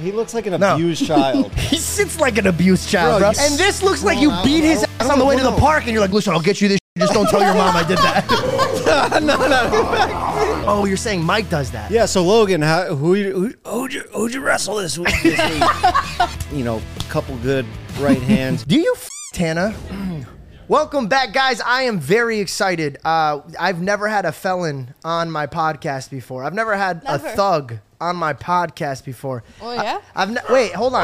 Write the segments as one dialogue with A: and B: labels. A: He looks like an
B: No.
A: abused child.
B: He sits like an abused child,
A: Bro,
B: bro.
A: you
B: And this looks like
A: Bro,
B: you
A: I
B: beat
A: don't-
B: his
A: I don't-
B: ass on the way to the
A: no.
B: park, and you're like, "Listen, I'll get you this. shit. Just don't tell your mom I did that." no, no, no. Oh, you're saying Mike does that?
A: yeah. So Logan, how, who who who'd you, who'd you wrestle this week? This week? you know, a couple good right hands.
B: Do you, f- Tana? Welcome back, guys. I am very excited. Uh, I've never had a felon on my podcast before. I've never had
C: Never.
B: a thug on my podcast before.
C: Oh, yeah?
B: I, have ne- wait, hold on.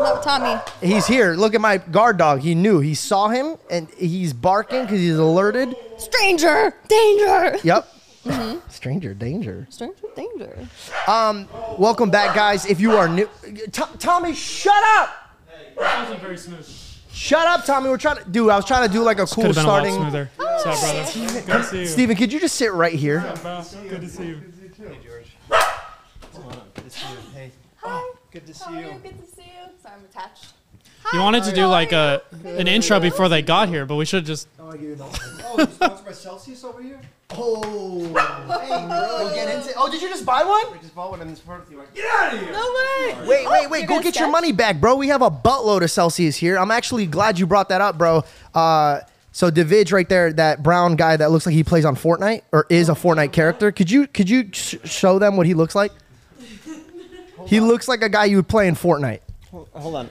C: No, Tommy.
B: He's here. Look at my guard dog. He knew. He saw him, and he's barking because he's alerted.
C: Stranger danger.
B: Yep. Stranger danger.
C: Stranger danger.
B: Welcome back, guys. If you are new, T- Tommy, shut up.
D: very smooth.
B: Shut up, Tommy. We're trying to, dude. I was trying to do like a
D: Could
B: cool
D: have been
B: starting.
D: a lot smoother. What's up, brother? Good to see you.
B: Steven, could you just sit right here?
D: Bro, Good to see you.
C: Hi.
A: Good to
C: Tommy, good to see you. Sorry, I'm attached.
D: You wanted to do like a an intro before they got here, but we should just.
A: Oh, you sponsored by Celsius over here.
B: Oh, we'll get into. Oh, did you just buy one?
A: Just bought one in this party. Like,
C: No way.
B: Wait, wait, wait.
C: You're
B: Go
C: gonna
B: get your
C: sketch?
B: money back, bro. We have a buttload of Celsius here. I'm actually glad you brought that up, bro. Uh, so Davidge right there, that brown guy that looks like he plays on Fortnite or is a Fortnite character. Could you could you sh- show them what he looks like? He looks like a guy you would play in Fortnite.
A: Hold on.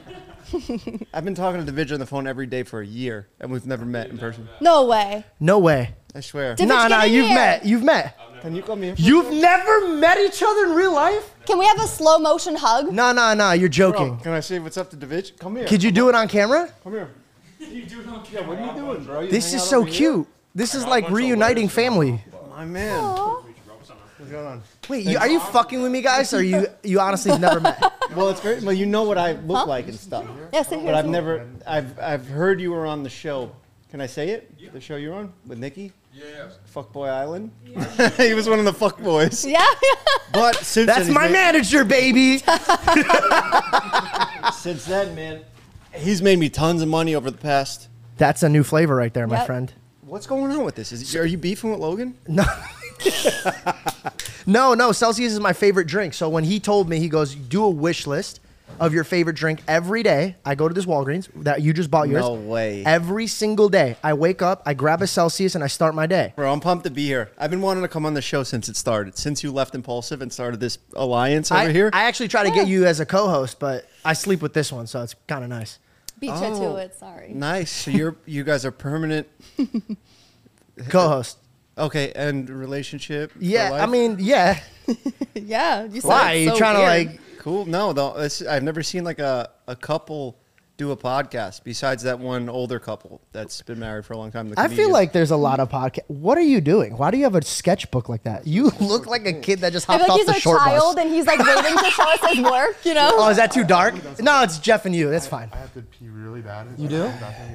A: I've been talking to the Vidge on the phone every day for a year, and we've never met in person.
C: No way.
B: No way.
A: I swear.
C: Did-
B: nah,
C: Davidge, get
B: nah.
C: in
B: You've
C: here.
B: met. You've met.
A: Can you call me?
B: You've never met each other in real life.
C: Can we have a slow motion hug?
B: Nah, nah, nah. You're joking.
A: Bro, can I say what's up to David? Come here.
B: Could you do it on camera?
A: Come here. Yeah, what are you doing, bro? You
B: This
A: hang
B: is
A: out
B: so
A: over here?
B: cute. This is like reuniting family.
A: My man.
C: Aw.
A: What's going on?
B: Wait, you, are you fucking with me, guys? Or you you honestly have never met?
A: Well, it's great. Well, you know what I look like and stuff.
C: Yeah, sit here.
A: But I've
C: sit-
A: never, I've, I've heard you were on the show. Can I say it? The show you were on with Nikki? Yeah. Fuckboy Island. he was one of the fuckboys.
C: Yeah.
A: But since
B: That's
A: then,
B: my
A: he's made-
B: manager, baby.
A: Since then, man, he's made me tons of money over the past.
B: That's a new flavor right there, my
C: Yep.
B: friend.
A: What's going on with this? Is, are you beefing with Logan?
B: No. no, no, Celsius is my favorite drink. So when he told me, he goes, do a wish list of your favorite drink every day. I go to this Walgreens that you just bought yours.
A: No way.
B: Every single day. I wake up, I grab a Celsius, and I start my day.
A: Bro, I'm pumped to be here. I've been wanting to come on the show since it started, since you left Impulsive and started this alliance over
B: I,
A: here.
B: I actually try to get you as a co host, but I sleep with this one, so it's kind of nice.
C: Beat you
A: Oh.
C: to it. Sorry.
A: nice. So you're you guys are permanent.
B: Co host.
A: Okay, and relationship. for
B: Yeah, I
A: life?
B: mean, yeah.
C: Yeah. You said
B: Why?
C: it's
B: you
C: so
B: trying
C: weird.
B: to like.
A: cool. No, though it's, I've never seen like a a couple do a podcast besides that one older couple that's been married for a long time. the
B: I feel
A: comedian.
B: like there's a lot of podcast. What are you doing? Why do you have a sketchbook like that? You look like a kid that just
C: I
B: hopped
C: feel like
B: off the
C: he's our
B: short
C: child
B: bus.
C: and he's like waiting to show us his work, you know?
B: Oh, is that too dark? No, it's Jeff and you. That's fine.
E: I have to pee really bad.
B: You do?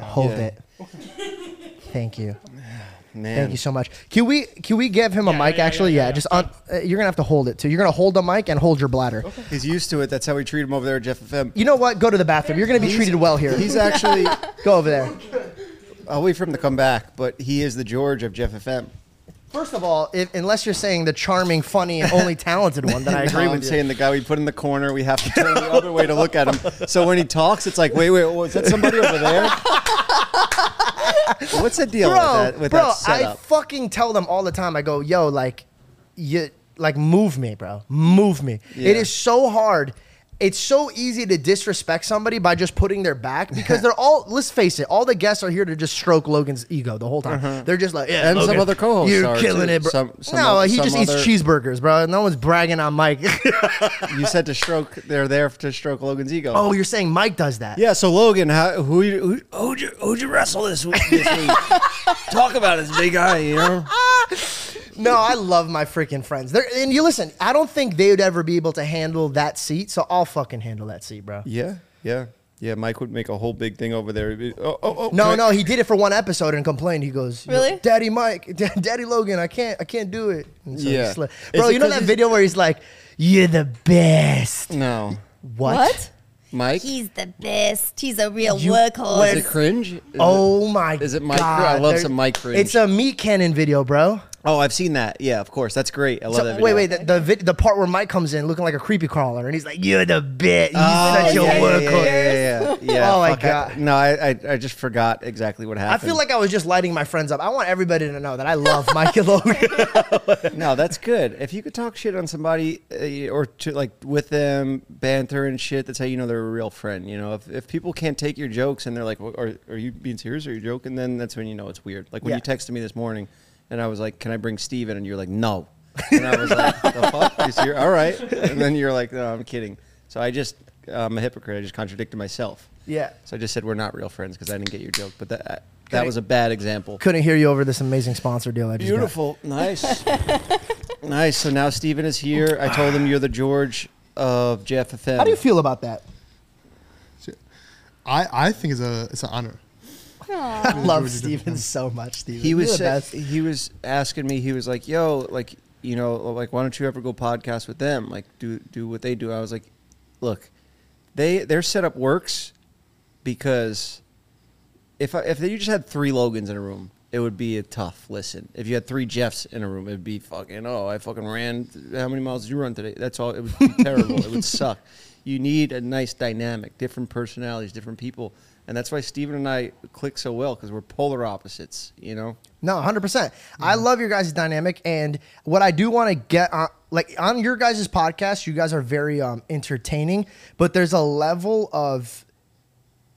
B: Hold
A: Yeah.
B: it. Thank you.
A: man.
B: Thank you so much. Can we can we give him a
D: Yeah,
B: mic?
D: yeah, yeah,
B: actually, yeah.
D: yeah, yeah.
B: Just un- uh, you're gonna have to hold it too. You're gonna hold the mic and hold your bladder.
A: He's used to it. That's how we treat him over there at Jeff FM.
B: You know what? Go to the bathroom. You're gonna be treated well here.
A: He's actually.
B: Go over there.
A: I'll wait for him to come back, but he is the George of Jeff FM.
B: First of all, if, unless you're saying the charming, funny, and only talented one, then I
A: I
B: agree
A: agree when
B: with you.
A: saying the guy we put in the corner, we have to turn the other way to look at him. So when he talks, it's like, wait, wait, was that somebody over there? What's the deal
B: bro,
A: with that? With
B: bro,
A: that
B: I
A: setup?
B: fucking tell them all the time. I go, yo, like, you, like, move me, bro, move me.
A: Yeah.
B: It is so hard. It's so easy to disrespect somebody by just putting their back because they're all. Let's face it, all the guests are here to just stroke Logan's ego the whole time.
A: Uh-huh.
B: They're just like, yeah,
A: And some
B: Logan,
A: other co-hosts
B: you're
A: are,
B: killing
A: too.
B: it, bro.
A: Some- some
B: no,
A: oth-
B: he
A: some
B: just
A: other-
B: eats cheeseburgers, bro. No one's bragging on Mike.
A: you said to stroke. They're there to stroke Logan's ego.
B: oh, you're saying Mike does that?
A: yeah. So Logan, how, who you- who who'd you, who'd you wrestle this week? This week? Talk about this big guy, you know.
B: No, I love my freaking friends. They're, and you listen, I don't think they would ever be able to handle that seat, so I'll fucking handle that seat, bro.
A: Yeah, yeah, yeah. Mike would make a whole big thing over there. He'd be, Oh, oh, oh.
B: No,
A: wait.
B: no, he did it for one episode and complained. He goes,
C: Really?
B: Daddy Mike, Da- Daddy Logan, I can't, I can't do it." And so he
A: Yeah.
B: slipped.
A: Is
B: bro,
A: it
B: you know
A: 'cause
B: that
A: he's-
B: video where he's like, "You're the best."
A: no.
B: What?
C: What?
A: Mike,
C: He's the best. He's a real
B: You-
C: workhorse.
A: is it cringe? Is it-
B: Oh my!
A: Is it Mike?
B: God,
A: I love
B: there's-
A: some Mike cringe.
B: It's a meat cannon video, bro.
A: Oh, I've seen that. Yeah, of course. That's great. I love
B: So-
A: that. Video.
B: wait, wait, the the, vid- the part where Mike comes in looking like a creepy crawler, and he's like, "You're the bit. You're such a
A: Oh, yeah, yeah,
B: workhorse."
A: Yeah, yeah, yeah, yeah. Yeah,
B: Oh, my
A: fuck, I-
B: God.
A: no, I, I I just forgot exactly what
B: I
A: happened.
B: feel like I was just lighting my friends up. I want everybody to know that I love Mike and Logan.
A: no, that's good. If you could talk shit on somebody uh, or to like with them banter and shit, that's how you know they're a real friend. You know, if, if people can't take your jokes and they're like, "What- "Are are you being serious? Are you joking?" Then that's when you know it's weird. Like when
B: Yeah.
A: you texted me this morning, and I was like, "Can I bring Steven? And you're like, "No." And I was like, "The fuck? You serious? All right." And then you're like, "No, I'm kidding." So I just I'm a hypocrite. I just contradicted myself.
B: Yeah.
A: So I just said we're not real friends because I didn't get your joke, but that
B: Can
A: that
B: I-
A: was a bad example.
B: Couldn't hear you over this amazing sponsor deal. I just got.
A: Beautiful. Nice. nice. So now Steven is here. I told him you're the George of Jeff FM.
B: How do you feel about that?
E: I, I think it's a it's an honor.
B: I love Steven so much. Steven,
A: He was
B: You're the
A: sa-
B: best.
A: he was asking me. He was like, "Yo, like you know, like why don't you ever go podcast with them? Like do do what they do." I was like, "Look, they their setup works because if I, if you just had three Logans in a room." It would be a tough listen. If you had three Jeffs in a room, it'd be fucking. Oh, I fucking ran. How many miles did you run today? That's all. It would be terrible. It would suck. You need a nice dynamic, different personalities, different people, and that's why Steven and I click so well because we're polar opposites. You know.
B: No, 100%. I love your guys' dynamic. And what I do want to get on, like on your guys' podcast, you guys are very um, entertaining, but there's a level of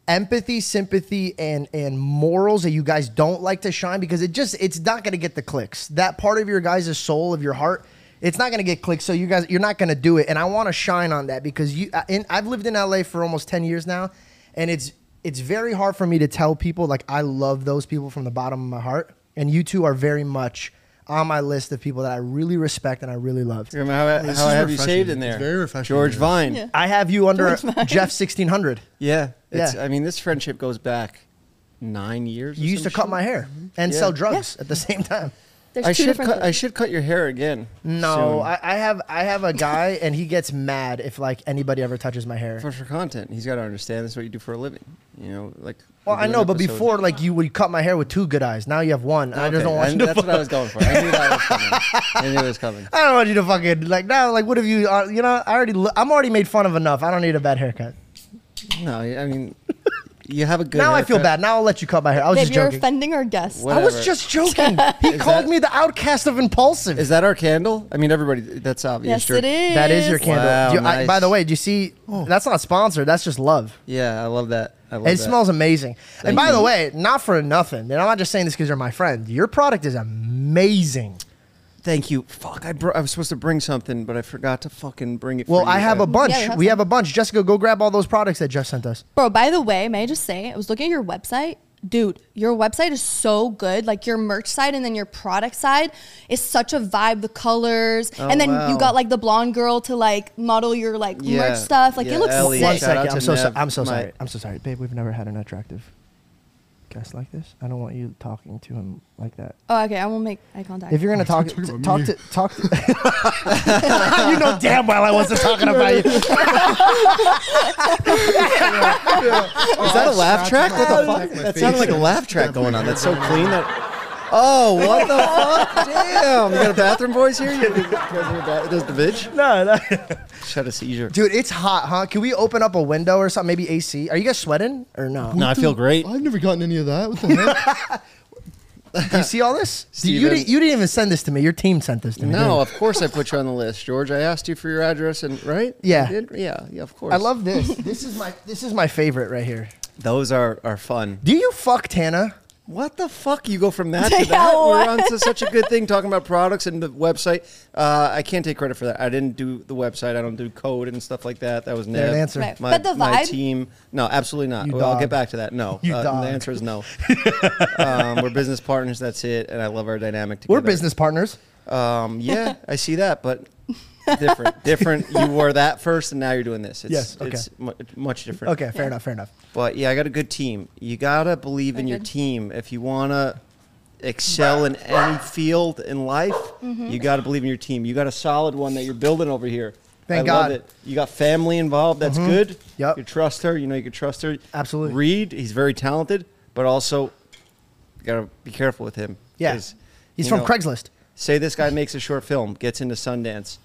B: empathy, sympathy, and and morals that you guys don't like to shine because it just it's not gonna get the clicks. That part of your guys' soul of your heart, it's not gonna get clicks. So you guys, you're not gonna do it. And I want to shine on that because you. I- And I've lived in LA for almost ten years now, and it's it's very hard for me to tell people like I love those people from the bottom of my heart. And you two are very much on my list of people that I really respect and I really love.
A: Remember how,
E: This
A: how I
E: is
A: have you
E: refreshing.
A: saved in there?
E: It's very refreshing,
A: George
E: yeah.
A: Vine.
C: Yeah.
A: Yeah.
B: I have you under Jeff sixteen hundred.
A: It's,
B: Yeah.
A: I mean, this friendship goes back nine years. or
B: You used to
A: some
B: cut
A: shit. Mm-hmm.
B: my hair and
A: Yeah.
B: sell drugs at the same time.
C: There's
A: I
C: two
A: should
C: different.
A: cut. I
C: things.
A: should cut your hair again.
B: No,
A: soon
B: I, I have I have a guy and he gets mad if like anybody ever touches my hair.
A: for, for content, he's got to understand this is what you do for a living. You know, like.
B: well,
A: we
B: I
A: do
B: know,
A: an
B: but
A: episode-
B: before like you would cut my hair with two good eyes. Now you have one. and I just
A: Okay,
B: don't want
A: I-
B: you to.
A: That's
B: fu-
A: what I was going for. I knew that was coming. I knew it was coming.
B: I don't want you to fucking like now. Like what have you? Uh, you know, I already lo- I'm already made fun of enough. I don't need a bad haircut.
A: No, I mean, you have a good.
B: now I feel
A: haircut.
B: bad. Now I'll let you cut my hair. I was
C: Babe,
B: just
C: you're
B: joking.
C: offending our guests.
A: What?
B: I was
A: Whatever.
B: just joking. He
A: Is
B: called
A: that-
B: me the outcast of impulsive.
A: Is that our candle? I mean, everybody. That's obvious.
C: Yes, it is.
B: that is your candle.
A: Wow,
B: Do you- I- by
A: nice. Oh.
B: the way, do you see? That's not sponsored. That's just love.
A: Yeah, I love that. I love
B: It
A: that.
B: smells amazing. and
A: Thank
B: by the
A: you.
B: way, not for nothing. And I'm not just saying this because you're my friend. Your product is amazing.
A: Thank you. Fuck, I, br- I was supposed to bring something, but I forgot to fucking bring it.
B: Well,
A: for you.
B: I have a bunch.
C: Yeah, we have
B: we
C: some.
B: have a bunch. Jessica, go grab all those products that Jeff sent us.
C: Bro, by the way, may I just say, I was looking at your website. Dude, your website is so good. Like your merch side and then your product side is such a vibe. The colors,
B: Oh,
C: and then
A: wow.
C: you got like the blonde girl to like model your like
A: Yeah,
C: merch stuff. Like
A: yeah,
C: it looks
A: Ellie,
B: One
A: One
C: sick.
A: shout out
B: second.
A: to
B: I'm so, so
A: Nev,
B: I'm so
A: my-
B: sorry. I'm so sorry, babe. We've never had an attractive guest like this. I don't want you talking to him like that.
C: Oh, okay. I won't make eye contact.
B: If you're gonna talk,
E: talking about
B: talk
E: me.
B: to talk to. you know damn well I wasn't talking about you.
A: Is that a laugh track? What the fuck?
E: my
A: That
E: face.
A: sounded like a laugh track going on. That's so clean. That. Oh, what the fuck? Damn. You got a bathroom voice here? You you guys in the ba- There's the bitch.
B: No, no.
A: Shut a seizure.
B: Dude, it's hot, huh? Can we open up a window or something? Maybe AC. Are you guys sweating or no?
A: No, I feel great.
E: I've never gotten any of that. What the heck?
B: Do you see all this? Do you,
A: Steven.
B: didn't, you didn't even send this to me. Your team sent this to me.
A: No, of course I put you on the list, George. I asked you for your address, and right?
B: Yeah.
A: You did? Yeah, yeah, of course.
B: I love this. this is my this is my favorite right here.
A: those. Are are fun.
B: Do you fuck Tana?
A: What the fuck? You go from that
C: Yeah,
A: to that?
C: what?
A: We're on to such a good thing talking about products and the website. Uh, I can't take credit for that. I didn't do the website. I don't do code and stuff like that. That was Ned.
B: an answer.
C: Right.
A: My,
C: But the
A: my
C: vibe-
A: team. No, absolutely not.
B: You
A: Well, I'll
B: dog.
A: get back to that. No. uh,
B: You
A: the
B: dog.
A: answer is no. um, we're business partners. That's it. And I love our dynamic together.
B: We're business partners.
A: Um, yeah, I see that, but different. different. You were that first, and now you're doing this. It's,
B: Yes, okay.
A: It's mu- much different.
B: Okay, fair enough, fair enough.
A: But yeah, I got a good team. You gotta believe in
C: Very
A: your
C: good.
A: team if you wanna excel in any field in life.
B: Mm-hmm.
A: You gotta believe in your team. You got a solid one that you're building over here.
B: Thank
A: I love
B: God.
A: it. You got family involved. That's good.
B: Yep.
A: You trust her. You know you can trust her.
B: Absolutely.
A: Reed, he's very talented, but also you gotta be careful with him.
B: Yeah.
A: 'cause,
B: He's
A: you
B: from
A: know,
B: Craigslist.
A: Say this guy makes a short film, gets into Sundance.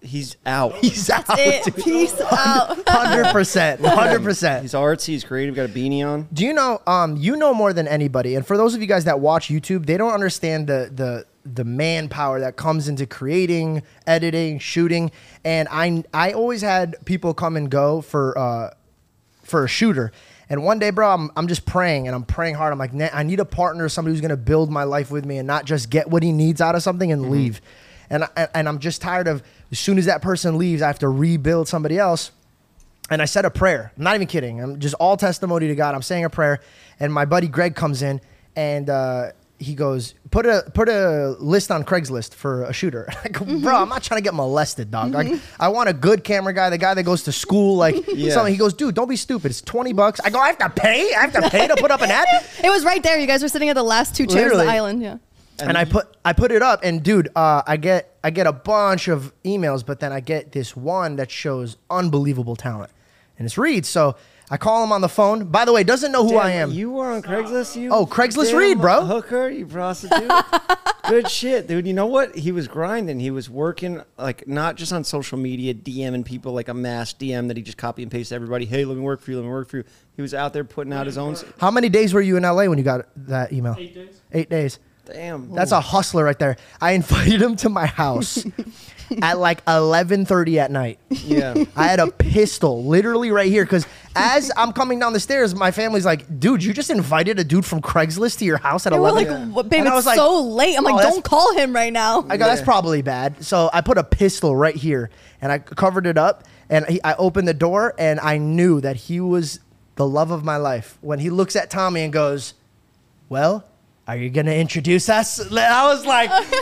A: He's out.
B: He's out.
C: It, peace out.
B: Hundred percent. Hundred percent.
A: He's artsy. He's creative. Got a beanie on.
B: Do you know? Um, you know more than anybody. And for those of you guys that watch YouTube, they don't understand the the the manpower that comes into creating, editing, shooting. And I I always had people come and go for uh for a shooter. And one day, bro, I'm, I'm just praying and I'm praying hard. I'm like, "Nah, I need a partner, somebody who's gonna build my life with me and not just get what he needs out of something and leave. And, I, and I'm just tired of as soon as that person leaves, I have to rebuild somebody else. And I said a prayer. I'm not even kidding. I'm just all testimony to God. I'm saying a prayer. And my buddy Greg comes in and uh, he goes, put a put a list on Craigslist for a shooter. I go, bro, I'm not trying to get molested, dog. Like, I want a good camera guy, the guy that goes to school, like
A: Yeah.
B: something. He goes, dude, don't be stupid. It's 20 bucks. I go, I have to pay? I have to pay to put up an ad?
C: It was right there. You guys were sitting at the last two chairs of
B: Literally.
C: the island. Yeah.
B: and, I put I put it up, and dude, uh, I get I get a bunch of emails, but then I get this one that shows unbelievable talent, and it's Reed. So I call him on the phone. By the way, doesn't know who I
A: Damn,
B: am.
A: You were on Craigslist. You
B: Oh, Craigslist
A: damn
B: Reed, bro.
A: Hooker, you prostitute. Good shit, dude. You know what? He was grinding. He was working like not just on social media, DMing people like a mass DM that he just copy and pastes everybody. Hey, let me work for you. Let me work for you. He was out there putting out his own. s-
B: How many days were you in LA when you got that email?
D: Eight days.
B: Eight days.
A: Damn.
B: That's a hustler right there. I invited him to my house at like 11:30 at night.
A: yeah.
B: I had a pistol literally right here because as I'm coming down the stairs, my family's like, dude, you just invited a dude from Craigslist to your house at
C: They were
B: 11.
C: like, "What- babe,
B: And I
C: it's
B: was like,
C: so late. I'm
B: "Oh,
C: like,
B: that's-
C: don't call him right now.
B: I go, that's probably bad. So I put a pistol right here and I covered it up and he, I opened the door and I knew that he was the love of my life. When he looks at Tommy and goes, well, are you gonna introduce us? I was like, all right,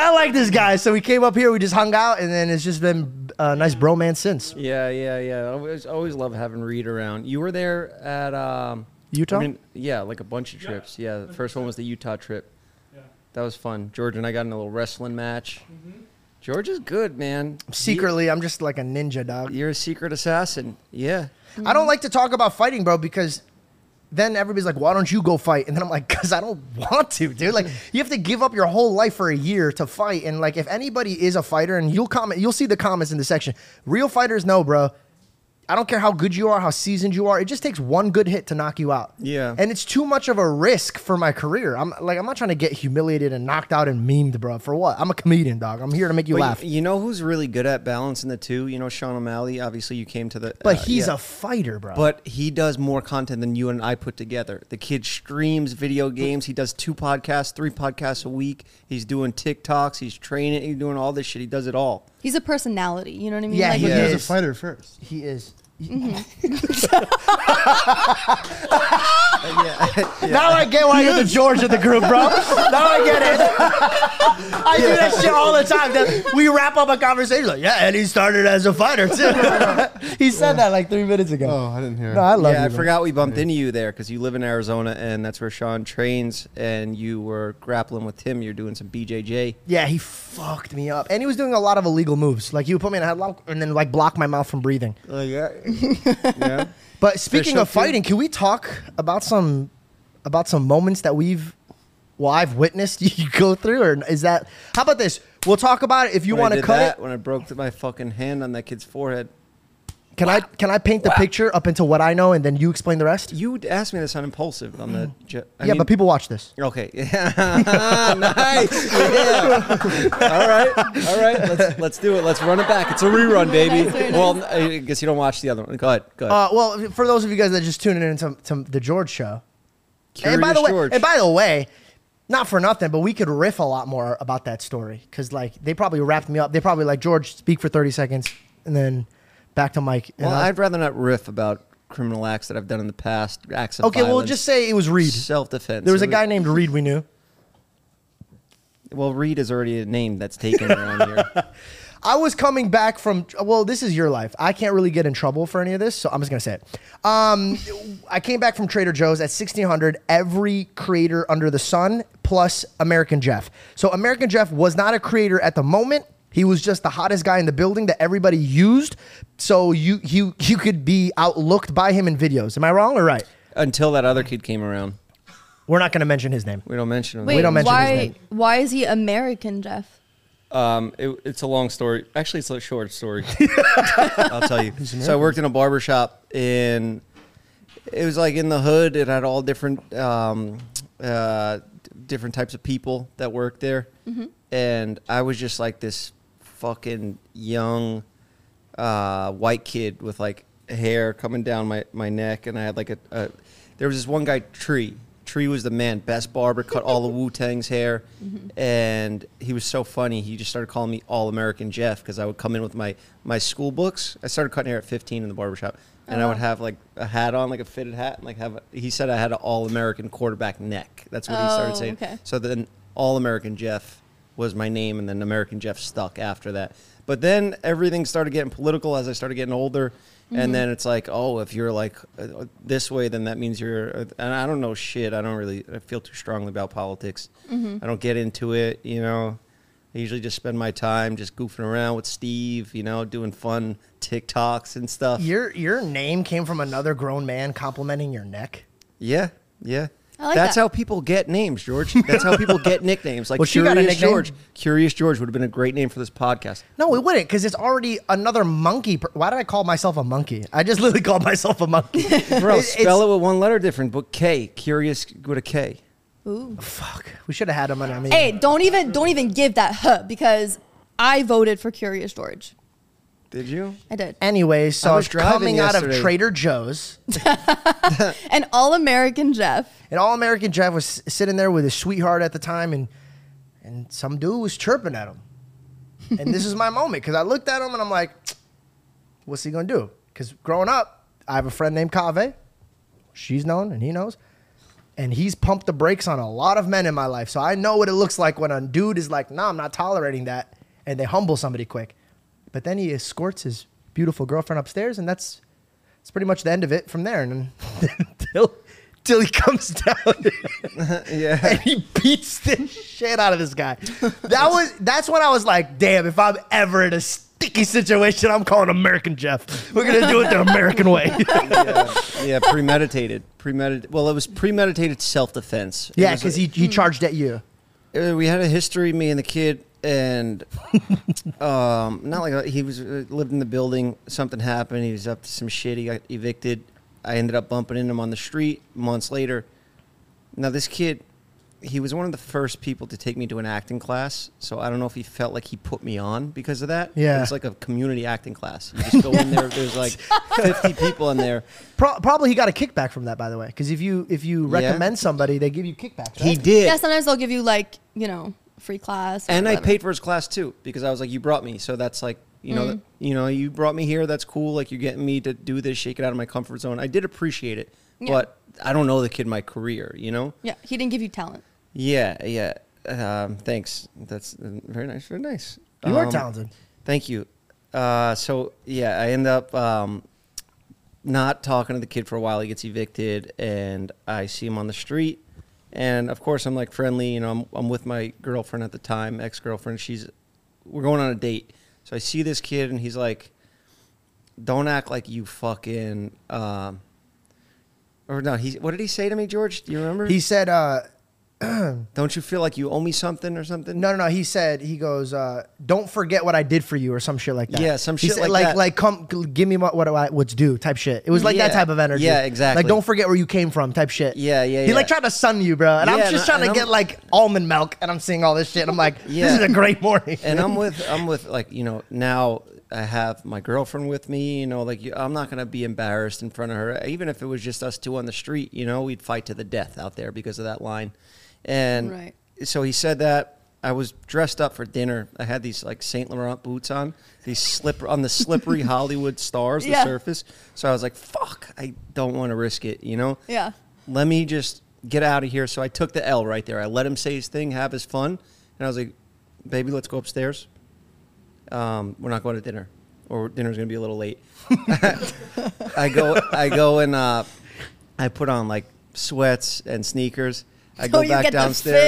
B: I like this guy. So we came up here, we just hung out, and then it's just been a nice bromance since.
A: Yeah, yeah, yeah. I always, always love having Reed around. You were there at um,
B: Utah?
A: I mean, yeah, like a bunch of trips. Yeah, the first one was the Utah trip. That was fun. George and I got in a little wrestling match. George is good, man.
B: Secretly, I'm just like a ninja dog.
A: You, are a secret assassin. Yeah.
B: I
A: Mm-hmm.
B: don't like to talk about fighting, bro, because then everybody's like, why don't you go fight? And then I'm like, because I don't want to, dude. Like, you have to give up your whole life for a year to fight. And like, if anybody is a fighter, and you'll comment, you'll see the comments in the section. Real fighters know, bro. I don't care how good you are, how seasoned you are. It just takes one good hit to knock you out.
A: Yeah.
B: And it's too much of a risk for my career. I'm like, I'm not trying to get humiliated and knocked out and memed, bro. For what? I'm a comedian, dog. I'm here to make you
A: But
B: laugh.
A: You, you know who's really good at balancing the two? You know Sean O'Malley. Obviously, you came to the.
B: but
A: uh,
B: he's
A: yeah.
B: a fighter, bro.
A: But he does more content than you and I put together. The kid streams video games. He does two podcasts, three podcasts a week. He's doing TikToks. He's training. He's doing all this shit. He does it all.
C: He's a personality. You know what I mean?
B: Yeah,
C: Like,
E: But
B: Yeah.
E: he was a
B: Yes.
E: fighter first.
B: he is. Now I get why you're the George of the group, bro. now I get it. I do that shit all the time. That we wrap up a conversation like, yeah, and he started as a fighter too. he said that like three minutes ago.
E: Oh, I didn't hear.
B: No, I love
A: yeah,
B: you.
A: I forgot we bumped into you there because you live in Arizona and that's where Sean trains. And you were grappling with him. You're doing some BJJ.
B: Yeah, he fucked me up, and he was doing a lot of illegal moves. Like he would put me in a headlock and then like block my mouth from breathing.
A: yeah. yeah.
B: But speaking
A: Fish
B: of
A: hook, too.
B: fighting, can we talk about some about some moments that we've well I've witnessed you go through, or is that how about this? We'll talk about it if you
A: When I
B: want to
A: did
B: cut
A: that,
B: it.
A: When I broke my fucking hand on that kid's forehead.
B: Can I can I paint the picture up into what I know, and then you explain the rest?
A: You asked me this on impulsive on the. Je- I
B: Mm-hmm. yeah,
A: mean-
B: but people watch this.
A: Okay. nice. Yeah. All right. All right. Let's let's do it. Let's run it back. It's a rerun, baby. Well, I guess you don't watch the other one. Go ahead. Go ahead.
B: Uh, well, for those of you guys that just tuned in to, to the George show, and by
A: Curious
B: the way,
A: George.
B: and by the way, not for nothing, but we could riff a lot more about that story because like they probably wrapped me up. They probably like George speak for thirty seconds and then back to Mike. And
A: well,
B: I-
A: I'd rather not riff about criminal acts that I've done in the past. Acts of
B: okay, well,
A: violence,
B: just say it was Reed.
A: self-defense.
B: There was
A: It
B: a guy named Reed we knew.
A: Well, Reed is already a name that's taken around here.
B: I was coming back from well, this is your life. I can't really get in trouble for any of this, so I'm just gonna say it. Um, I came back from Trader Joe's at 1600. Every creator under the sun plus American Jeff. So American Jeff was not a creator at the moment. He was just the hottest guy in the building that everybody used. So you you you could be outlooked by him in videos. Am I wrong or right?
A: Until that other kid came around.
B: We're not going to mention his name.
A: We don't mention him.
C: Wait,
B: don't mention his
C: why?
B: name.
C: Why is he American, Jeff?
A: Um, it, it's a long story. Actually, it's a short story. I'll tell you. So I worked in a barber shop in. It was like in the hood. It had all different, um, uh, different types of people that worked there, and I was just like this fucking young, uh, white kid with like hair coming down my, my neck, and I had like a, a. There was this one guy, Tree. Tree was the man, best barber, cut all the Wu Tang's hair,
C: Mm-hmm.
A: and he was so funny. He just started calling me All American Jeff because I would come in with my my school books. I started cutting hair at 15 in the barbershop, and
C: Uh-huh.
A: I would have like a hat on, like a fitted hat, and like have. A, he said I had an All American quarterback neck. That's what he started
C: Oh,
A: saying.
C: okay.
A: So then All American Jeff was my name, and then American Jeff stuck after that. But then everything started getting political as I started getting older. And then it's like, oh, if you're like uh, this way, then that means you're. uh, And I don't know shit. I don't really I feel too strongly about politics. I don't get into it, you know. I usually just spend my time just goofing around with Steve, you know, doing fun TikToks and stuff.
B: Your your name came from another grown man complimenting your neck.
A: Yeah, yeah.
C: I like
A: That's
C: that.
A: how people get names, George. That's how people get nicknames. Like
B: Well, she got a
A: Curious
B: nickname.
A: George. Curious George would have been a great name for this podcast.
B: No, it wouldn't, because it's already another monkey. Per- Why did I call myself a monkey? I just literally called myself a monkey.
A: Bro,
B: It's-
A: spell it with one letter different, but K. Curious with a K.
C: Ooh.
B: Fuck, we should have had him on. I mean,
C: Hey, don't even don't even give that huh because I voted for Curious George.
A: Did you?
C: I did.
B: Anyway, so
A: was driving
B: coming out of
A: yesterday.
B: Trader Joe's,
C: An all American Jeff.
B: an all-American Jeff was s- sitting there with his sweetheart at the time, and and some dude was chirping at him. And this is my moment because I looked at him and I'm like, "What's he gonna do?" Because growing up, I have a friend named Kave. She's known and he knows, and he's pumped the brakes on a lot of men in my life, so I know what it looks like when a dude is like, "No, I'm not tolerating that," and they humble somebody quick. But then he escorts his beautiful girlfriend upstairs, and that's it's pretty much the end of it from there. And then till till he comes down.
A: Yeah.
B: and he beats the shit out of this guy. That was that's when I was like, damn, if I'm ever in a sticky situation, I'm calling American Jeff. We're gonna do it the American way.
A: yeah. Yeah, premeditated. Premeditated. Well, it was premeditated self defense.
B: yeah, because he,
A: Hmm.
B: he charged at you.
A: Uh, we had a history, me and the kid, and um, not like a, he was uh, lived in the building. Something happened. He was up to some shit. He got evicted. I ended up bumping into him on the street months later. Now this kid, he was one of the first people to take me to an acting class. So I don't know if he felt like he put me on because of that.
B: Yeah.
A: it's like a community acting class. You just go in there. There's like 50 people in there.
B: Pro- probably he got a kickback from that, by the way, because if you if you
A: Yeah.
B: recommend somebody, they give you kickbacks.
A: He
B: Right?
A: did.
C: Yeah, sometimes they'll give you like you know free class. or
A: and I
C: whatever.
A: paid for his class too because I was like, you brought me, so that's like, you know, you know, you brought me here. That's cool. Like you're getting me to do this, shake it out of my comfort zone. I did appreciate it,
C: Yeah.
A: but I don't know the kid my career. You know?
C: Yeah, he didn't give you talent.
A: Yeah, yeah. Um, thanks. That's uh, very nice. Very nice.
B: You are
A: Um,
B: talented.
A: Thank you. Uh, so yeah, I end up um, not talking to the kid for a while. He gets evicted, and I see him on the street. And of course, I'm like friendly. You know, I'm, I'm with my girlfriend at the time, ex girlfriend. She's we're going on a date. So I see this kid, and he's like, "Don't act like you fucking." Um, or no, he. What did he say to me, George? Do you remember?
B: He said, uh,
A: Don't you feel like you owe me something or something?
B: no, no, no. He said, he goes, uh, don't forget what I did for you or some shit like that.
A: Yeah, some
B: He
A: shit
B: said,
A: like
B: like
A: that.
B: like come g- give me what what I, what's due type shit. It was like that
A: Yeah.
B: type of energy.
A: Yeah, exactly.
B: Like don't forget where you came from type shit.
A: Yeah, yeah,
B: He like
A: yeah.
B: tried to sun you, bro, and I'm
A: Yeah,
B: just
A: and I-
B: trying to
A: and
B: get
A: I'm-
B: like almond milk, and I'm seeing all this shit. I'm like,
A: Yeah.
B: this is a great morning.
A: and I'm with I'm with like you know now I have my girlfriend with me. You know, like you, I'm not gonna be embarrassed in front of her, even if it was just us two on the street. You know, we'd fight to the death out there because of that line. And
C: Right.
A: so he said that I was dressed up for dinner. I had these like Saint Laurent boots on, these slipper on the slippery Hollywood stars,
C: Yeah.
A: the surface. So I was like, "Fuck, I don't want to risk it," you know.
C: Yeah.
A: Let me just get out of here. So I took the L right there. I let him say his thing, have his fun, and I was like, "Baby, let's go upstairs. Um, we're not going to dinner, or dinner's gonna be a little late." I go, I go, and uh, I put on like sweats and sneakers. I go
C: you
A: back
C: get the fit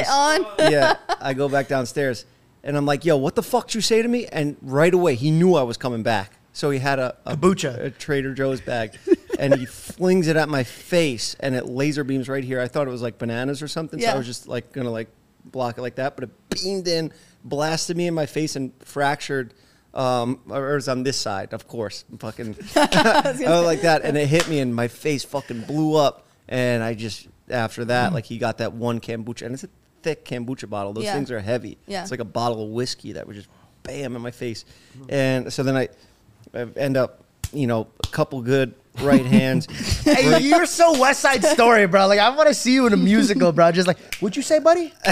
A: downstairs
C: on?
A: yeah, I go back downstairs and I'm like, yo, what the fuck did you say to me? And right away, he knew I was coming back. So he had a, a
B: Kombucha.
A: a Trader Joe's bag. and he flings it at my face, and it laser beams right here. I thought it was like bananas or something, so
C: Yeah.
A: I was just like gonna like block it like that, but it beamed in, blasted me in my face, and fractured. Um, or it was on this side, of course. Fucking, I was Oh, like that, and it hit me, and my face fucking blew up. And I just after that, like he got that one kombucha, and it's a thick kombucha bottle. Those
C: Yeah.
A: things are heavy.
C: Yeah.
A: It's like a bottle of whiskey that was just bam in my face. And so then I, I end up, you know, a couple good right hands.
B: Hey, you're so West Side Story, bro. Like I want to see you in a musical, bro. Just like, would you say, buddy?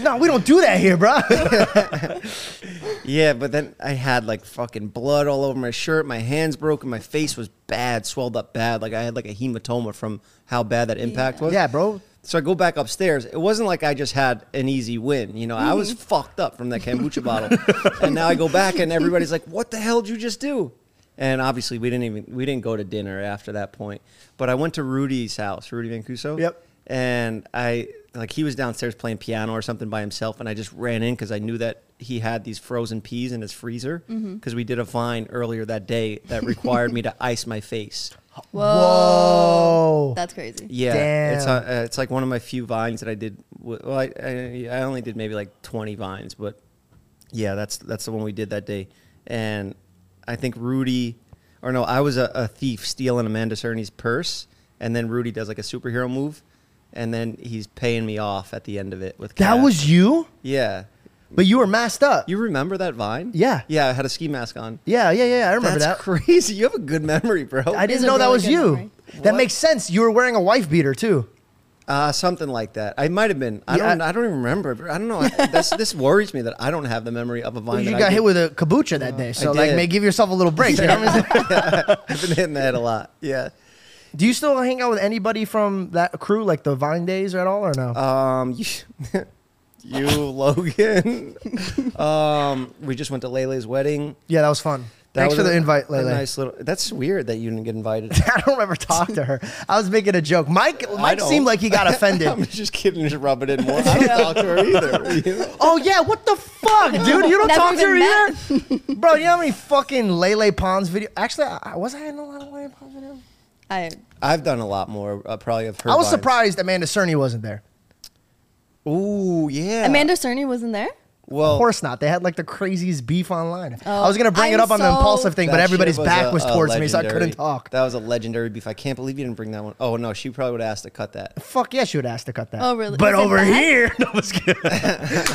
B: no, we don't do that here, bro.
A: yeah, but then I had like fucking blood all over my shirt. My hands broken. My face was bad, swelled up bad. Like I had like a hematoma from how bad that impact was.
B: yeah, bro.
A: So I go back upstairs. It wasn't like I just had an easy win. You know, I was fucked up from that kombucha bottle. And now I go back and everybody's like, what the hell did you just do? And obviously we didn't even we didn't go to dinner after that point. But I went to Rudy's house, Rudy Mancuso.
B: Yep.
A: And I like he was downstairs playing piano or something by himself, and I just ran in because I knew that he had these frozen peas in his freezer because we did a vine earlier that day that required me to ice my face.
B: Whoa.
C: That's crazy.
A: Yeah, it's
B: Damn.
A: uh, uh, it's like one of my few vines that I did. wi- Well, I, I I only did maybe like twenty vines, but yeah, that's that's the one we did that day. And I think Rudy, or no, I was a, a thief stealing Amanda Cerny's purse, and then Rudy does like a superhero move, and then he's paying me off at the end of it with
B: That
A: cash.
B: was you,
A: yeah.
B: but you were masked up.
A: You remember that vine?
B: Yeah.
A: yeah. I had a ski mask on.
B: yeah, yeah, yeah. I remember
A: That's
B: that.
A: crazy. You have a good memory, bro.
B: I didn't
C: a
B: know that
C: really
B: was
C: good
B: you.
C: memory.
B: That makes sense. You were wearing a wife beater too.
A: Uh, something like that. I might have been. I
B: Yeah.
A: don't. I don't even remember. but I don't know. I- this this worries me that I don't have the memory of a vine.
B: you
A: that I
B: got
A: did.
B: hit with a kabucha that day, so like,
A: did.
B: may give yourself a little break. you know what I'm saying?
A: I've been hitting that a lot. Yeah.
B: Do you still hang out with anybody from that crew, like the Vine days, at all, or no?
A: Um. You, you Logan. um. We just went to Lele's wedding.
B: yeah, that was fun.
A: That
B: Thanks
A: was
B: for the
A: a-
B: invite,
A: a
B: Lele.
A: Nice little. That's weird that you didn't get invited.
B: I don't ever talk to her. I was making a joke. Mike, Mike
A: don't.
B: seemed like he got
A: I'm
B: offended.
A: just kidding. Just rub it in more. I don't talk to her either. you know?
B: oh yeah, what the fuck, dude? You don't
C: Never
B: talk to her
C: even
B: either, bro. You know how many fucking Lele Pons video? Actually, I, I- was I in a lot of Lele Pons video?
C: I
A: I've done a lot more. Uh, probably of her.
B: I was
A: vines.
B: surprised Amanda Cerny wasn't there.
A: Ooh. Yeah.
C: Amanda Cerny wasn't there.
A: Well.
B: Of course not. They had like the craziest beef online. I was gonna bring it
C: Oh, I'm
B: up on the
C: so-
B: impulsive thing, but
A: That
B: everybody's
A: shit
B: back
A: a-
B: was
A: a
B: towards me, so I
A: legendary-
B: couldn't talk.
A: That was a legendary beef. I can't believe you didn't bring that one. Oh no, she probably would have asked to cut that.
B: Fuck yeah, she would ask to cut that.
C: Oh, really?
B: But
C: Is it
B: over
C: bad?
B: here, no, I'm just kidding.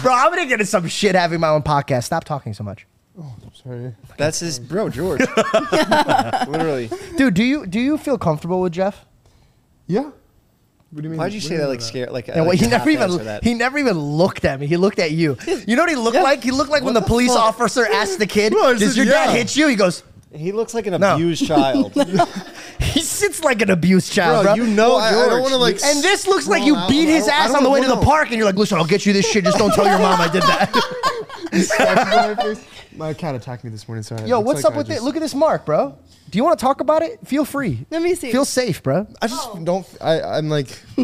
B: bro, I'm gonna get in some shit having my own podcast. Stop talking so much,
E: Sorry.
A: That's his bro, George. Literally.
B: dude. Do you do you feel comfortable with Jeff?
E: Yeah. What do you mean?
A: Why'd you
E: What
A: say
E: do
A: that
E: mean
A: like
E: by
A: scared? Like uh,
B: And
A: like,
B: what, he never
A: half answer
B: even
A: that.
B: he never even looked at me. He looked at you. You know what he looked like? He looked like when the, police officer asked the kid,
E: Bro, I
B: "Does
E: said,
B: your dad
E: yeah.
B: hit you?" He goes,
A: He looks like an
B: No.
A: abused child.
B: "He sits like an abused child, bro."
A: Bro, you know
E: Well, I- I
A: George.
E: don't wanna, like,
A: You-
B: and this looks like you
E: Well, I-
B: beat his
E: I- I
B: ass
E: don't
B: on the way to the
E: know.
B: park, and you're like, "Listen, I'll get you this shit. Just don't tell your mom I did that."
E: scratches on my face? My cat attacked me this morning. Sorry.
B: Yo,
E: Looks
B: what's
E: like
B: up
E: I
B: with it?
E: just-
B: Look at this mark, bro. Do you want to talk about it? Feel free.
C: Let me see.
B: Feel safe, bro.
E: I just
A: Oh.
E: don't. I, I'm like, I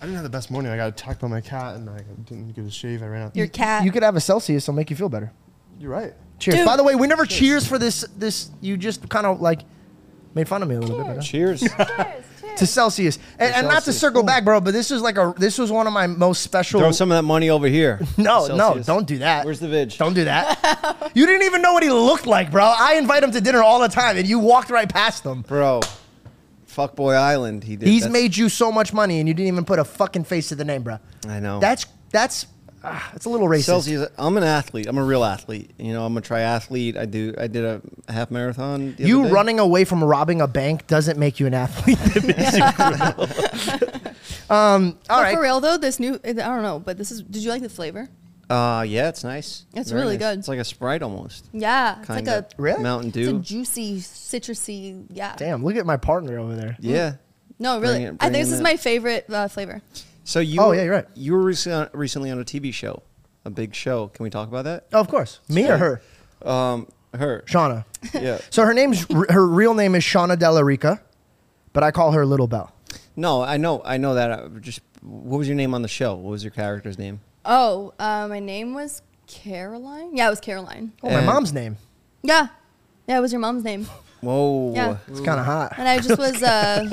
E: didn't have the best morning. I got attacked by my cat, and I didn't get a shave. I ran out.
C: Your cat.
B: You could have a Celsius. It'll make you feel better.
E: You're right.
B: Cheers.
C: Dude.
B: By the way, we never cheers for this. This you just kind of like made fun of me a little bit. But
A: Cheers.
B: to Celsius. And, and not to
A: Celsius.
B: circle back, bro, but this was like a this was one of my most special.
A: Throw some of that money over here.
B: no, no,
A: Celsius.
B: don't do that.
A: Where's the vig?
B: Don't do that. you didn't even know what he looked like, bro. I invite him to dinner all the time, and you walked right past him.
A: Bro. Fuckboy Island. He did
B: He's
A: that's-
B: made you so much money, and you didn't even put a fucking face to the name, bro.
A: I know.
B: That's that's ah, it's a little racist.
A: Celsius. I'm an athlete. I'm a real athlete. You know, I'm a triathlete. I do. I did a half marathon. the
B: You
A: other day.
B: running away from robbing a bank doesn't make you an athlete. um, all
C: but
B: right.
C: for real though, this new I don't know, but this is. Did you like the flavor?
A: Uh, yeah, it's nice.
C: It's
A: Very
C: really
A: nice.
C: good.
A: It's like a Sprite almost.
C: Yeah, it's
A: Kind
C: like a
A: of.
B: Really?
A: Mountain
C: it's a
A: Dew.
C: juicy, citrusy. Yeah.
B: Damn, look at my partner over there.
A: yeah.
C: No,
A: Bring
C: really.
A: it-
C: I
A: bring
C: think this
A: it
C: is
A: in.
C: my favorite uh, flavor.
A: So you.
B: Oh, yeah, you're right.
A: You were recent, recently on a TV show, a big show. Can we talk about that?
B: Oh, of course. Me or her?
A: Um, her.
B: Shauna.
A: Yeah.
B: So her name's her real name is Shauna Della Rica, but I call her Little Bell.
A: No, I know. I know that. I just what was your name on the show? What was your character's name?
C: Oh, uh, my name was Caroline. Yeah, it was Caroline.
B: Oh, my
A: And-
B: mom's name.
C: Yeah. Yeah, it was your mom's name.
A: Whoa.
C: Yeah.
B: It's kind of hot.
C: And I just was uh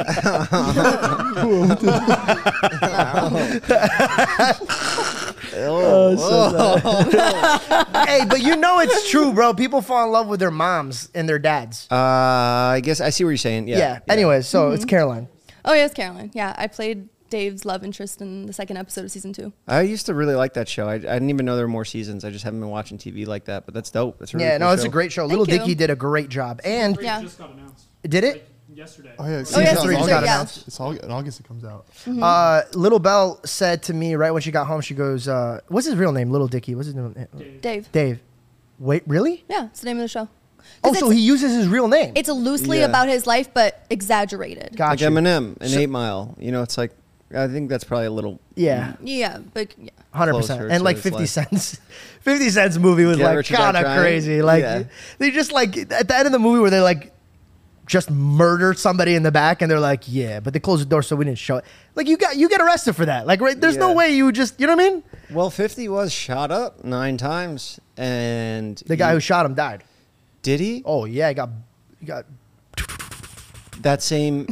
B: hey, but you know it's true, bro. People fall in love with their moms and their dads.
A: Uh, I guess I see what you're saying. Yeah.
B: yeah. Anyways, so
C: Mm-hmm.
B: it's Caroline.
C: Oh yeah, it's Caroline. Yeah. I played Dave's love interest in the second episode of season two.
A: I used to really like that show. I, I didn't even know there were more seasons. I just haven't been watching TV like that. But that's dope. That's a really
B: yeah, no,
A: cool
B: it's a
A: show.
B: great show. Little
C: you.
B: Dicky did a great job. And
C: Yeah.
D: Just got announced.
B: did it?
D: Yesterday.
E: Oh yeah,
C: Oh, yeah,
E: season
C: season
E: three
C: three,
E: got
C: yeah.
E: announced. It's all in August. It comes out.
C: Mm-hmm.
B: Uh, Little Bell said to me right when she got home, she goes, uh, "What's his real name? Little Dicky. What's his name?
C: Dave.
B: Dave. Wait, really?
C: Yeah, it's the name of the show. 'Cause
B: Oh, so
C: it's-
B: he uses his real name.
C: it's loosely
A: Yeah.
C: about his life but exaggerated.
B: Got
A: Like
B: you.
A: Eminem and Eight Mile. You know, it's like I think that's probably a little
B: Yeah,
C: Yeah, but yeah.
B: hundred
A: Closer
B: percent.
A: to
B: And like
A: his
B: Fifty
A: life.
B: Cent's, Fifty Cent's movie was
A: Get
B: like
A: Rich or Die
B: kind of
A: Trying.
B: crazy. Like
A: Yeah.
B: they just like at the end of the movie where they like just murder somebody in the back, and they're like, yeah, but they closed the door, so we didn't show it. Like you got you get arrested for that. Like right, there's no
A: Yeah.
B: way you just you know what I mean.
A: Well, 50 was shot up nine times, and
B: The guy who shot him died.
A: did he
B: Oh yeah, he got he got.
A: that same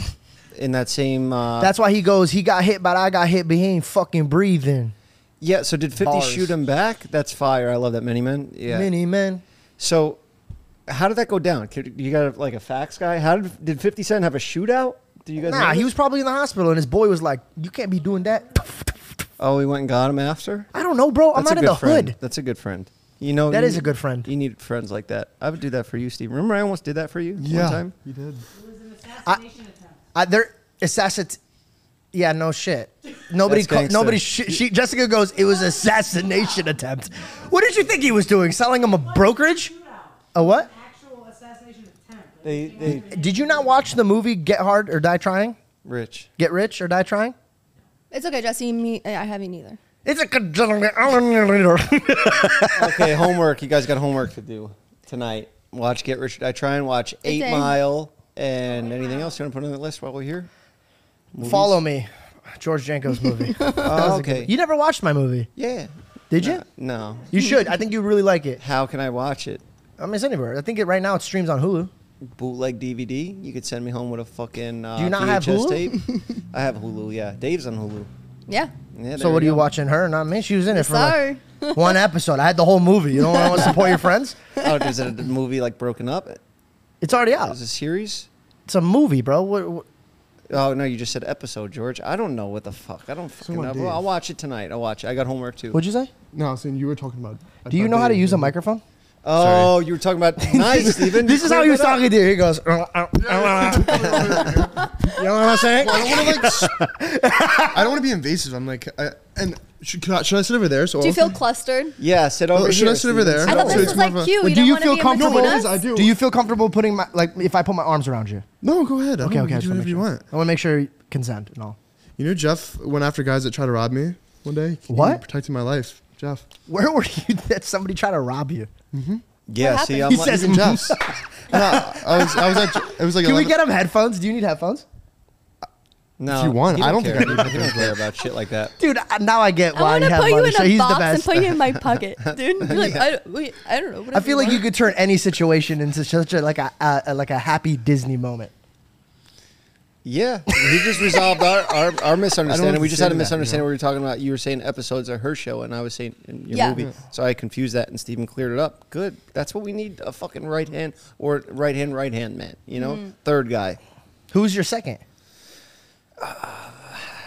A: in that same. Uh,
B: That's why he goes. He got hit, but I got hit, but he ain't fucking breathing.
A: yeah. So did 50
B: Bars.
A: shoot him back? That's fire. I love that mini man. Yeah.
B: Mini man.
A: So how did that go down? Could- You got like a fax guy. How did did 50 Cent have a shootout? Do you guys? know
B: Nah, he
A: this?
B: was probably in the hospital, and his boy was like, "You can't be doing that."
A: Oh, he went and got him after.
B: I don't know, bro. I'm
A: That's
B: not
A: a
B: in
A: good
B: the
A: friend.
B: hood.
A: That's a good friend. You know
B: That
A: you
B: is a
A: need-
B: good friend.
A: You need friends like that. I would do that for you, Steve. Remember, I almost did that for you
E: Yeah,
A: one time.
E: you did.
B: I, they're assassin. Yeah, no shit. Nobody,
A: That's
B: call,
A: gangster.
B: nobody. Sh- she, Jessica goes. It was assassination attempt. What did you think he was doing? Selling him a brokerage? A what?
F: actual assassination attempt.
A: They they
B: Did you not watch the movie Get Hard or Die Trying?
A: rich.
B: Get Rich or Die Trying?
C: It's okay, Jesse. Me, I haven't either.
B: It's a congenital-
A: okay, homework. You guys got homework to do tonight. Watch Get Rich. or Die Try and watch Eight
C: Okay.
A: Mile and anything else you want to put on the list while we're here.
B: Follow me, George Janko's movie.
A: Oh, okay.
B: you never watched my movie,
A: yeah.
B: did you?
A: Uh, no.
B: You should. I think you really like it.
A: How can I watch it?
B: I mean, it's anywhere. I think it right now it streams on Hulu.
A: Bootleg DVD. You could send me home with a fucking uh,
B: Do you not
A: VHS
B: have Hulu?
A: tape. I have Hulu. Yeah, Dave's on Hulu.
C: Yeah.
A: Yeah,
B: So
A: there
B: what are you
A: go.
B: watching? Her, not me. She was in it for like
C: Sorry.
B: one episode. I had the whole movie. You don't want to support your friends?
A: Oh, is it a movie like broken up?
B: It's already out.
A: Is it a series?
B: It's a movie, bro. What, what-
A: Oh no, you just said episode, George. I don't know what the fuck. I don't fucking
E: what,
A: know.
E: Dave?
A: I'll watch it tonight. I'll watch it. I got homework too.
B: what'd you say?
E: No, I was saying you were talking about.
B: Do you
E: about
B: know how to
E: Dave,
B: use a
E: didn't you?
B: microphone?
A: oh, you were talking about nice, Steven.
B: This
A: You
B: is how
A: cleared
B: he was
A: it up.
B: talking to you. He goes, "Uh, uh, uh, uh." you know what I'm saying?
E: I don't want to like. I don't want to be invasive. I'm like, I, and should, could I, should I sit over there? So
C: Do you
E: I'll-
C: feel clustered?
A: Yeah, sit over
E: Oh,
A: here.
E: should I sit over
A: Steven.
E: there?
C: I
E: No,
C: thought
E: so
C: this
E: it's
C: was like
E: more of a-
C: you.
B: Well,
C: You
B: do
C: don't
B: you
C: want to
B: feel
C: be in with
B: comfortable?
C: someone
E: No,
C: else.
E: I do.
B: Do you feel comfortable putting my like if I put my arms around you?
E: No, go ahead. I
B: Okay, okay.
E: don't
B: I
E: mind.
B: just
E: Do
B: wanna
E: whatever
B: make
E: you
B: sure.
E: want.
B: I want to make sure you consent and all.
E: You know, Jeff went after guys that tried to rob me one day. He
B: What?
E: Protecting my life, Jeff.
B: Where were you that somebody tried to rob you?
A: Yeah,
C: What
A: see, I'm
C: happened?
B: He
A: like,
B: says,
E: Even Jeff's. no, I was. I was at. It was like.
B: Can we
E: 11
B: get him headphones? Do you need headphones?
A: no,
E: If you want,
A: he
E: I don't
A: care.
E: think I need
A: He don't care about shit like that.
B: Dude, I- now I get
C: I
B: why
C: want
B: he
C: to
B: had
C: put you
B: money.
C: in
B: so
C: a
B: he's the
C: box and
B: best.
C: put you in my pocket, dude. You're like, I, wait, I don't know.
B: I feel like you could turn any situation into such a like a, a, a like a happy Disney moment.
A: Yeah, he just resolved our, our, our misunderstanding. We just had a
E: understand that,
A: misunderstanding. We were talking about you were saying episodes of her show, and I was saying in your
C: Yeah.
A: movie. So I confused that, and Steven cleared it up. Good. That's what we need: a fucking right hand or right hand, right hand man. You know, third guy.
B: Who's your second?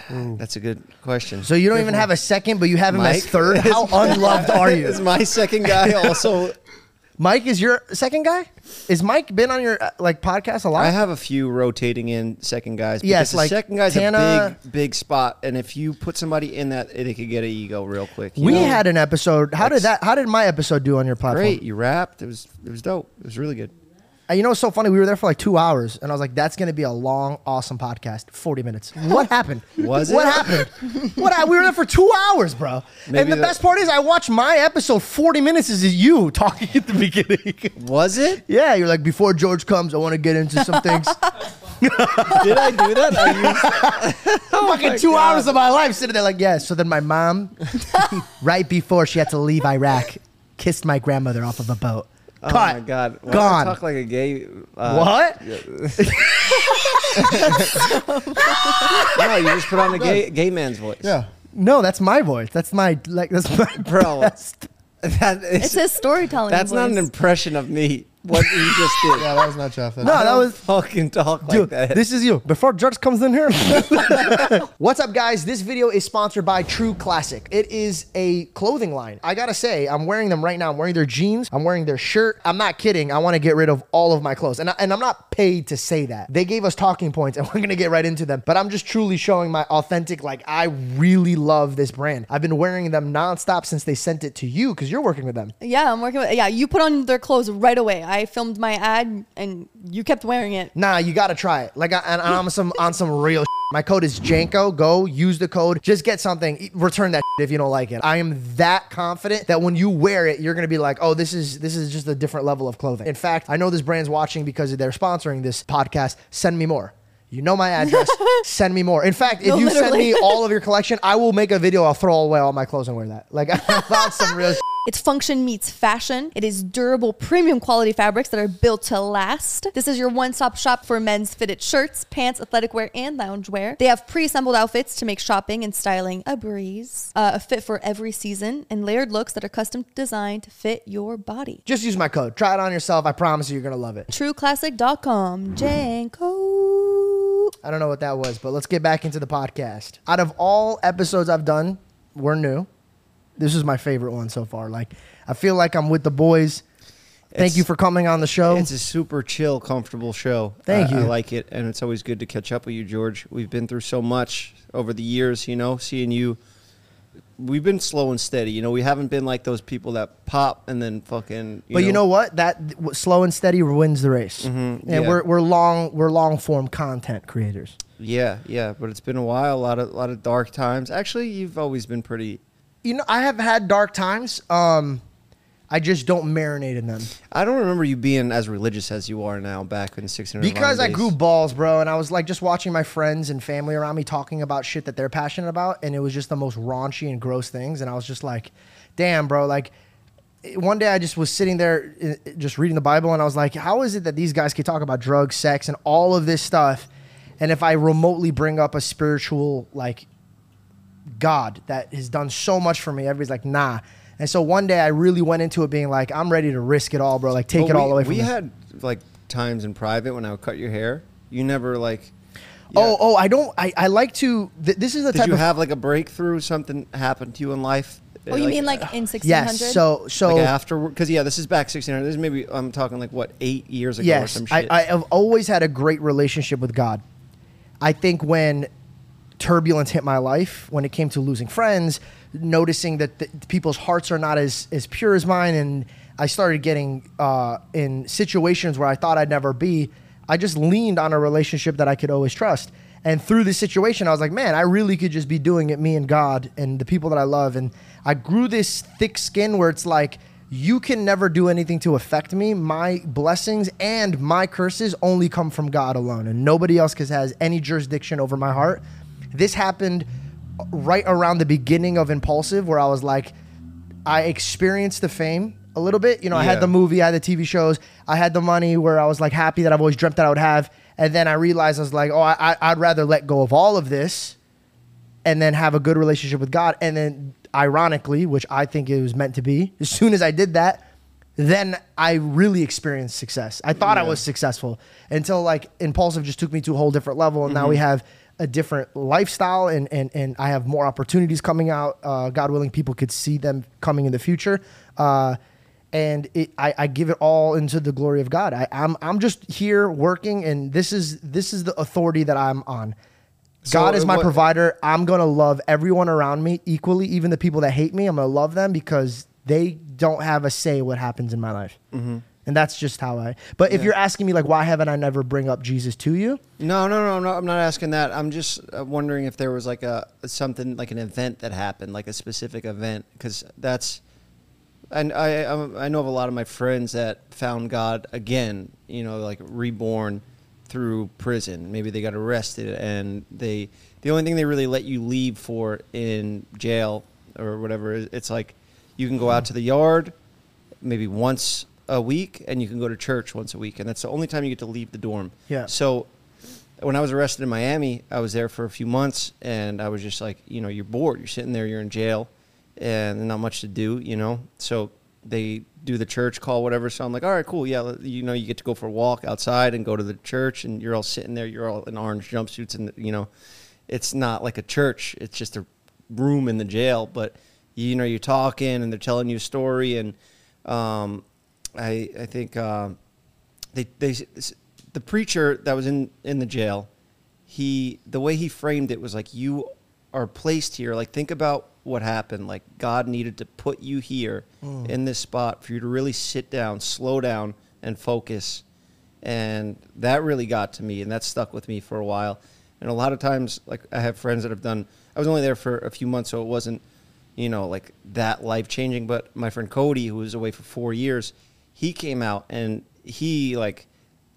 E: Mm.
A: That's a good question.
B: So you don't even have a second, but you have him as
A: Mike?
B: third. How unloved are
A: is
B: you?
A: my second guy also?
B: Mike is your second guy. Is Mike been on your uh, like podcast a lot?
A: I have a few rotating in second guys. because
B: Yes,
A: the
B: like
A: second guy's
B: Tana-
A: a big, big spot, and if you put somebody in that, it could get an ego real quick. you
B: we
A: know?
B: had an episode. How did that? How did my episode do on your platform?
A: great. You rapped. It was it was dope. It was really good.
B: And you know, it's so funny. We were there for like two hours, and I was like, "That's going to be a long, awesome podcast. Forty minutes. What happened?
A: Was
B: what
A: it?
B: happened? What? I, we were there for two hours, bro. and
A: Maybe
B: the,
A: the-
B: best part is, I watched my episode. Forty minutes is you talking at the beginning.
A: Was it?
B: yeah, you're like, before George comes, I want to get into some things.
A: Did I do that? I used Oh
B: Fucking two hours of my life sitting there, like, yeah. So then my mom, right before she had to leave Iraq, kissed my grandmother off of a boat.
A: Oh
B: Cut.
A: my god! Why do I
B: Gone.
A: Talk like a gay. Uh,
B: what?
A: No, you just put on a gay gay man's voice.
E: Yeah.
B: No, that's my voice. That's my like. That's my
A: Bro.
B: best.
A: that is,
C: It says storytelling.
A: that's not an
C: voice.
A: impression of me. What you just did.
E: Yeah, that was not Jeff.
B: No, that was
A: fucking talk like
B: Dude,
A: that.
B: this is you. Before drugs comes in here. What's up, guys? This video is sponsored by True Classic. It is a clothing line. I gotta say, I'm wearing them right now. I'm wearing their jeans. I'm wearing their shirt. I'm not kidding. I want to get rid of all of my clothes, and I, and I'm not paid to say that. They gave us talking points, and we're gonna get right into them. But I'm just truly showing my authentic. Like I really love this brand. I've been wearing them nonstop since they sent it to you because you're working with them.
C: Yeah, I'm working with. Yeah, you put on their clothes right away. I filmed my ad, and you kept wearing it.
B: nah, you gotta try it. Like, I, and I'm some on some real. shit. My code is Janko. Go use the code. Just get something. E- Return that shit if you don't like it. I am that confident that when you wear it, you're gonna be like, oh, this is this is just a different level of clothing. In fact, I know this brand's watching because they're sponsoring this podcast. Send me more. You know my address. send me more. In fact, if
C: No,
B: you send
C: literally.
B: me all of your collection, I will make a video. I'll throw away all my clothes and wear that. Like I found some real. shit.
C: Its function meets fashion. It is durable, premium quality fabrics that are built to last. This is your one stop shop for men's fitted shirts, pants, athletic wear, and loungewear. They have pre assembled outfits to make shopping and styling a breeze, uh, a fit for every season, and layered looks that are custom designed to fit your body.
B: Just use my code. Try it on yourself. I promise you, you're gonna love it.
C: TrueClassic.com. Janko.
B: I don't know what that was, but let's get back into the podcast. Out of all episodes I've done, we're new. This is my favorite one so far. Like, I feel like I'm with the boys. Thank
A: It's-
B: you for coming on the show.
A: It's a super chill, comfortable show.
B: Thank
A: I, I
B: you.
A: like it, and it's always good to catch up with you, George. We've been through so much over the years, you know. Seeing you, we've been slow and steady. You know, we haven't been like those people that pop and then fucking. You
B: but
A: know,
B: you know what? That w- slow and steady wins the race. and
A: yeah.
B: we're we're long we're long form content creators.
A: Yeah, yeah. But it's been a while. A lot of lot of dark times. Actually, you've always been pretty.
B: You know, I have had dark times. Um, I just don't marinate in them.
A: I don't remember you being as religious as you are now. Back in sixteen.
B: Because I grew balls, bro, and I was like just watching my friends and family around me talking about shit that they're passionate about, and it was just the most raunchy and gross things, and I was just like, damn, bro, like. it- One day I just was sitting there eh, eh, just reading the Bible, and I was like, how is it that these guys can talk about drugs, sex, and all of this stuff? And if I remotely bring up a spiritual, like, God that has done so much for me, everybody's like, nah. And so one day I really went into it being like, I'm ready to risk it all, bro. Like, take
A: But
B: it
A: we,
B: all away from
A: We
B: this.
A: had like times in private when I would cut your hair. You never like.
B: Oh, oh, I don't. I, I like to. Th- this is the
A: Did
B: type
A: you
B: of
A: have like a breakthrough? Something happened to you in life?
C: Oh, you mean like in 1600?
B: yes. So so
A: like after? Because yeah, this is back 1600. This is maybe I'm talking like what eight years ago or
B: yes,
A: some
B: I,
A: shit.
B: I have always had a great relationship with God. I think when turbulence hit my life, when it came to losing friends, noticing that the, people's hearts are not as as pure as mine, and I started getting uh, in situations where I thought I'd never be. I just leaned on a relationship that I could always trust. And through this situation, I was like, man, I really could just be doing it, me and God and the people that I love. And I grew this thick skin where it's like, you can never do anything to affect me. My blessings and my curses only come from God alone, and nobody else cause- has any jurisdiction over my heart. This happened right around the beginning of Impulsive, where I was like, I experienced the fame a little bit. You know, I had
A: Yeah.
B: the movie, I had the TV shows, I had the money where I was like happy that I've always dreamt that I would have. And then I realized I was like, oh, I, I- I'd rather let go of all of this and then have a good relationship with God. And then, ironically, which I think it was meant to be, as soon as I did that, then I really experienced success. I thought I was successful until like impulsive just took me to a whole different level. And now we have a different lifestyle, and and and I have more opportunities coming out. Uh, God willing, people could see them coming in the future. Uh, and it, I, I give it all into the glory of God. I, I'm I'm just here working, and this is this is the authority that I'm on. God
A: So,
B: is
A: uh,
B: my
A: what-
B: provider. I'm gonna love everyone around me equally, even the people that hate me. I'm gonna love them because they don't have a say what happens in my life,
A: Mm-hmm.
B: and that's just how I. But if you're asking me like, why haven't I never bring up Jesus to you?
A: no, no, no, I'm not, I'm not asking that. I'm just uh, wondering if there was like a something like an event that happened, like a specific event, because that's. And I, I'm- I know of a lot of my friends that found God again, you know, like reborn through prison. Maybe they got arrested, and they the only thing they really let you leave for in jail or whatever is it's like you can go out to the yard maybe once a week, and you can go to church once a week, and that's the only time you get to leave the dorm.
B: Yeah.
A: So when I was arrested in Miami, I was there for a few months, and I was just like, you know, you're bored. You're sitting there. You're in jail, and not much to do. You know, so they do the church call, whatever. So I'm like, all right, cool. Yeah, let- you know, you get to go for a walk outside and go to the church, and you're all sitting there. You're all in orange jumpsuits, and you know, it's not like a church. It's just a room in the jail, but you know, you're talking, and they're telling you a story, and um, I I think. Um, they they the preacher that was in in the jail he the way he framed it was like you are placed here like think about what happened like god needed to put you here in this spot for you to really sit down slow down and focus and that really got to me and that stuck with me for a while and a lot of times like i have friends that have done i was only there for a few months so it wasn't you know, like that life changing. But my friend Cody, who was away for four years, he came out and he like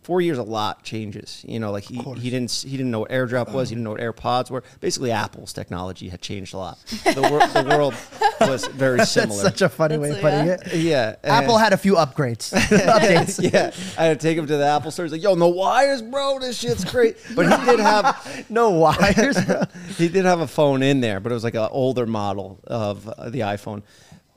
A: four years a lot changes. You know, like he, he didn't s- he didn't know what AirDrop was. He didn't know what AirPods were. Basically, Apple's technology had changed a lot. The, wor- the world was very
B: That's
A: similar.
B: such a funny way
C: That's
B: of
C: so-
B: putting
C: yeah.
B: it.
A: yeah,
B: Apple
A: and-
B: had a few upgrades. updates.
A: yeah, I had to take him to the Apple store. He's like, "Yo, no wires, bro. This shit's crazy." But he did have
B: No wires. bro.
A: he did have a phone in there, but it was like an older model of uh, the iPhone.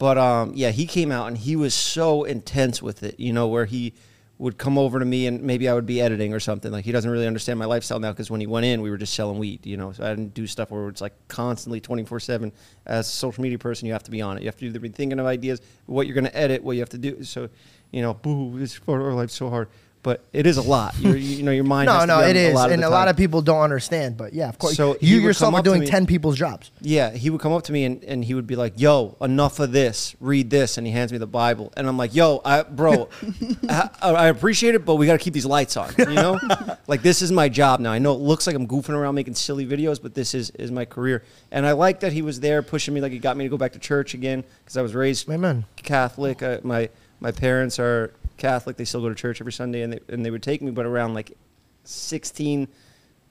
A: But um, yeah, he came out and he was so intense with it, you know, where he would come over to me and maybe I would be editing or something. Like he doesn't really understand my lifestyle now because when he went in, we were just selling weed, you know. So I didn't do stuff where it's like constantly twenty four seven. As a social media person, you have to be on it. You have to either be thinking of ideas, what you're going to edit, what you have to do. So, you know, boo, this photo life's so hard. But it is a lot. You're, you know, your mind.
B: No,
A: has to
B: no,
A: be on
B: it is,
A: a lot of the
B: and a lot
A: time.
B: of people don't understand. But yeah, of course,
A: So he
B: you
A: would
B: yourself
A: come
B: are
A: up to
B: doing
A: me-
B: ten people's jobs.
A: Yeah, he would come up to me and, and he would be like, "Yo, enough of this. Read this." And he hands me the Bible, and I'm like, "Yo, I, bro, I, I appreciate it, but we got to keep these lights on. You know, like this is my job now. I know it looks like I'm goofing around making silly videos, but this is is my career. And I like that he was there pushing me, like he got me to go back to church again because I was raised
B: Amen.
A: Catholic. I, my my parents are Catholic. They still go to church every Sunday, and they and they would take me. But around like sixteen,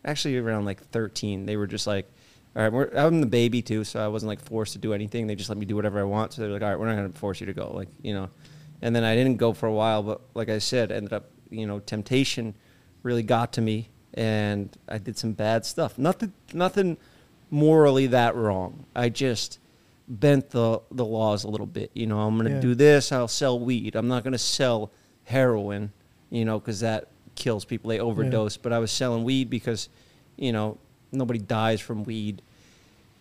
A: actually around like thirteen, they were just like, "All right, we're, I'm the baby too, so I wasn't like forced to do anything. They just let me do whatever I want. So they're like, "All right, we're not going to force you to go." Like you know, and then I didn't go for a while, but like I said, ended up you know temptation really got to me, and I did some bad stuff. Nothing, nothing morally that wrong. I just bent the the laws a little bit. You know, I'm going to
B: Yeah.
A: do this. I'll sell weed. I'm not going to sell heroin. You know, because that kills people. They overdose. But I was selling weed because, you know, nobody dies from weed.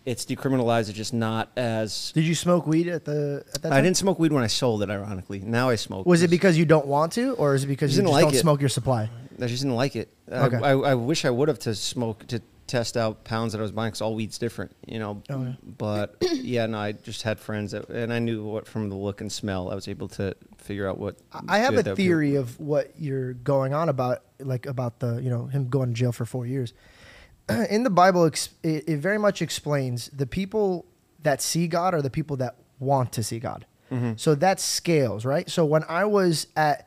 A: It's decriminalized. It's just not as.
B: Did you smoke weed at the? At that
A: I
B: time?
A: didn't smoke weed when I sold it. Ironically, now I smoke.
B: Was it because you don't want to, or is it because
A: Just
B: you
A: didn't
B: just
A: like
B: don't
A: it.
B: smoke your supply?
A: I just didn't like it. I-
B: Okay.
A: I, I, wish I would have to smoke to test out pounds that I was buying because all weed's different, you know.
B: Oh, yeah.
A: But yeah, no, I just had friends that, and I knew what from the look and smell, I was able to figure out what.
B: I- I have
A: good
B: a
A: that
B: theory
A: people-
B: of what you're going on about, like about the you know him going to jail for four years. In the Bible, ex- it, it very much explains the people that see God are the people that want to see God. So that scales, right? So when I was at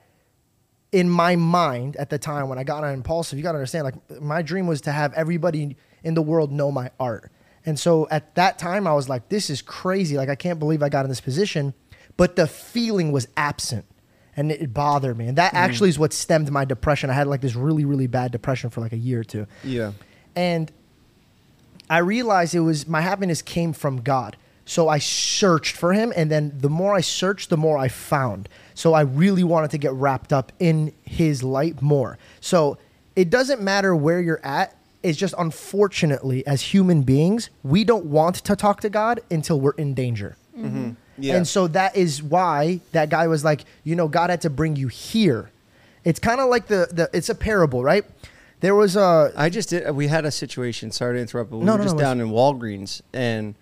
B: in my mind at the time when I got on Impulsive, you got to understand, like, my dream was to have everybody in the world know my art. And so at that time, I was like, this is crazy. Like, I can't believe I got in this position. But the feeling was absent and it, it bothered me. And that actually is what stemmed my depression. I had like this really, really bad depression for like a year or two.
A: Yeah.
B: And I realized it was my happiness came from God. So I searched for him and then the more I searched, the more I found. So I really wanted to get wrapped up in his light more. So it doesn't matter where you're at. It's just unfortunately as human beings, we don't want to talk to God until we're in danger.
A: Yeah.
B: And so that is why that guy was like, you know, God had to bring you here. It's kind of like the, the it's a parable, right? There was a
A: I just did. We had a situation. Sorry to interrupt, but we
B: No,
A: were
B: no,
A: just
B: no,
A: down in Walgreens, and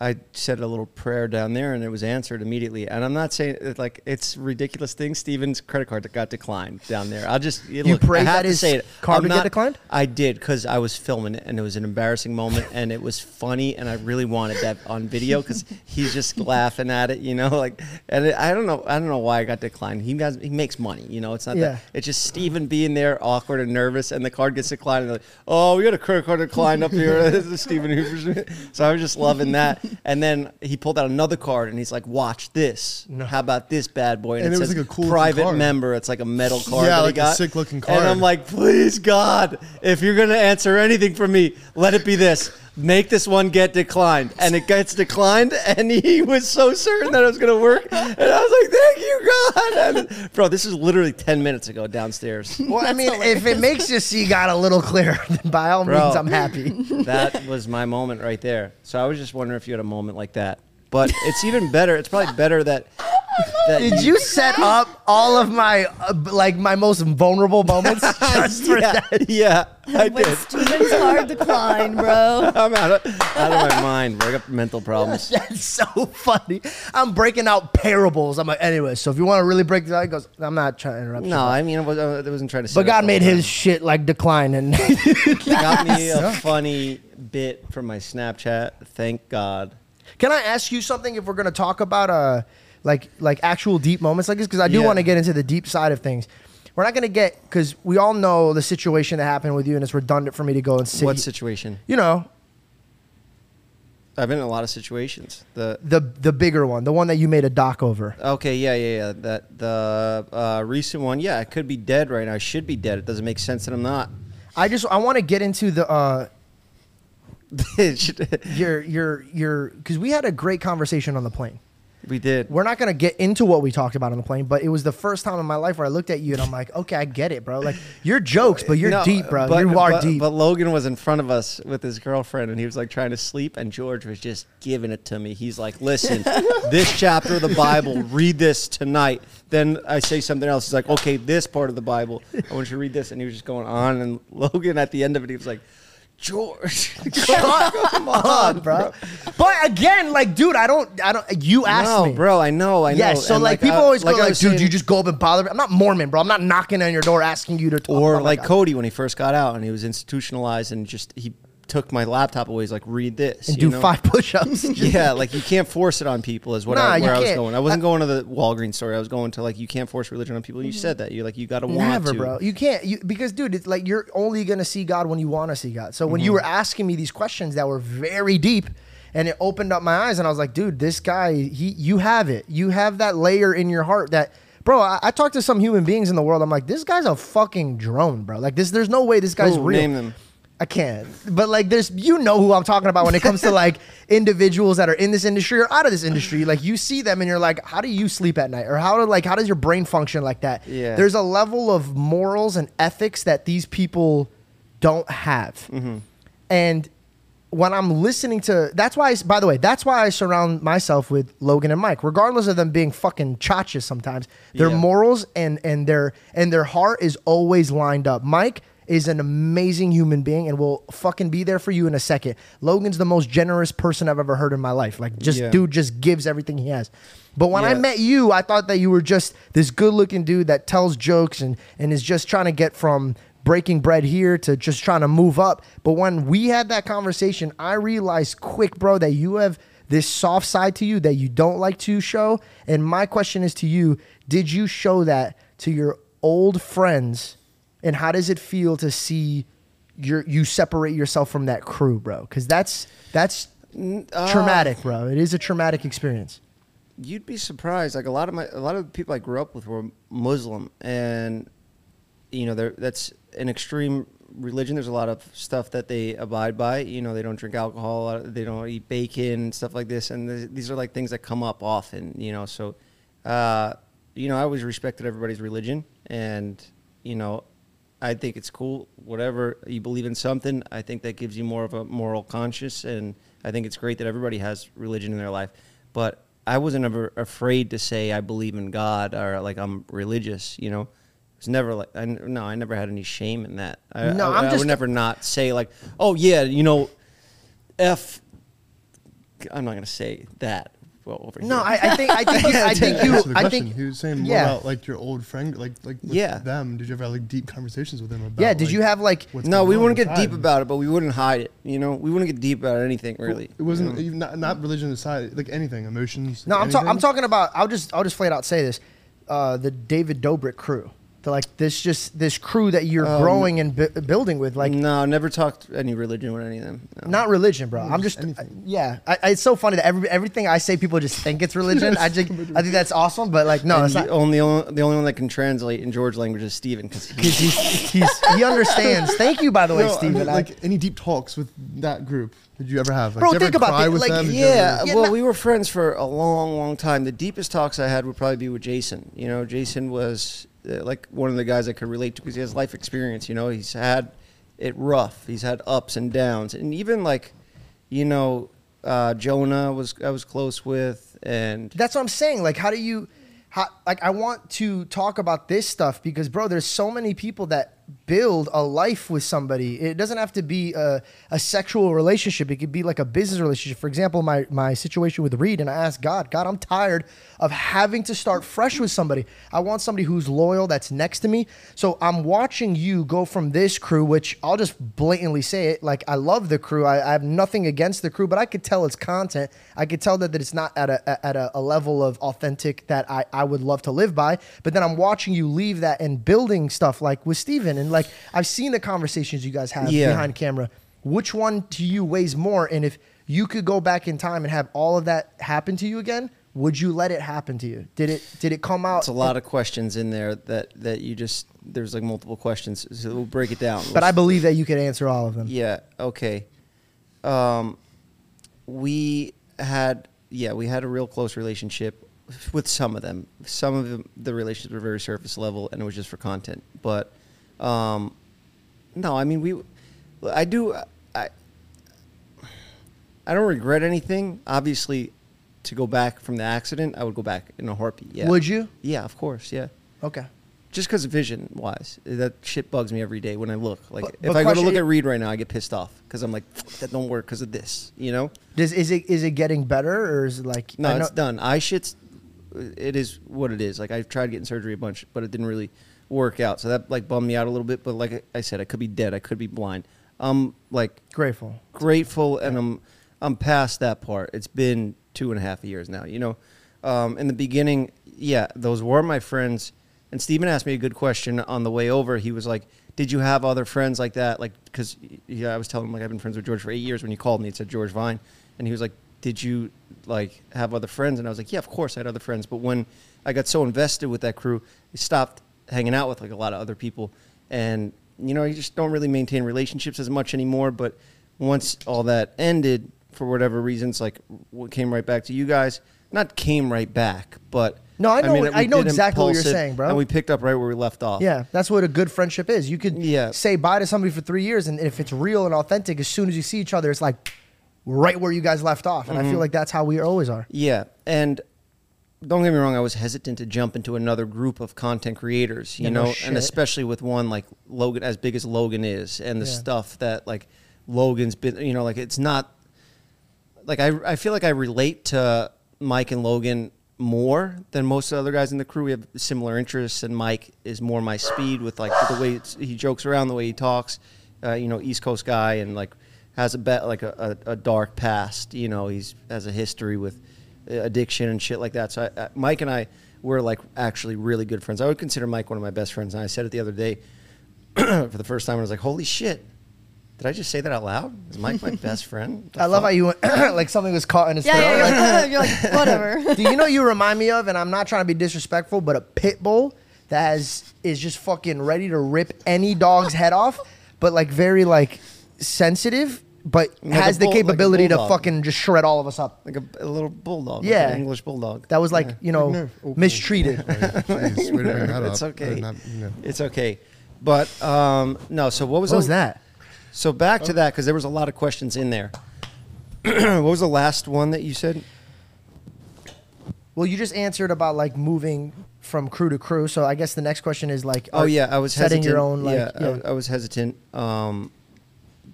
A: I said a little prayer down there, and it was answered immediately. And I'm not saying it like it's ridiculous thing. Steven's credit card that got declined down there. I'll just you look,
B: prayed
A: I have
B: that
A: to
B: his
A: say it.
B: card
A: I'm
B: would get
A: not-
B: declined?
A: I did because I was filming it, and it was an embarrassing moment, and it was funny, and I really wanted that on video because he's just laughing at it, you know, like. And it, I don't know, I don't know why I got declined. He does, he makes money, you know. It's not
B: Yeah.
A: that it's just Steven being there, awkward and nervous, and the card gets declined. And they're like, oh, we got a credit card declined up here. this is Steven Hoover's. so I was just loving that. And then he pulled out another card and he's like, "Watch this. How about this bad boy?"
E: And
A: it,
E: it was
A: says
E: like a cool-looking
A: private
E: card.
A: member. It's like a metal card. that
E: Yeah,
A: he
E: like a
A: got.
E: sick-looking
A: And
E: card.
A: I'm like, "Please God, if you're gonna answer anything for me, let it be this." Make this one get declined, and it gets declined. And he was so certain that it was going to work, and I was like, "Thank you, God!" And- bro, this is literally ten minutes ago downstairs.
B: Well, I mean, if it makes your see got a little clearer, then by all
A: Bro.
B: means, I'm happy.
A: that was my moment right there. So I was just wondering if you had a moment like that. But it's even better. It's probably better that. that
B: Did you set up all of my uh, b- like my most vulnerable moments just for
A: yeah,
B: that?
A: yeah, I
C: When
A: did.
C: students hard decline, bro.
A: I'm out of, out of my mind. I got mental problems.
B: That's so funny. I'm breaking out parables. I'm like, anyway. So if you want to really break that, goes. I'm not trying to interrupt. you.
A: No, I mean, I wasn't, I wasn't trying to. set
B: but
A: it
B: God
A: up
B: made
A: like
B: his shit like decline, and
A: that. Got me a funny bit from my Snapchat. Thank God.
B: Can I ask you something if we're gonna talk about uh like like actual deep moments like this? Because I do
A: Yeah.
B: want to get into the deep side of things. We're not gonna get because we all know the situation that happened with you, and it's redundant for me to go and sit.
A: What
B: he-
A: situation?
B: you know
A: I've been in a lot of situations. The
B: the the bigger one, the one that you made a doc over.
A: Okay, yeah, yeah, yeah. That the uh, recent one. Yeah, I could be dead right now. I should be dead. It doesn't make sense that I'm not.
B: I just I want to get into the uh
A: It should-
B: your your your because we had a great conversation on the plane.
A: we did.
B: We're not gonna get into what we talked about on the plane, but it was the first time in my life where I looked at you and I'm like, okay, I get it, bro. Like you're jokes, but you're
A: No,
B: deep, bro.
A: But,
B: you are
A: but-
B: deep.
A: But Logan was in front of us with his girlfriend, and he was like trying to sleep, and George was just giving it to me. He's like, "Listen, this chapter of the Bible, read this tonight." Then I say something else. He's like, "Okay, this part of the Bible, I want you to read this," and he was just going on. And Logan, at the end of it, he was like, "George, come on,
B: bro. But again, like, dude, I don't, I don't. You asked
A: no,
B: me,
A: bro. I know. I know.
B: Yeah, so
A: And,
B: like, people
A: I-
B: always go
A: I
B: like, dude,
A: was saying-
B: you just go up and bother me. I'm not Mormon, bro. I'm not knocking on your door asking you to talk.
A: Or
B: Oh my
A: like
B: God.
A: Cody when he first got out and he was institutionalized and just he took my laptop away. He's like, read this.
B: and
A: you
B: do
A: know?
B: five push-ups. Just-
A: yeah, like you can't force it on people is what
B: Nah,
A: I,
B: you
A: where I was
B: can't.
A: going. I wasn't going to the Walgreens story. I was going to like you can't force religion on people. You said that. You're like you got to want
B: Mm-hmm. Never,
A: to.
B: bro. You can't, you, because dude, it's like you're only gonna see God when you want to see God. So when
A: Mm-hmm.
B: you were asking me these questions that were very deep, and it opened up my eyes, and I was like, dude, this guy, he, you have it. You have that layer in your heart that, bro. I, I talked to some human beings in the world. I'm like, this guy's a fucking drone, bro. Like this, there's no way this guy's
A: Ooh,
B: real.
A: name them.
B: I can't. But like there's you know who I'm talking about when it comes to like individuals that are in this industry or out of this industry. Like you see them and you're like, how do you sleep at night? Or how do like how does your brain function like that?
A: Yeah.
B: There's a level of morals and ethics that these people don't have.
A: Mm-hmm.
B: And when I'm listening to that's why by the way, that's why I surround myself with Logan and Mike. Regardless of them being fucking chachas sometimes, their
A: Yeah.
B: morals and and their and their heart is always lined up. Mike is an amazing human being and will fucking be there for you in a second. Logan's the most generous person I've ever heard in my life. Like just
A: Yeah.
B: dude just gives everything he has. But when I
A: Yeah.
B: met you, I thought that you were just this good-looking dude that tells jokes and and is just trying to get from breaking bread here to just trying to move up. But when we had that conversation, I realized quick, bro, that you have this soft side to you that you don't like to show. And my question is to you, did you show that to your old friends? And how does it feel to see your you separate yourself from that crew, bro? Cuz that's that's traumatic, bro. It is a traumatic experience.
A: You'd be surprised. Like a lot of my a lot of the people I grew up with were Muslim, and you know they're- that's an extreme religion. There's a lot of stuff that they abide by. You know they don't drink alcohol, uh, they don't eat bacon, stuff like this. And th- these are like things that come up often. You know, so uh, you know I always respected everybody's religion, and you know I think it's cool. Whatever you believe in something, I think that gives you more of a moral conscience, and I think it's great that everybody has religion in their life. But I wasn't ever afraid to say I believe in God or like I'm religious. You know, it's never like I, n- no, I never had any shame in that. I,
B: No,
A: I,
B: I'm
A: I
B: just-
A: would never not say like, oh yeah, you know, f. I'm not gonna say that. Well, over
B: No,
A: here.
B: I, I think I think you, I think
E: Answer
B: you
E: the
B: I
E: question.
B: think
E: he was saying more
B: yeah.
E: about like your old friend, like like with
A: Yeah.
E: them. Did you ever have like deep conversations with them about?
B: Yeah, did you have, like-
E: what's
A: no,
E: going
A: we
E: on
A: wouldn't get
E: inside?
A: deep about it, but we wouldn't hide it. You know, we wouldn't get deep about anything really.
E: It wasn't even not, not religion aside, like anything, emotions.
B: no. I'm, ta-
E: talking.
B: I'm talking about. I'll just I'll just flat out say this. Uh, the David Dobrik crew. They're like this just this crew that you're
A: Um,
B: growing and bu- building with.
E: mm.
B: Like
A: no, never talked any religion with any of them. No.
B: not religion, bro. I'm just yeah. I, I, it's so funny that every, everything I say, people just think it's religion. I just I think that's awesome, but like no,
A: And
B: it's
A: you-
B: not.
A: only, only the only one that can translate in George language is Steven because
B: He's, he's, he's, he understands. Thank you, by the way,
E: No, I
B: Steven.
E: mean,
B: I-
E: like any deep talks with that group did you ever have? Like,
B: Bro,
E: did you
B: think
E: ever
B: about
E: cry
B: it,
E: with
B: like,
E: them? Did you
A: Yeah,
E: ever-
B: Yeah,
A: well,
B: no-
A: we were friends for a long, long time. The deepest talks I had would probably be with Jason. You know, Jason was uh, like one of the guys I could relate to because he has life experience. You know, he's had it rough. He's had ups and downs, and even like, you know, uh, Jonah was I was close with, and
B: That's what I'm saying. Like, how do you, how, like, I want to talk about this stuff because, bro, there's so many people that build a life with somebody. It doesn't have to be a, a sexual relationship. It could be like a business relationship. For example, my, my situation with Reed and I asked God, God, I'm tired of having to start fresh with somebody. I want somebody who's loyal, that's next to me. So I'm watching you go from this crew, which I'll just blatantly say it. Like I love the crew. I, I have nothing against the crew, but I could tell it's content. I could tell that, that it's not at a at a, a level of authentic that I, I would love to live by. But then I'm watching you leave that and building stuff like with Steven. And like I've seen the conversations you guys have
A: Yeah.
B: behind camera. Which one to you weighs more? And if you could go back in time and have all of that happen to you again, would you let it happen to you? Did it did it come out?
A: it's a lot of questions in there that that you just there's like multiple questions. So we'll break it down.
B: But I
A: Let's-
B: believe that you could answer all of them.
A: Yeah. Okay. Um, we had yeah we had a real close relationship with some of them. Some of them, the relationships were very surface level, and it was just for content. But um, no, I mean we. I do. I. I don't regret anything. Obviously, to go back from the accident, I would go back in a heartbeat. Yeah.
B: Would you?
A: Yeah, of course. Yeah
B: Okay.
A: just because vision wise, that shit bugs me every day when I look. Like
B: But-
A: if
B: but
A: I go to
B: question-
A: look at Reed right now, I get pissed off because I'm like "Fuck, that don't work because of this. You know?
B: Does is it is it getting better or is it like
A: No,
B: I
A: it's done. I shit's. uh, It is what it is. Like I tried getting surgery a bunch, but it didn't really work out. So that like bummed me out a little bit. But like I- I said, I could be dead. I could be blind. I'm like
B: Grateful.
A: grateful and I'm I'm past that part. It's been two and a half years now. You know, um, in the beginning, yeah, those were my friends. And Steven asked me a good question on the way over. He was like, "Did you have other friends like that?" Like, because yeah, I was telling him like I've been friends with George for eight years. When you called me, it said George Vine, and he was like, "Did you like have other friends?" And I was like, "Yeah, of course I had other friends." But when I got so invested with that crew, I stopped hanging out with like a lot of other people, and you know, you just don't really maintain relationships as much anymore. But once all that ended for whatever reasons, like what came right back to you guys. Not came right back, but
B: No, I know what-
A: we
B: I know
A: did
B: exactly what you're
A: impulsive,
B: saying, bro.
A: And we picked up right where we left off.
B: Yeah, that's what a good friendship is. You could
A: Yeah.
B: say bye to somebody for three years, and if it's real and authentic, as soon as you see each other, it's like right where you guys left off. And I
A: Mm-hmm.
B: feel like that's how we always are.
A: yeah. And don't get me wrong, I was hesitant to jump into another group of content creators, you
B: Yeah, no
A: know,
B: shit.
A: and especially with one like Logan, as big as Logan is, and the
B: Yeah.
A: stuff that like Logan's been, you know, like it's not like I, I feel like I relate to Mike and Logan more than most of the other guys in the crew. We have similar interests, and Mike is more my speed with like the way it's, he jokes around, the way he talks. Uh, you know, East Coast guy, and like has a bet like a, a, a dark past. You know, he's has a history with uh, addiction and shit like that. So I, I, Mike and I were like actually really good friends. I would consider Mike one of my best friends, and I said it the other day for the first time. I was like, "Holy shit." Did I just say that out loud? Is Mike my best friend? The
B: I love
A: fuck?
B: how you went like something was caught in his
C: Yeah,
B: throat.
C: yeah,
B: Like,
C: you're, like, you're like, whatever.
B: Do you know you remind me of? And I'm not trying to be disrespectful, but a pit bull that has, is just fucking ready to rip any dog's head off, but like very like sensitive, but
A: a
B: has the
A: bull- like a
B: capability to
A: bulldog.
B: fucking just shred all of us up.
A: like a, a little bulldog, yeah,
B: Yeah.
A: an English bulldog.
B: That was like you know
E: Nerf. Oh, cool.
B: mistreated.
E: Jeez, way to bring that
A: it's
E: up.
A: okay.
E: Not- no.
A: It's okay. But um, no. So what was
B: What
A: the-
B: was that? Oh.
A: So back to that because there was a lot of questions in there. what was the last one that you said?
B: Well, you just answered about like moving from crew to crew. So I guess the next question is like,
A: Oh
B: are-
A: yeah, I was
B: setting
A: hesitant.
B: your own like.
A: yeah, I-
B: yeah.
A: I, was hesitant. Um,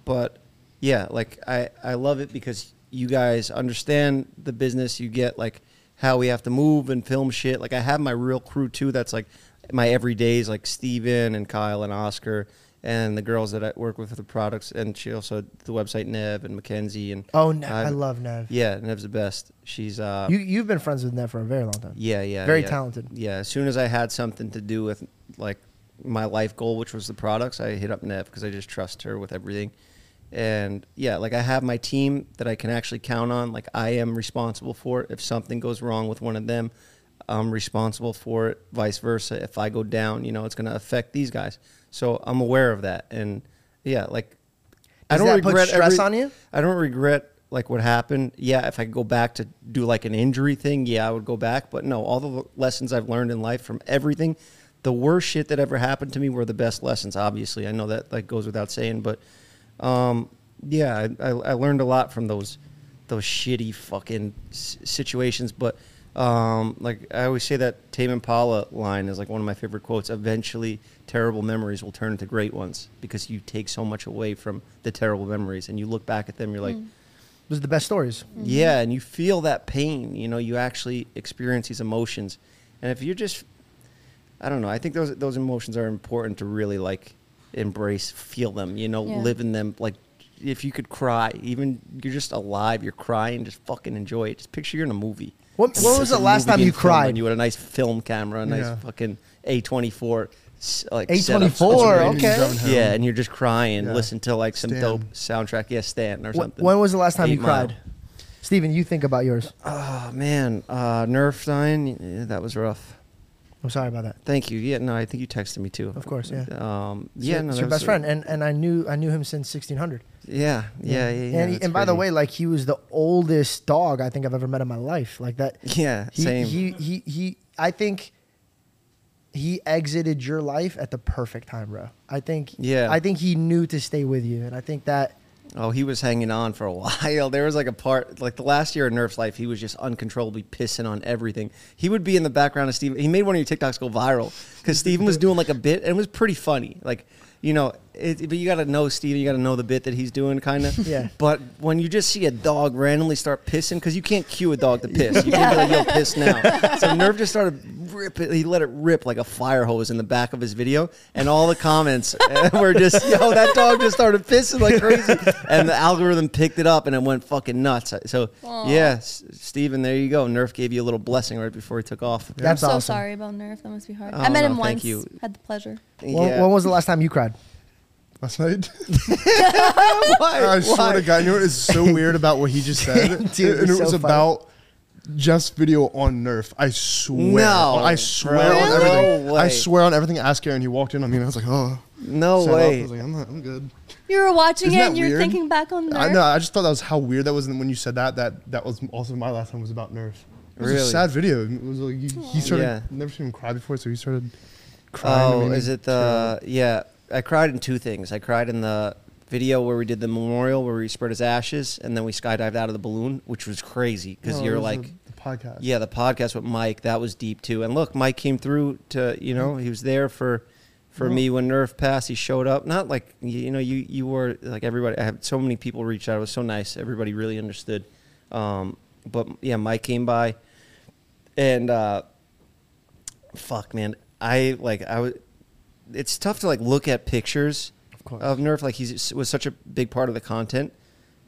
A: but yeah, like I I love it because you guys understand the business. You get like how we have to move and film shit. Like I have my real crew too. That's like my everydays, like Steven and Kyle and Oscar and the girls that I work with for the products. And she also the website Nev and Mackenzie and
B: Oh, Nev,
A: I've-
B: I love Nev.
A: Yeah, Nev's the best. She's uh
B: you you've been friends with Ned for a very long time.
A: yeah, yeah.
B: Very
A: yeah.
B: talented.
A: Yeah, as soon as I had something to do with like my life goal, which was the products, I hit up Nev because I just trust her with everything. And yeah, like I have my team that I can actually count on. Like I am responsible for it. If something goes wrong with one of them, I'm responsible for it. Vice versa. If I go down, you know, it's going to affect these guys. So I'm aware of that. And yeah, like I
B: Does
A: don't
B: that put
A: regret
B: stress
A: every-
B: on you?
A: I don't regret like what happened. Yeah, if I could go back to do like an injury thing, yeah, I would go back. But no, all the lessons I've learned in life from everything, the worst shit that ever happened to me were the best lessons. Obviously, I know that like goes without saying, but um, yeah, I, I, I learned a lot from those those shitty fucking s- situations. But um, like I always say, that Tame Impala line is like one of my favorite quotes. Eventually, terrible memories will turn into great ones because you take so much away from the terrible memories, and you look back at them, you're like.
B: Those are the best stories.
A: Yeah, and you feel that pain. You know, you actually experience these emotions, and if you're just, I don't know. I think those those emotions are important to really like embrace, feel them. You know,
C: Yeah.
A: live in them. Like, if you could cry, even you're just alive, you're crying, just fucking enjoy it. Just picture you're in a movie.
B: What-
A: And
B: what
A: it's
B: was
A: like a
B: the last
A: movie
B: time
A: being
B: you
A: filmed, and
B: cried?
A: You had a nice film camera, a nice
E: Yeah.
A: fucking A twenty four, like setup.
B: A24,
E: That's amazing.
B: okay.
E: Driving home.
A: Yeah, and you're just crying.
E: Yeah.
A: Listen to like some
E: Stan.
A: dope soundtrack. Yeah, Stanton or
B: Wh-
A: something.
B: When was the last time
A: Eight
B: you
A: Mile.
B: cried? Steven, you think about yours.
A: Oh man, uh, Nerf dying. yeah, that was rough.
B: I'm sorry about that.
A: Thank you. Yeah, no, I think you texted me too.
B: Of course, yeah.
A: Um,
B: It's
A: yeah,
B: your,
A: no,
B: it's
A: that
B: your
A: was-
B: best friend, and and I knew I knew him since 1600.
A: Yeah, yeah, yeah. yeah,
B: and he-
A: that's
B: and by the
A: crazy.
B: way, like he was the oldest dog I think I've ever met in my life. Like that.
A: Yeah,
B: he,
A: same.
B: He he he. I think he exited your life at the perfect time, bro. I think.
A: Yeah.
B: I think he knew to stay with you, and I think that.
A: oh, he was hanging on for a while. There was like a part, like the last year of Nerf's life, he was just uncontrollably pissing on everything. He would be in the background of Steven. He made one of your TikToks go viral because Steven was doing like a bit, and it was pretty funny. Like, you know, it, but you got to know Steven. You got to know the bit that he's doing, kind of.
B: Yeah.
A: But when you just see a dog randomly start pissing, because you can't cue a dog to piss, you can't be like, "Yo, piss now." So Nerf just started ripping. He let it rip like a fire hose in the back of his video, and all the comments uh, were just, "Yo, that dog just started pissing like crazy," and the algorithm picked it up and it went fucking nuts. So yeah, S- Steven, there you go. Nerf gave you a little blessing right before he took off.
B: That's
C: I'm so
B: awesome.
C: sorry about Nerf. That must be hard.
A: Oh,
C: I met
A: no,
C: him
A: thank
C: once.
A: you.
C: Had the pleasure.
B: When,
A: Yeah.
B: when was the last time you cried?
E: Last night.
A: Why?
E: I swear
A: Why?
E: to God, you know what is so weird about what he just said?
B: Dude,
E: and and
B: it's
E: it was
B: so funny.
E: about Jeff's video on Nerf. I swear.
A: No,
E: I swear on
A: bro.
E: everything.
A: No way.
E: I swear on everything. Ask Aaron. He walked in on me and I was like, oh.
A: No
E: Shut up. I
A: way.
E: was like, I'm, not, I'm good.
C: You were watching
E: Isn't
C: it
E: that
C: and you're
E: weird?
C: thinking back on Nerf.
E: I know. I just thought that was how weird that was. And when you said that, that that was also my last time was about Nerf. It was
A: Really?
E: a sad video. It was like, he, he started,
A: Yeah.
E: never seen him cry before, so he started crying.
A: Oh,
E: made me
A: is it
E: tear up.
A: the yeah? I cried in two things. I cried in the video where we did the memorial where we spread his ashes, and then we skydived out of the balloon, which was crazy because
E: No, Oh, it
A: you're
E: was
A: like,
E: the, the podcast.
A: yeah, the podcast with Mike that was deep too. And look, Mike came through to you know he was there for for me when Nerf passed. He showed up, not like you, you know you you were like everybody. I had so many people reach out. It was so nice. Everybody really understood. Um, but yeah, Mike came by, and. uh fuck man i like i was it's tough to like look at pictures
E: Of
A: of,
E: course.
A: nerf like he was such a big part of the content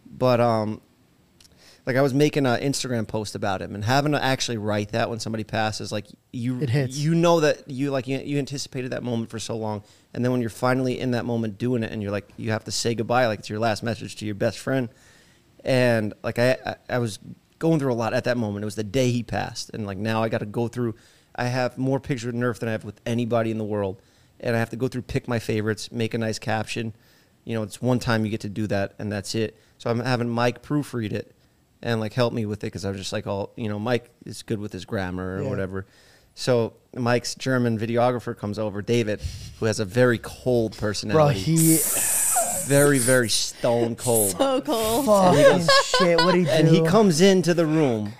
A: but um like i was making an instagram post about him and having to actually write that when somebody passes like you
B: It hits.
A: you know that you like you, you anticipated that moment for so long and then when you're finally in that moment doing it and you're like you have to say goodbye like it's your last message to your best friend and like I, I, I was going through a lot at that moment. It was the day he passed, and like now I got to go through. I have more pictures of Nerf than I have with anybody in the world, and I have to go through, pick my favorites, make a nice caption. You know, it's one time you get to do that, and that's it. So I'm having Mike proofread it and like help me with it because I was just like, all you know, Mike is good with his grammar or
B: Yeah.
A: whatever. So Mike's German videographer comes over, David, who has a very cold
B: Bro,
A: personality,
B: he
A: very very stone cold.
C: So cool.
B: fucking shit. What he do?
A: And he comes into the room.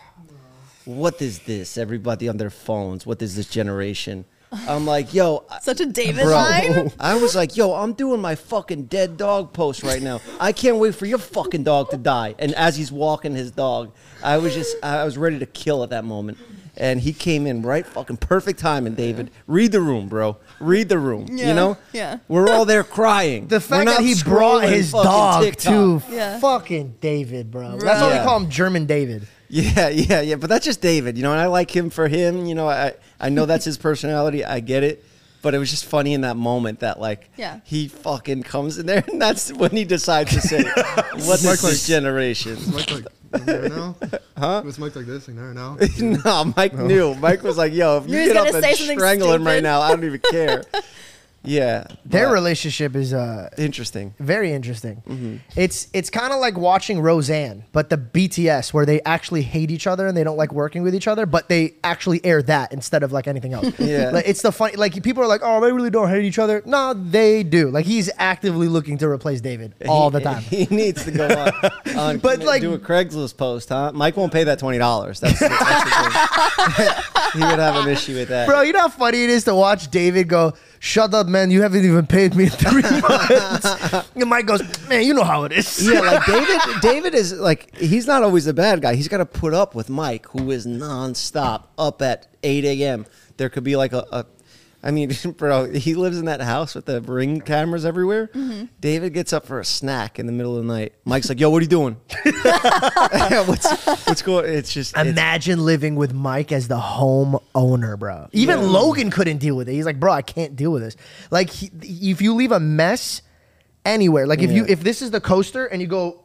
A: What is this? Everybody on their phones. What is this generation? I'm like, yo, I-
C: Such a David line.
A: bro. I was like, yo, I'm doing my fucking dead dog post right now. I can't wait for your fucking dog to die. And as he's walking his dog, I was just, I was ready to kill at that moment. And he came in right fucking perfect timing, David. Read the room, bro. Read the room.
C: Yeah,
A: You know?
C: yeah.
A: We're all there crying.
B: The
A: We're
B: fact
A: not
B: that he brought
A: scrolling
B: his
A: fucking
B: dog
A: TikTok.
B: to
C: Yeah.
B: fucking David, bro. That's why
A: Yeah.
B: we call him German David.
A: Yeah, yeah, yeah. But that's just David, you know, and I like him for him. You know, I, I know that's his personality. I get it. But it was just funny in that moment that like
C: Yeah.
A: he fucking comes in there and that's when he decides to say, "What is
E: Mike, like-
A: this generation?"
E: Mike like you know? Huh? Was Mike like this? Like no, no.
A: no, Mike knew. Mike was like, "Yo, if you
C: You're
A: get
C: just
A: up
C: gonna
A: and
C: say something
A: strangle him right
C: stupid.
A: now, I don't even care." yeah,
B: Their
A: but
B: relationship is uh,
A: interesting.
B: very interesting. It's it's kind of like watching Roseanne, but the BTS where they actually hate each other and they don't like working with each other, but they actually air that instead of like anything else.
A: Yeah.
B: like, it's the funny. Like people are like, oh, they really don't hate each other. No, they do. Like he's actively looking to replace David all the time.
A: He needs to go on, on
B: But,
A: but
B: like-
A: like do a Craigslist post, huh? Mike won't pay that twenty dollars. That's, the- that's the thing. he would have an issue with that.
B: Bro, you know how funny it is to watch David go, Shut up, man, you haven't even paid me in three months. and Mike goes, Man, you know how it is.
A: yeah, like David. David is like he's not always the bad guy. He's got to put up with Mike, who is nonstop up at eight a.m. There could be like a, a I mean, bro, he lives in that house with the ring cameras everywhere.
C: Mm-hmm.
A: David gets up for a snack in the middle of the night. Mike's like, "Yo, what are you doing? what's what's going?" It's just it's-
B: Imagine living with Mike as the home owner, bro. Even Logan couldn't deal with it. He's like, bro, I can't deal with this. Like, he, if you leave a mess anywhere, like if you
A: Yeah.
B: if this is the coaster and you go,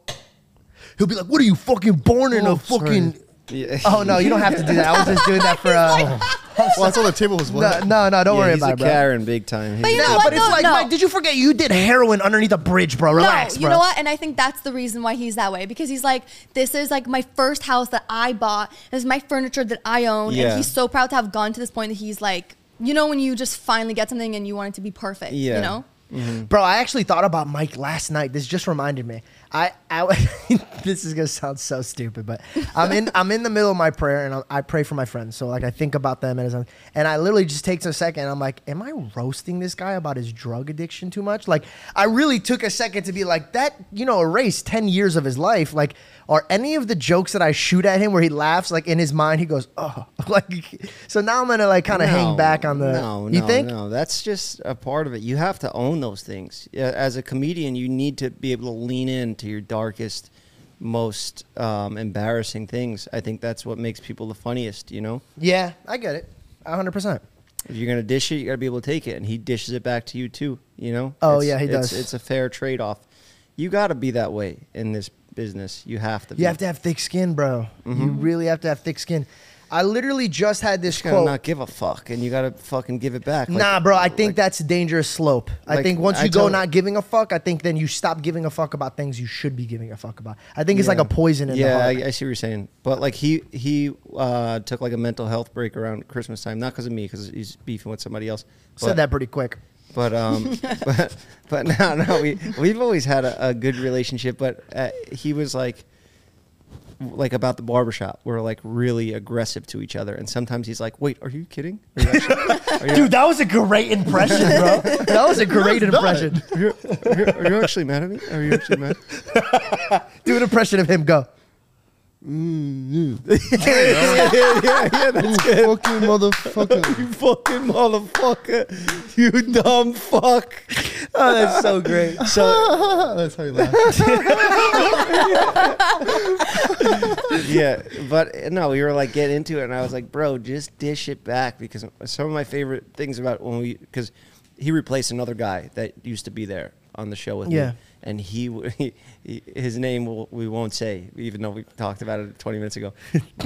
B: he'll be like, what are you fucking born in a fucking?
A: Oh, Yeah.
B: Oh no, you don't have to do that. I was just doing that for. Uh,
E: well, that's all the table was.
B: no,
E: What?
B: no, no, don't
A: yeah,
B: worry
A: he's
B: about
A: a
B: it, bro.
A: Karen big time. He-
C: But you know
B: No,
C: what?
B: but it's
C: though?
B: like,
C: no.
B: Mike, did you forget you did heroin underneath a bridge, bro? Relax,
C: no,
B: bro.
C: you know what? And I think that's the reason why he's that way because he's like, this is like my first house that I bought. This is my furniture that I own,
A: Yeah.
C: and he's so proud to have gone to this point that he's like, you know, when you just finally get something and you want it to be perfect,
A: Yeah.
C: you know.
B: Bro, I actually thought about Mike last night. This just reminded me. I, I this is gonna sound so stupid, but I'm in I'm in the middle of my prayer and I, I pray for my friends. So like I think about them and as I'm- and I literally just takes a second. I'm like, am I roasting this guy about his drug addiction too much? Like I really took a second to be like that. You know, erase ten years of his life. Like are any of the jokes that I shoot at him where he laughs like in his mind he goes oh like so now I'm gonna like kind of hang
A: No,
B: back on the
A: no,
B: you
A: no,
B: think
A: no. That's just a part of it. You have to own those things. Yeah, As a comedian, you need to be able to lean into your darkest, most um, embarrassing things. I think that's what makes people the funniest. You know,
B: yeah I get it hundred percent.
A: if you're gonna dish it, you gotta be able to take it, and he dishes it back to you too. You know?
B: Oh,
A: It's-
B: yeah, he
A: it's-
B: does.
A: It's a fair trade off. You gotta be that way in this business. You have to. be.
B: You have to have thick skin, bro. You really have to have thick skin. I literally just had this
A: You gotta
B: quote.
A: Mm-hmm. not give a fuck, and you gotta fucking give it back. Like,
B: nah, bro, I think
A: like-
B: that's a dangerous slope. I
A: like,
B: think once
A: I
B: you go
A: tell-
B: not giving a fuck, I think then you stop giving a fuck about things you should be giving a fuck about. I think it's like
A: Yeah.
B: a poison in
A: yeah,
B: the heart.
A: I, I see what you're saying. But like he he uh, took like a mental health break around Christmas time, not because of me, because he's beefing with somebody else. But,
B: Said that pretty quick.
A: But um, but but no, no, we we've always had a, a good relationship. But uh, he was like like about the barbershop. We're like really aggressive to each other, and sometimes he's like, "Wait, are you kidding? Are you actually, are you-
B: Dude, that was a great impression, bro. that was a great impression.
A: are you, are you, are you actually mad at me? Are you actually mad?"
B: Do an impression of him. Go.
A: yeah, yeah, yeah, that's good.
E: Mm, Fucking motherfucker.
A: You fucking motherfucker. You dumb fuck.
B: Oh, that's so great.
A: So
E: That's how you laugh.
A: yeah, but uh, no, we were like get into it, and I was like, bro, just dish it back because some of my favorite things about when we because he replaced another guy that used to be there on the show with
B: Yeah.
A: me, and he, w- he, he his name will, we won't say even though we talked about it 20 minutes ago,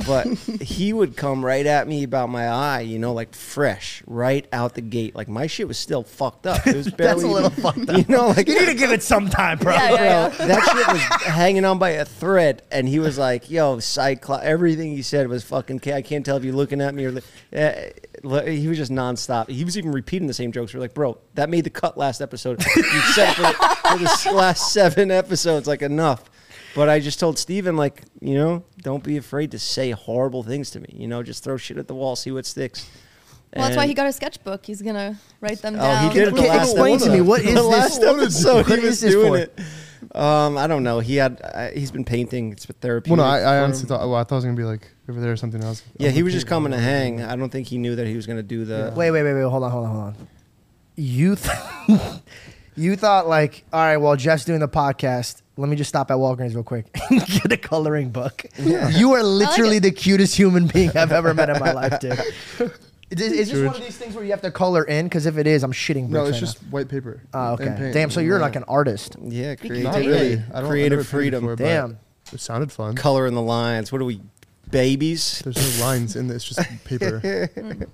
A: but he would come right at me about my eye, you know, like fresh right out the gate, like my shit was still fucked up. It was barely
B: That's a little
A: even-
B: fucked up.
A: you know, like
B: you need to give it some time, bro.
C: Yeah, yeah, yeah.
A: Bro, that shit was hanging on by a thread, and he was like, "Yo, cyclo." Everything he said was fucking. ca- I can't tell if you're looking at me or. Li- Eh, li- he was just nonstop. He was even repeating the same jokes. We're like, "Bro, that made the cut last episode. You said for, for the s- last seven episodes, like enough." But I just told Steven, like, you know, don't be afraid to say horrible things to me. You know, just throw shit at the wall, see what sticks.
C: Well, that's why
A: And-
C: he got a sketchbook. He's gonna write them
A: Oh,
C: down.
A: he did it the
B: Okay,
A: last
B: explain to
A: episode.
B: me, what is
A: the
B: this-
A: last
B: what is-
A: episode
B: what
A: he
B: is
A: was
B: this
A: doing
B: for?
A: it. Um, I don't know. He had uh, he's been painting. It's therapy.
E: Well, no, I, I honestly thought. Well, I thought it was gonna be like over there or something else.
A: yeah, he was just coming to hang. I don't think he knew that he was going to do the.
B: Wait, wait, wait, wait. Hold on, hold on, hold on. You, th- you thought like, all right, well, Jeff's doing the podcast. Let me just stop at Walgreens real quick and get a coloring book. You are literally
C: it.
B: the cutest human being I've ever met in my life, dude. Is, is this one of these things where you have to color in? Because if it is, I'm shitting.
E: No,
B: bricks
E: it's
B: right
E: just white paper.
B: now. Oh,
E: and
B: okay.
E: paint.
B: Damn. So you're
E: Yeah.
B: like an artist.
A: Yeah, creative.
E: Not really. I don't, I never
A: creative
E: painted
A: freedom.
E: before, but
B: Damn.
E: It sounded fun.
A: Color in the lines. What are we, babies?
E: There's no lines in this, just paper.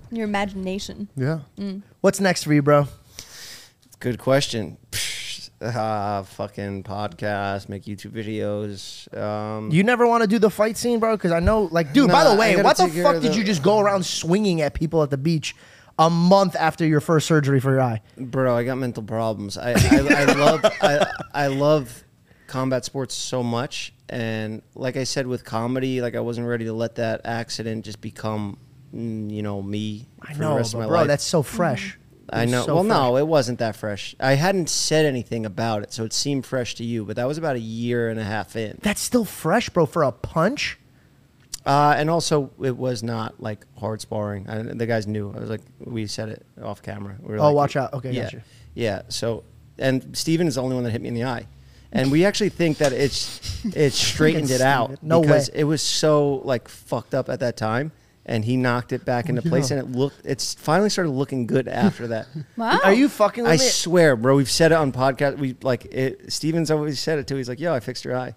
C: Your imagination.
E: yeah.
B: What's next for you, bro?
A: Good question. Uh, fucking podcast, make YouTube videos. Um,
B: You never want to do the fight scene, bro? Because I know, like, dude. by
A: Nah,
B: the
A: I
B: way,
A: gotta
B: what the
A: take care
B: fuck
A: of
B: did
A: the-
B: you just go around swinging at people at the beach a month after your first surgery for your eye?
A: bro, I got mental problems. I, I, I love I, I love combat sports so much, and like I said with comedy, like I wasn't ready to let that accident just become, mm, you know, me
B: I
A: for
B: know,
A: the rest of
B: but
A: my
B: bro.
A: life.
B: That's so fresh.
A: I
B: It's
A: know.
B: so
A: well,
B: fresh.
A: no, it wasn't that fresh. I hadn't said anything about it, so it seemed fresh to you. But that was about a year and a half in,
B: That's still fresh, bro. For a punch.
A: uh, and also it was not like hard sparring. I, the guys knew. I was like, we said it off camera. We were
B: Oh,
A: like-
B: watch out. Okay,
A: yeah,
B: gotcha.
A: yeah. So, and Steven is the only one that hit me in the eye, and we actually think that it's it straightened it out.
B: Steven. No
A: because
B: way.
A: It was so like fucked up at that time. And he knocked it
B: Oh,
A: back into place, and it looked. It's finally started looking good after that.
C: Wow.
B: Are you fucking with
A: I
B: me?
A: swear, bro. We've said it on podcast. We like it, Steven's always said it too. He's like, "Yo, I fixed your eye."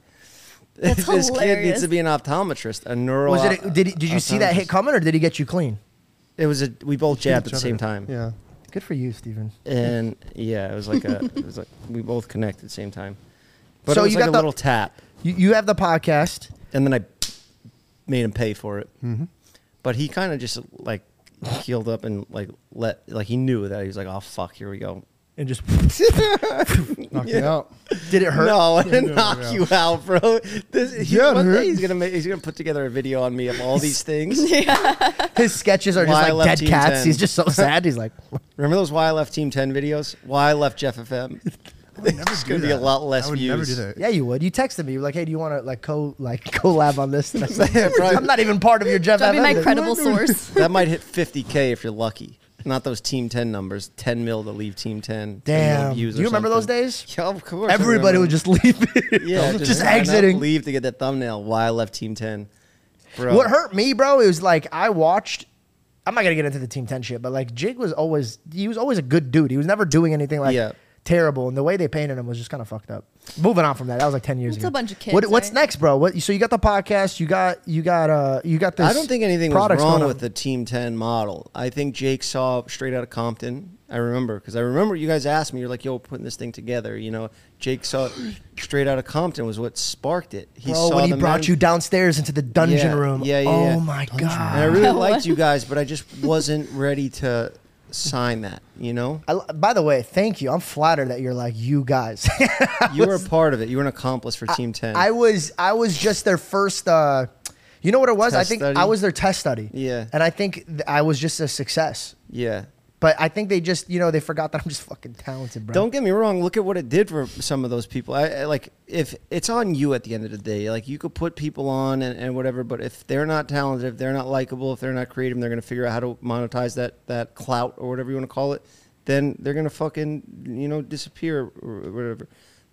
C: That's
A: this kid
C: hilarious.
A: needs to be an optometrist, a neuro.
B: was it? Did he, did you see that hit
A: optometrist.
B: coming, or did he get you clean?
A: It was a. We both jabbed at the
E: Each
A: same
E: other.
A: time.
E: Yeah.
B: Good for you, Steven.
A: And yeah, it was like a. It was like we both connected at the same time. But
B: So
A: it was
B: you
A: like
B: got
A: a
B: the-
A: little tap,
B: You, you have the podcast.
A: and then I made him pay for it.
B: Mm-hmm.
A: But he kind of just like healed up and like let like he knew that he was like, "Oh fuck, here we go."
B: and just
E: Knock it out.
B: did it hurt?
A: No, I didn't knock
E: yeah.
A: you out, bro. This, he,
E: Yeah, it
A: one
E: hurt.
A: day he's gonna make, he's gonna put together a video on me of all these things.
B: His sketches are
A: Why
B: just
A: I
B: like
A: left
B: dead
A: Team
B: cats.
A: 10.
B: He's just so sad. He's like,
A: Remember those Why I Left Team Ten videos? Why I Left Jeff FM. It's gonna be a lot less
E: I would
A: views.
E: never do that.
B: yeah, you would. You texted me. You're like, hey, do you want to like co like collab on this? And I said,
A: probably.
B: I'm not even part of your Jeff.
C: That'd be my
B: Evans.
C: credible source.
A: That might hit 50k if you're lucky. Not those Team Ten numbers. 10 mil to leave Team Ten. 10 mil
B: Damn.
A: views
B: Do you
A: or
B: remember those
A: something.
B: days?
A: Yeah, of course. I
B: Everybody
A: remember.
B: would just leave. it.
A: yeah,
B: just,
A: sign up,
B: exiting.
A: leave to get that thumbnail. Why I Left Team Ten. Bro,
B: What hurt me, bro, it was like I watched. I'm not gonna get into the team ten shit, but like Jig was always he was always a good dude. He was never doing anything like
A: Yeah.
B: terrible, and the way they painted him was just kind of fucked up. Moving on from that, that was like ten years
C: It's
B: ago.
C: a bunch of kids,
B: What, what's
C: right?
B: next, bro? What, so you got the podcast, you got you got uh you got this.
A: I don't think anything was
B: products going
A: wrong
B: on.
A: with the Team 10 model. I think Jake saw straight out of Compton. I remember because I remember you guys asked me, you're like, yo, putting this thing together. You know, Jake saw straight out of Compton was what sparked it. He
B: Bro,
A: saw
B: when he
A: the
B: brought
A: men-
B: you downstairs into the dungeon
A: Yeah,
B: room.
A: yeah, yeah,
B: Oh
A: yeah.
B: my god.
A: And I really liked you guys, but I just wasn't ready to sign that, you know?
B: I, by the way, thank you. I'm flattered that you're like you guys.
A: You were a part of it. You were an accomplice for Team 10.
B: I was I was just their first. Uh, you know what it was? I
A: Test
B: think
A: study?
B: I was their test study.
A: Yeah.
B: And I think th- I was just a success.
A: yeah.
B: But I think they just you know they forgot that I'm just fucking talented, bro.
A: Don't get me wrong. Look at what it did for some of those people. I, I like if it's on you at the end of the day. Like you could put people on and, and whatever, but if they're not talented, if they're not likable, if they're not creative, and they're gonna figure out how to monetize that that clout or whatever you want to call it. Then they're gonna fucking you know disappear or whatever.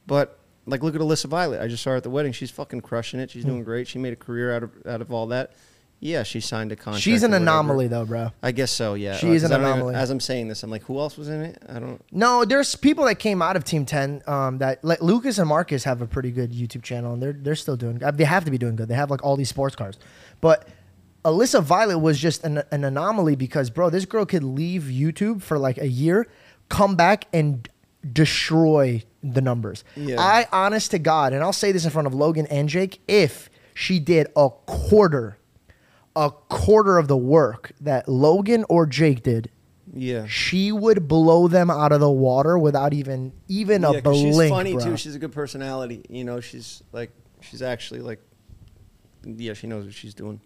A: But like look at Alyssa Violet. I just saw her at the wedding. She's fucking crushing it. She's
B: Hmm.
A: doing great. She made a career out of out of all that. Yeah, she signed a contract.
B: She's an
A: or whatever.
B: anomaly though, bro.
A: I guess so. Yeah,
B: She is
A: 'cause I
B: an
A: don't even-
B: anomaly.
A: as I'm saying this, I'm like, who else was in it? I don't.
B: No, there's people that came out of Team Ten um, that like Lucas and Marcus have a pretty good YouTube channel, and they're they're still doing. They have to be doing good. They have like all these sports cars, but Alyssa Violet was just an, an anomaly because bro, this girl could leave YouTube for like a year, come back and destroy the numbers.
A: Yeah.
B: I honest to God, and I'll say this in front of Logan and Jake, if she did a quarter, a quarter of the work that Logan or Jake did,
A: Yeah.
B: she would blow them out of the water without even even a
A: 'cause
B: blink.
A: She's funny
B: bro.
A: too. She's a good personality. You know, she's like, she's actually like, yeah, she knows what she's doing.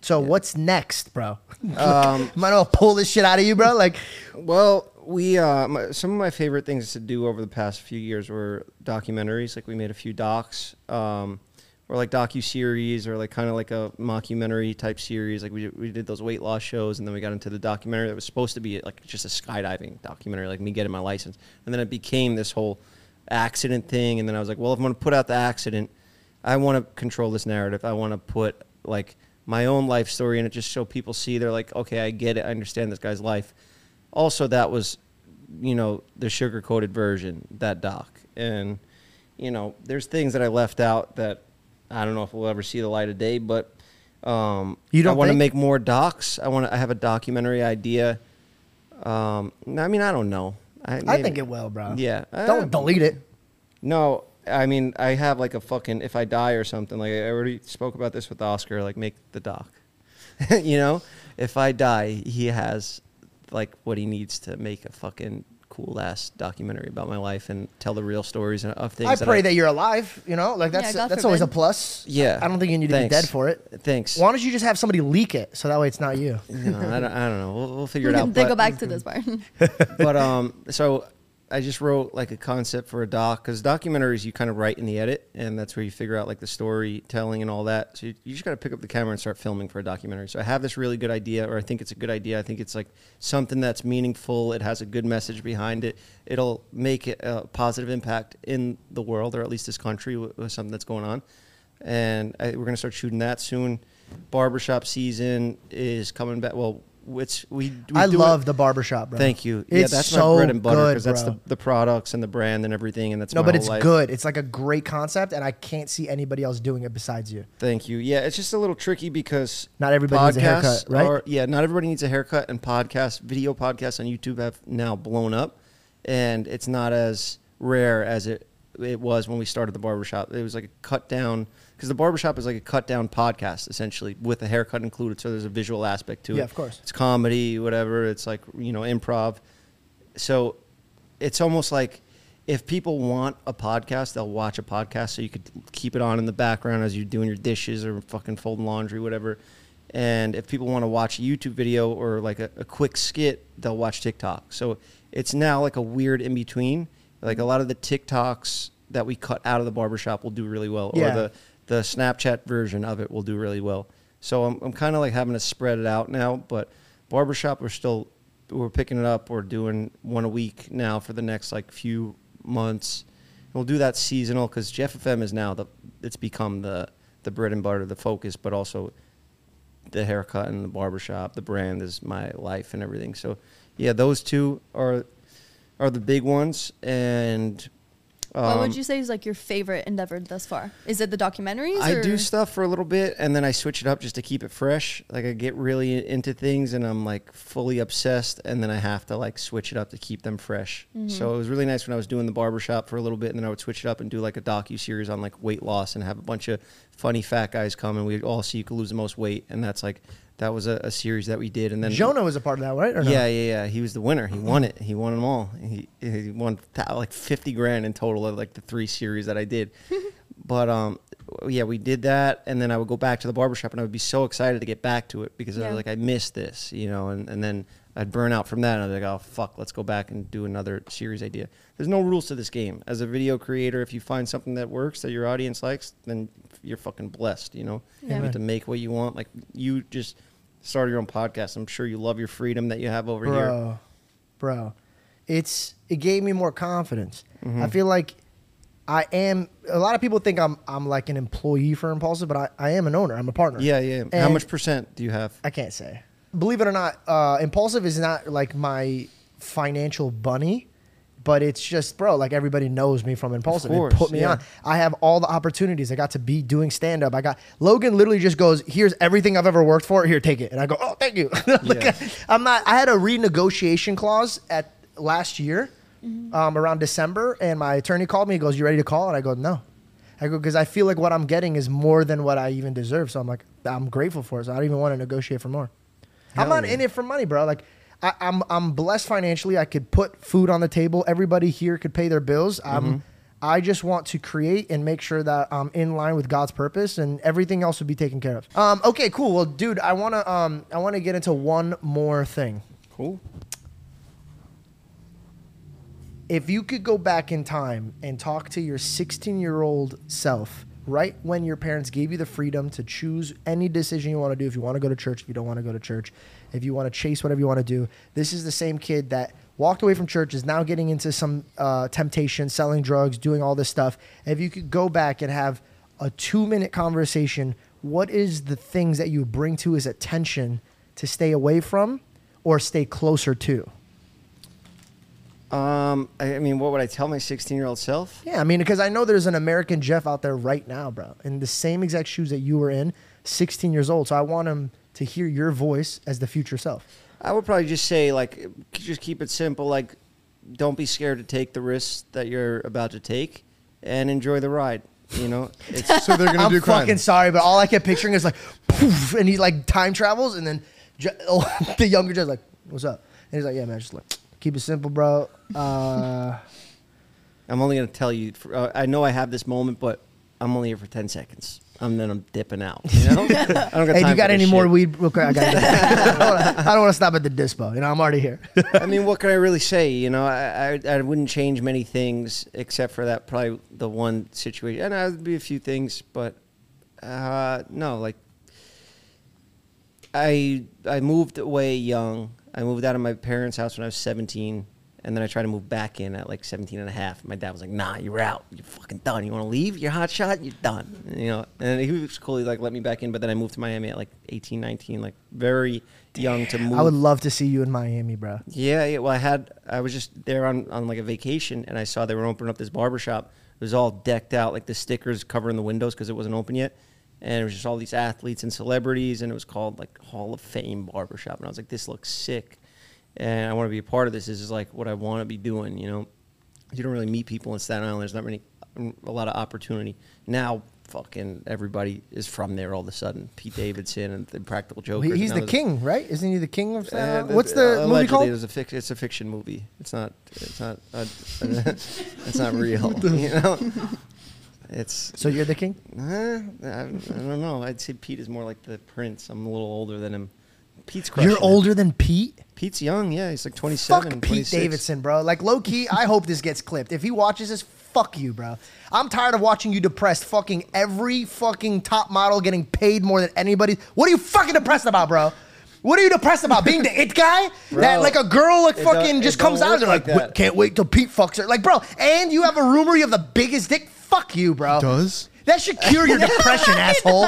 B: so what's next, bro?
A: Um,
B: Am I gonna pull this shit out of you, bro? Like,
A: Well, we uh, my, some of my favorite things to do over the past few years were documentaries. Like we made a few docs, um, or like docu series, or like kind of like a mockumentary type series. Like we we did those weight loss shows, and then we got into the documentary that was supposed to be like just a skydiving documentary, like me getting my license, and then it became this whole accident thing. And then I was like, well, if I'm gonna put out the accident, I want to control this narrative. I want to put like my own life story in it, just so people see they're like, okay, I get it, I understand this guy's life. Also, that was, you know, the sugar coated version that doc, and you know, there's things that I left out that I don't know if we'll ever see the light of day, but um,
B: You don't
A: I want to
B: think?
A: make more docs. I want to. I have a documentary idea. Um, I mean, I don't know. I,
B: I
A: maybe-
B: think it will, bro.
A: Yeah,
B: Don't
A: Uh,
B: delete it.
A: no, I mean I have like a fucking if I die or something. Like I already spoke about this with Oscar. Like make the doc. you know, if I die, he has like what he needs to make a fucking cool ass documentary about my life and tell the real stories and of things.
B: I pray
A: I-
B: that you're alive. You know, like that's
C: Yeah, God
B: that's always a
C: forbid.
B: plus.
A: Yeah,
B: I don't think you need to
A: thanks.
B: be dead for it.
A: Thanks.
B: Why don't you just have somebody leak it so that way it's not you?
A: No, I, don't, I don't know. We'll, we'll figure
C: We
A: it
C: can
A: out.
C: then
A: but-
C: go back to this part.
A: but um, so I just wrote like a concept for a doc because documentaries you kind of write in the edit, and that's where you figure out like the storytelling and all that. So you, you just got to pick up the camera and start filming for a documentary. So I have this really good idea, or I think it's a good idea. I think it's like something that's meaningful. It has a good message behind it. It'll make it a positive impact in the world, or at least this country, with, with something that's going on. And I, we're gonna start shooting that soon. Barbershop season is coming back. Well, it's we. we
B: I
A: do it-
B: love the barbershop, bro.
A: Thank you.
B: It's
A: yeah, that's
B: so
A: my bread and butter
B: good,
A: that's the,
B: bro.
A: the products and the brand and everything, and that's
B: No,
A: my
B: but
A: whole
B: it's
A: life.
B: good. It's like a great concept, and I can't see anybody else doing it besides you.
A: Thank you. Yeah, it's just a little tricky because
B: Not everybody needs a haircut,
A: podcasts
B: right?
A: Are, yeah, not everybody needs a haircut, and podcasts, video podcasts on YouTube have now blown up, and it's not as rare as it it was when we started the barbershop. It was like a cut down because the barbershop is like a cut down podcast essentially with a haircut included, so there's a visual aspect to it.
B: Yeah, of course.
A: It's comedy, whatever. It's like you know improv. so it's almost like if people want a podcast, they'll watch a podcast so you could keep it on in the background as you're doing your dishes or fucking folding laundry, whatever. And if people want to watch a YouTube video or like a, a quick skit, they'll watch TikTok. So it's now like a weird in between. Like a lot of the TikToks that we cut out of the barbershop will do really well,
B: Yeah.
A: or the the Snapchat version of it will do really well. So I'm, I'm kind of like having to spread it out now, but barbershop we're still we're picking it up. We're doing one a week now for the next like few months. We'll do that seasonal because Jeff FM is now the it's become the the bread and butter, the focus, but also the haircut and the barbershop, the brand is my life and everything. So yeah, those two are are the big ones and
C: what
A: Um,
C: would you say is like your favorite endeavor thus far? Is it the documentaries?
A: I
C: or?
A: do stuff for a little bit and then I switch it up just to keep it fresh. Like I get really into things and I'm like fully obsessed and then I have to like switch it up to keep them fresh. So it was really nice when I was doing the barbershop for a little bit and then I would switch it up and do like a docu series on like weight loss and have a bunch of funny fat guys come and we all see you could lose the most weight and that's like that was a, a series that we did and then
B: Jonah was a part of that, right? Or no?
A: yeah, yeah, yeah. He was the winner. He won it. He won them all. He, he won th- like fifty grand in total of like the three series that I did. but um, yeah, we did that, and then I would go back to the barbershop, and I would be so excited to get back to it because I
C: Yeah.
A: was like, I missed this, you know. And, and then I'd burn out from that, and I'd be like, oh fuck, let's go back and do another series idea. There's no rules to this game. As a video creator, if you find something that works that your audience likes, then you're fucking blessed, you know.
C: Yeah.
A: You get to make what you want. Like you just. Start your own podcast. I'm sure you love your freedom that you have over here.
B: bro, Bro, it's it gave me more confidence.
A: Mm-hmm.
B: I feel like I am. A lot of people think I'm I'm like an employee for Impulsive, but I, I am an owner. I'm a partner.
A: Yeah, yeah. How
B: And
A: much percent do you have?
B: I can't say. Believe it or not, uh, Impulsive is not like my financial bunny, but it's just, bro, like everybody knows me from Impulsive.
A: course,
B: it put me
A: yeah.
B: on. I have all the opportunities. I got to be doing stand up. I got, Logan literally just goes, here's everything I've ever worked for. Here, take it. And I go, oh, thank you. Like,
A: Yeah.
B: I'm not, I had a renegotiation clause at last year um, around December, and my attorney called me. He goes, you ready to call? And I go, no. I go because I feel like what I'm getting is more than what I even deserve. So I'm like, I'm grateful for it. So I don't even want to negotiate for more. I'm
A: Hell
B: not
A: yeah.
B: in it for money, bro. Like, I, I'm I'm blessed financially. I could put food on the table. Everybody here could pay their bills.
A: Mm-hmm.
B: Um, I just want to create and make sure that I'm in line with God's purpose, and everything else would be taken care of. Um, okay, cool. Well, dude, I wanna um, I wanna get into one more thing.
A: Cool.
B: if you could go back in time and talk to your 16 year old self right when your parents gave you the freedom to choose any decision you want to do if you want to go to church if you don't want to go to church if you want to chase whatever you want to do this is the same kid that walked away from church is now getting into some uh, temptation selling drugs doing all this stuff if you could go back and have a two minute conversation what is the things that you bring to his attention to stay away from or stay closer to?
A: Um, I, I mean, what would I tell my 16 year old self?
B: Yeah, I mean, because I know there's an American Jeff out there right now, bro, in the same exact shoes that you were in, 16 years old. So I want him to hear your voice as the future self.
A: I would probably just say like just keep it simple like don't be scared to take the risks that you're about to take and enjoy the ride, you know. It's
E: So they're gonna
B: I'm
E: do crime.
B: fucking sorry, but all I kept picturing is like, poof, and he like time travels, and then Je- the younger Jeff's like, "What's up?" And he's like, "Yeah, man, just like keep it simple, bro." Uh,
A: I'm only going to tell you for, uh, I know I have this moment but I'm only here for 10 seconds. And then I'm dipping out, you know? I don't got
B: hey,
A: time
B: do you
A: for
B: got
A: this
B: any more
A: shit.
B: weed? Real quick, I got. I don't want to stop at the dispo. You know, I'm already here.
A: I mean, what can I really say? You know, I, I I wouldn't change many things except for that probably the one situation, and I'd be a few things, but uh, no, like I I moved away young. I moved out of my parents' house when I was 17, and then I tried to move back in at like 17 and a half. My dad was like, "Nah, you're out. You're fucking done. You want to leave? You're hot shot. You're done." And, you know, and he was cool. He like let me back in, but then I moved to Miami at like 18, 19, like very young to move.
B: I would love to see you in Miami, bro.
A: Yeah, yeah. Well, I had I was just there on on like a vacation, and I saw they were opening up this barber shop. It was all decked out, like the stickers covering the windows because it wasn't open yet, and it was just all these athletes and celebrities, and it was called like Hall of Fame Barber Shop, and I was like, this looks sick, and I want to be a part of this. This is like what I want to be doing, you know. You don't really meet people in Staten Island. There's not many, a lot of opportunity now. Fucking everybody is from there all of a sudden. Pete Davidson and the Practical Jokers.
B: He- he's
A: and
B: the
A: others.
B: king, right? Isn't he the king of? Staten
A: Uh,
B: Island? What's the
A: allegedly,
B: movie
A: It
B: called?
A: was a fic- it's a fiction movie. It's not. It's not. Uh, it's not real. you know. It's.
B: So you're the king.
A: Uh, I, I don't know. I'd say Pete is more like the prince. I'm a little older than him. Pete's. crushing
B: You're
A: it.
B: older than Pete.
A: Pete's young. Yeah, he's like 27.
B: fuck Pete
A: 26.
B: Davidson, bro. Like low key, I hope this gets clipped. If he watches this, fuck you, bro. I'm tired of watching you depressed. Fucking every fucking top model getting paid more than anybody. What are you fucking depressed about, bro? What are you depressed about? Being the it guy? that
A: Bro,
B: like a girl like
A: it
B: fucking
A: don't-
B: just
A: it don't
B: comes out
A: work
B: and they're like,
A: like
B: "Wait,
A: that."
B: can't wait till Pete fucks her. Like, bro, and you have a rumor you have the biggest dick. Fuck you, bro.
E: Does?
B: That should cure your depression, asshole.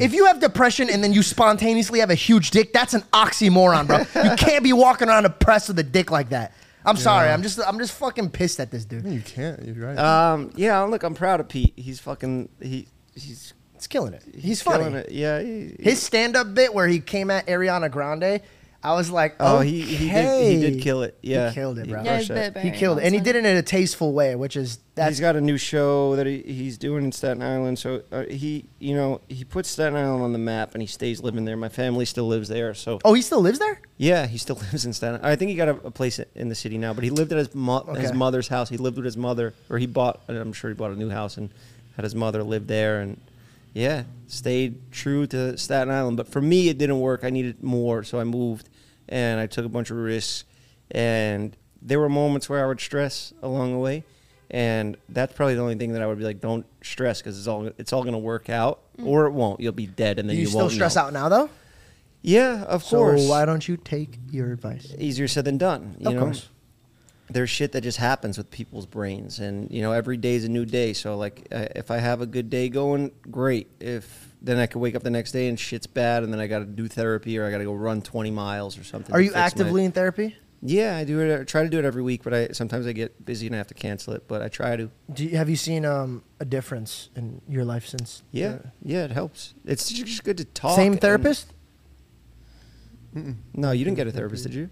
B: If you have depression and then you spontaneously have a huge dick, that's an oxymoron, bro. You can't be walking around depressed with a dick like that. I'm sorry. I'm just I'm just fucking pissed at this dude.
E: you can't. You're right.
A: Um. Yeah. Look, I'm proud of Pete. He's fucking. He. He's.
B: It's killing it. He's,
A: killing
B: funny.
A: it. Yeah. He,
B: His stand up bit where he came at Ariana Grande, I was like,
A: Oh,
B: okay.
A: he, he did. He did kill it. Yeah.
B: he killed it, bro.
A: crushed
C: Yeah, he's
A: that.
C: bit
B: He
C: Barry
B: killed it, and he
C: Bonds.
B: did it in a tasteful way, which is
A: he's
B: that's
A: got a new show that he, he's doing in Staten Island. So uh, he, you know, he puts Staten Island on the map, and he stays living there. My family still lives there, so
B: oh, he still lives there.
A: yeah, he still lives in Staten. I think he got a, a place in the city now, but he lived at his mo- his
B: Okay.
A: mother's house. He lived with his mother, or he bought. I'm sure he bought a new house and had his mother live there, and yeah, stayed true to Staten Island. But for me, it didn't work. I needed more, so I moved, and I took a bunch of risks, and there were moments where I would stress along the way, and that's probably the only thing that I would be like, don't stress because it's all it's all gonna work out, or it won't. You'll be dead, and
B: Do
A: then
B: Mm. you,
A: you,
B: still
A: won't
B: stress
A: know.
B: out now though?
A: Yeah, of
B: So
A: course
B: why don't you take your advice?
A: easier said than done. You
B: Of
A: know,
B: course.
A: there's shit that just happens with people's brains, and you know, every day is a new day. So like, I, if I have a good day going, great. If then I could wake up the next day and shit's bad, and then I got to do therapy or I got to go run 20 miles or something.
B: Are
A: to
B: you
A: fix my-
B: actively in therapy?
A: yeah, I do it. I try to do it every week, but I sometimes I get busy and I have to cancel it. But I try to.
B: Do you, have you seen um, a difference in your life since?
A: Yeah,
B: the-
A: yeah, it helps. It's ju- just good to talk.
B: Same
A: and-
B: therapist?
A: no, you didn't get a therapist, did you?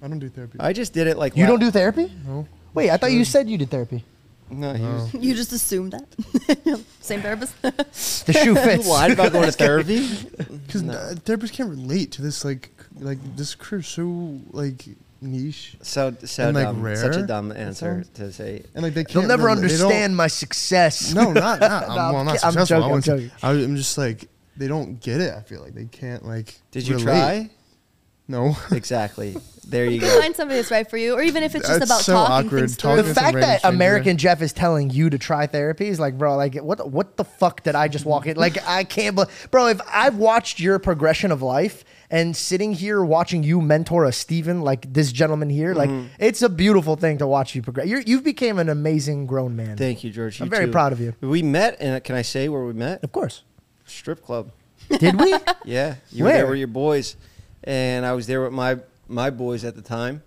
E: I don't do therapy.
A: I just did it like
B: You
A: la-
B: don't do therapy?
E: no.
B: Wait, I thought you said you did therapy.
A: No,
B: Oh.
A: he was
C: You just assumed that. Same therapist.
B: The shoe fits.
A: you lied about going to therapy.
E: Because therapists can't relate to this. Like, like this career so like niche,
A: So so
E: And, like,
A: dumb. Such a
E: rare?
A: dumb
E: That
A: answer
E: sounds-
A: to say.
E: and like they can't.
B: They'll never
E: relate- they don't-
B: understand my success.
E: No, not not.
B: No,
E: I'm,
B: I'm
E: well, I'm not
B: ki- I'm
E: successful.
B: joking,
E: I
B: I'm
E: wouldn't
B: joking.
E: say- I am just like they don't get it. I feel like they can't like.
A: Did you
E: relate.
A: try?
E: No.
A: Exactly. There you go.
C: Find somebody that's right for you, or even if it's just
E: That's
C: about
E: so
C: talking
E: awkward.
C: things
E: Talk-
B: The
E: Talking to
C: through.
E: some
B: fact
E: random
B: that
E: stranger.
B: American Jeff is telling you to try therapy is like, bro, like what? the- What the fuck did I just walk in? Like I can't, bel bro. If I've watched your progression of life and sitting here watching you mentor a Steven like this gentleman here,
E: Mm-hmm.
B: like it's a beautiful thing to watch you progress. You're, you've became an amazing grown man.
A: Thank you, George.
B: I'm
A: You
B: very
A: too.
B: proud of you.
A: We met, and can I say where we met?
B: Of course.
A: strip club.
B: Did we?
A: Yeah, you were there
B: Where?
A: with your boys, and I was there with my my boys at the time.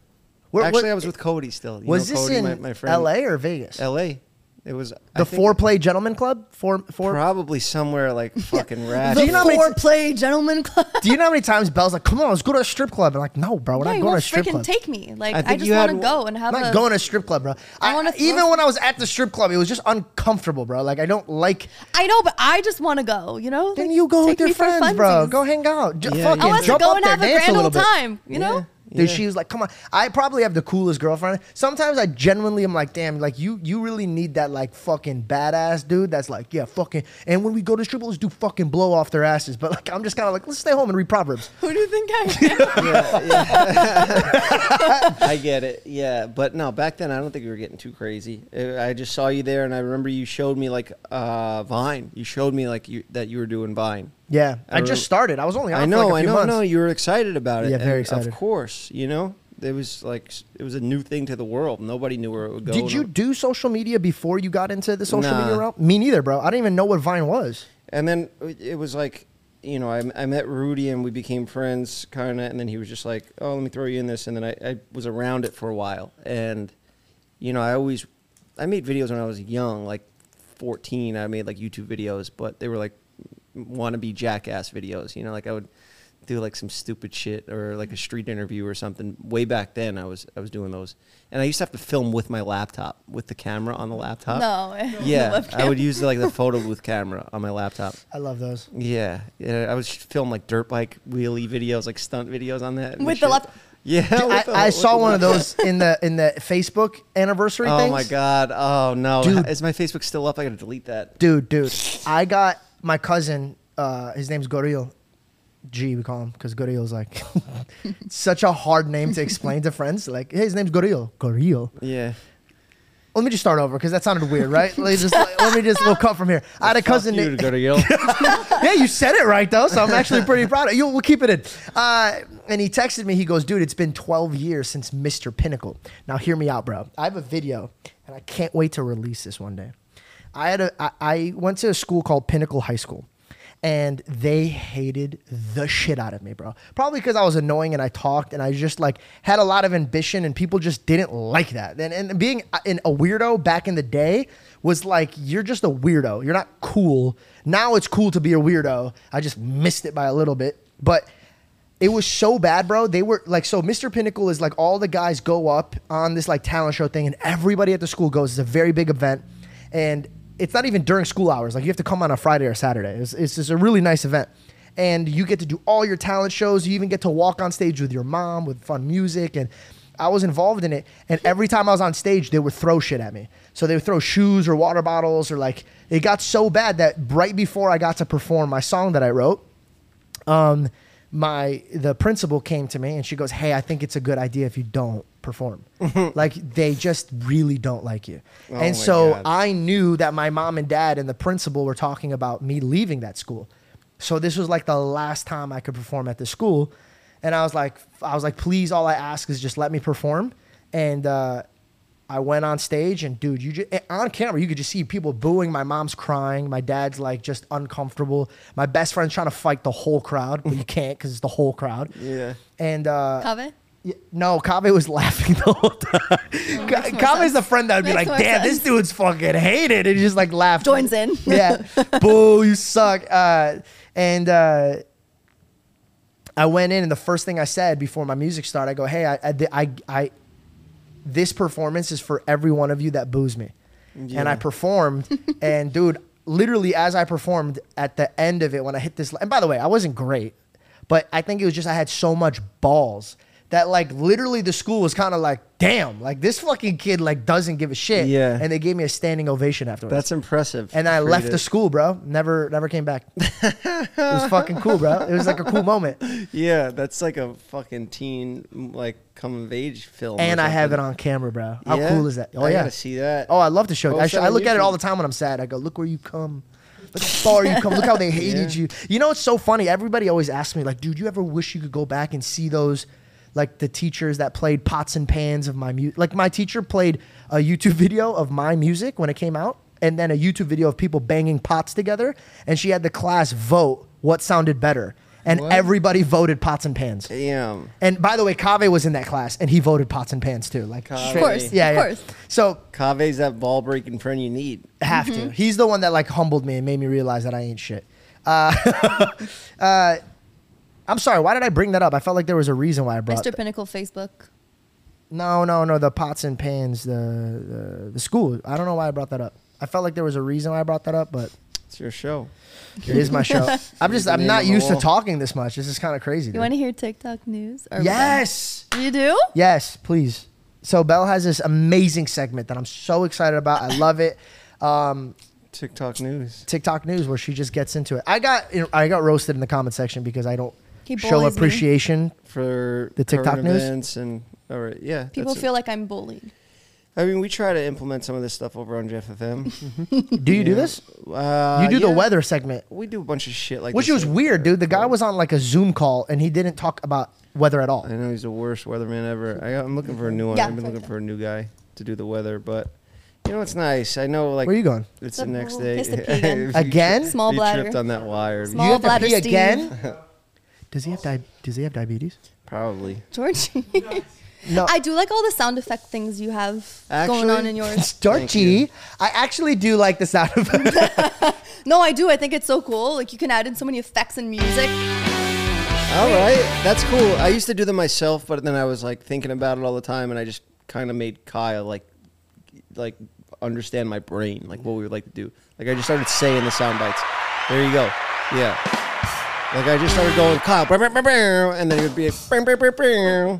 B: Where-
A: Actually,
B: what-
A: I was with Cody still. You
B: was
A: know,
B: this
A: Cody,
B: in
A: my, my friend,
B: L.A. or Vegas?
A: L.A. It was
B: the
A: I think,
B: four-play gentleman club. Four, four.
A: probably somewhere like fucking rad.
B: Do you know how many-
C: four play gentlemen club.
B: Do you know how many times Bell's like, "Come on, let's go to a strip club"? I'm like, "No, bro, we're
C: Yeah,
B: not
C: you
B: going to a
C: won't
B: strip
C: freaking
B: club."
C: take me. Like
A: I
C: I,
A: think
C: just
A: you had
C: want to go and have
B: I'm
C: a.
B: not going to a strip club, bro. I,
C: wanna
B: even
C: throw-
B: when I was at the strip club, it was just uncomfortable, bro. Like I don't like.
C: I know, but I just want to go. You know.
B: Then
C: Like,
B: you go with
C: take
B: your
C: me for
B: friends, bro.
C: funsies.
B: Go hang out. J-
A: Yeah,
B: fucking
A: yeah.
C: I want to
B: jump
C: go
B: up
C: and
B: there,
C: have a
B: dance
C: grand
B: little
C: old
B: bit.
C: time. You know.
B: Dude,
A: Yeah.
B: she was like, "Come on." I probably have the coolest girlfriend. Sometimes I genuinely am like, "Damn, like you, you really need that like fucking badass dude that's like, yeah, fucking." And when we go to strip, let's do fucking blow off their asses. But like, I'm just kind of like, let's stay home and read proverbs.
C: Who do you think I am?
A: I get it. Yeah, but no, back then I don't think we were getting too crazy. Uh, I just saw you there, and I remember you showed me like uh, Vine. You showed me like you that you were doing Vine.
B: Yeah, I,
A: I remember-
B: just started. I was only on
A: I know,
B: for like a
A: I
B: few
A: know,
B: months.
A: no, you were excited about it.
B: Yeah,
A: and
B: very excited.
A: Of course, you know, it was like s- it was a new thing to the world. Nobody knew where it would go.
B: Did you
A: No-
B: do social media before you got into the social
A: Nah.
B: media realm? Me neither, bro. I didn't even know what Vine was.
A: And then it it was like, you know, I, I met Rudy and we became friends, kind of. And then he was just like, oh, let me throw you in this. And then I, I was around it for a while. And, you know, I always, I made videos when I was young, like 14. I made like YouTube videos, but they were like wannabe jackass videos. You know, like I would do like some stupid shit or like a street interview or something. Way back then, I was I was doing those, and I used to have to film with my laptop, with the camera on the laptop.
C: No.
A: Yeah,
C: The
A: I would
C: webcam.
A: use like the photo booth camera on my laptop.
B: I love those.
A: Yeah, yeah. I was filming like dirt bike wheelie videos, like stunt videos on that. and
C: With the
A: shit.
C: left-
A: Yeah,
B: I,
A: with the-
B: I
A: with
B: saw
A: the
B: one of
A: left-
B: those in the in the Facebook anniversary.
A: Oh
B: things.
A: my god! Oh no!
B: Dude.
A: Is my Facebook still up? I gotta delete that.
B: dude, dude. I got my cousin. Uh, his name's Goril. G, we call him because Goril's like such a hard name to explain to friends. Like, hey, his name's Goril. Goril.
A: Yeah.
B: Let me just start over because that sounded weird, right? Let me just let me just look cut from here. I had a cousin.
A: Fuck you
B: named-
A: to go to Yale.
B: yeah, you said it right though, so I'm actually pretty proud of you. We'll keep it in. Uh, and he texted me. He goes, "Dude, it's been 12 years since Mr. Pinnacle. Now, hear me out, bro. I have a video, and I can't wait to release this one day. I had a I, I went to a school called Pinnacle High School, and they hated the shit out of me, bro. Probably because I was annoying and I talked and I just like had a lot of ambition, and people just didn't like that. And and being a- in a weirdo back in the day was like you're just a weirdo. You're not cool. Now it's cool to be a weirdo. I just missed it by a little bit, but it was so bad, bro. They were like, so Mr. Pinnacle is like all the guys go up on this like talent show thing, and everybody at the school goes. It's a very big event, and it's not even during school hours. Like you have to come on a Friday or Saturday. It's, it's just a really nice event, and you get to do all your talent shows. You even get to walk on stage with your mom with fun music, and I was involved in it. And every time I was on stage, they would throw shit at me. So they would throw shoes or water bottles or like it got so bad that right before I got to perform my song that I wrote um, my the principal came to me and she goes, "Hey, I think it's a good idea if you don't perform. like they just really don't like you." and
A: Oh my
B: so
A: God.
B: I knew that my mom and dad and the principal were talking about me leaving that school. So this was like the last time I could perform at the school, and I was like, I was like, please, all I ask is just let me perform. And uh, I went on stage, and dude, you just, on camera, you could just see people booing. My mom's crying. My dad's like just uncomfortable. My best friend's trying to fight the whole crowd, but you can't because it's the whole crowd.
A: Yeah.
B: And uh,
C: Covet.
B: yeah, No, Kave was laughing the whole time. Ka-
C: Oh, more
B: Kave's
C: sense.
B: the friend that would be
C: Makes
B: like,
C: more
B: damn,
C: sense."
B: this dude's fucking hated. And he just like laughed.
C: Joins in.
B: yeah. Boo, you suck. Uh, and uh, I went in, and the first thing I said before my music started, I go, hey, I, I, I, I this performance is for every one of you that boos me. And I performed, and dude, literally as I performed at the end of it, when I hit this, and by the way, I wasn't great, but I think it was just I had so much balls that like literally the school was kind of like, damn, like this fucking kid like doesn't give a shit.
A: Yeah.
B: And they gave me a standing ovation afterwards.
A: That's impressive.
B: and I
A: for you
B: left
A: to-
B: the school, bro. Never, never came back. it was fucking cool, bro. It was like a cool moment.
A: Yeah, that's like a fucking teen like come of age film. or
B: And I have it
A: something.
B: on camera, bro. How
A: Yeah?
B: cool is that? Oh
A: I
B: yeah,
A: gotta see that.
B: Oh, I love to show. you.
A: Post
B: I, sh-
A: that
B: I
A: on
B: look at it all the
A: YouTube.
B: time when I'm sad. I go, look where you come. Look how far you come. Look how they hated
A: Yeah.
B: you. You know, it's so funny. Everybody always asks me, like, dude, you ever wish you could go back and see those, like, the teachers that played pots and pans of my music? Like, my teacher played a YouTube video of my music when it came out. and then a YouTube video of people banging pots together, and she had the class vote what sounded better, and
A: What?
B: everybody voted pots and pans.
A: Damn.
B: And by the way, Kaveh was in that class, and he voted pots and pans too. Like,
A: Kaveh.
C: Of course.
B: Uh, yeah,
C: of
B: yeah.
C: course.
B: So
A: Cave's that ball breaking friend you need.
B: have
C: Mm-hmm.
B: to. He's the one that like humbled me and made me realize that I ain't shit. Uh, uh, I'm sorry. Why did I bring that up? I felt like there was a reason why I brought.
C: Mr. Pinnacle Facebook.
B: no, no, no. The pots and pans. The, the the school. I don't know why I brought that up. I felt like there was a reason why I brought that up, but
A: It's your show.
B: it is my show. I'm just.
A: the
B: I'm
A: name
B: not
A: on the
B: used to
A: wall.
B: talking this much. This is kind of crazy.
C: You
B: dude.
C: want to hear TikTok news? Or
B: yes.
C: You do?
B: Yes, please. So Belle has this amazing segment that I'm so excited about. I love it. Um,
A: TikTok news.
B: TikTok news where she just gets into it. I got I got roasted in the comment section because I don't
C: He
B: show
C: bullies me.
B: appreciation.
A: for
B: The TikTok
A: current
B: news?
A: events and all right, yeah.
C: People
A: that's it.
C: feel like I'm bullied.
A: I mean, we try to implement some of this stuff over on JFFM.
B: Do you do this?
A: Uh,
B: You do the
A: yeah,
B: weather segment,
A: We do a bunch of shit like
B: which
A: this
B: was
A: here.
B: weird, dude. The guy was on like a Zoom call and he didn't talk about weather at all.
A: I know he's the worst weatherman ever. I, I'm looking for a new one.
C: Yeah.
A: I've been looking for a new guy to do the weather, but you know it's nice. I know like
B: Where are you going?
A: it's
C: The
A: the next
C: whole-
A: day.
C: it's the pagan.
A: If you
B: Again?
A: tri-
C: Small
A: if you tripped
C: bladder.
A: on that wire.
C: Small-
B: you have to
C: bladder
B: pee
C: Steve.
B: again? Does he have di- Does he have diabetes?
A: Probably.
C: Georgie.
B: No.
C: I do like all the sound effect things you have going
A: Actually-
C: on in yours.
B: Starchy. I actually do like the sound of
C: No, I do. I think it's so cool. Like you can add in so many effects and music.
A: All right, that's cool. I used to do them myself, but then I was like thinking about it all the time, and I just kind of made Kyle like, like understand my brain, like what we would like to do. Like I just started saying the sound bites. There you go. Yeah. Like I just started going Kyle, brr, brr, brr, brr," and then it would be a, brr, brr, brr, brr.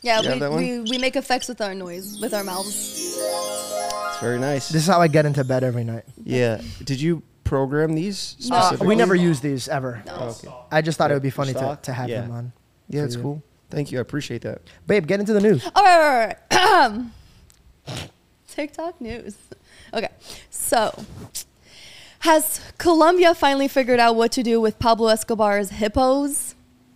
C: Yeah,
A: You have that one?
C: we, we, we make effects with our noise, with our mouths.
A: It's very nice.
B: This is how I get into bed every night.
A: yeah. Did you program these
C: No.
A: specifically?
B: We never use these ever.
A: Oh, Okay.
B: I just thought it would be funny to,
A: Stock?
B: to have
A: Yeah.
B: him on.
A: Yeah, it's
B: you.
A: cool. Thank you. I appreciate that.
B: Babe, get into the news.
C: All right, all right, all right. TikTok news. Okay, so has Colombia finally figured out what to do with Pablo Escobar's hippos?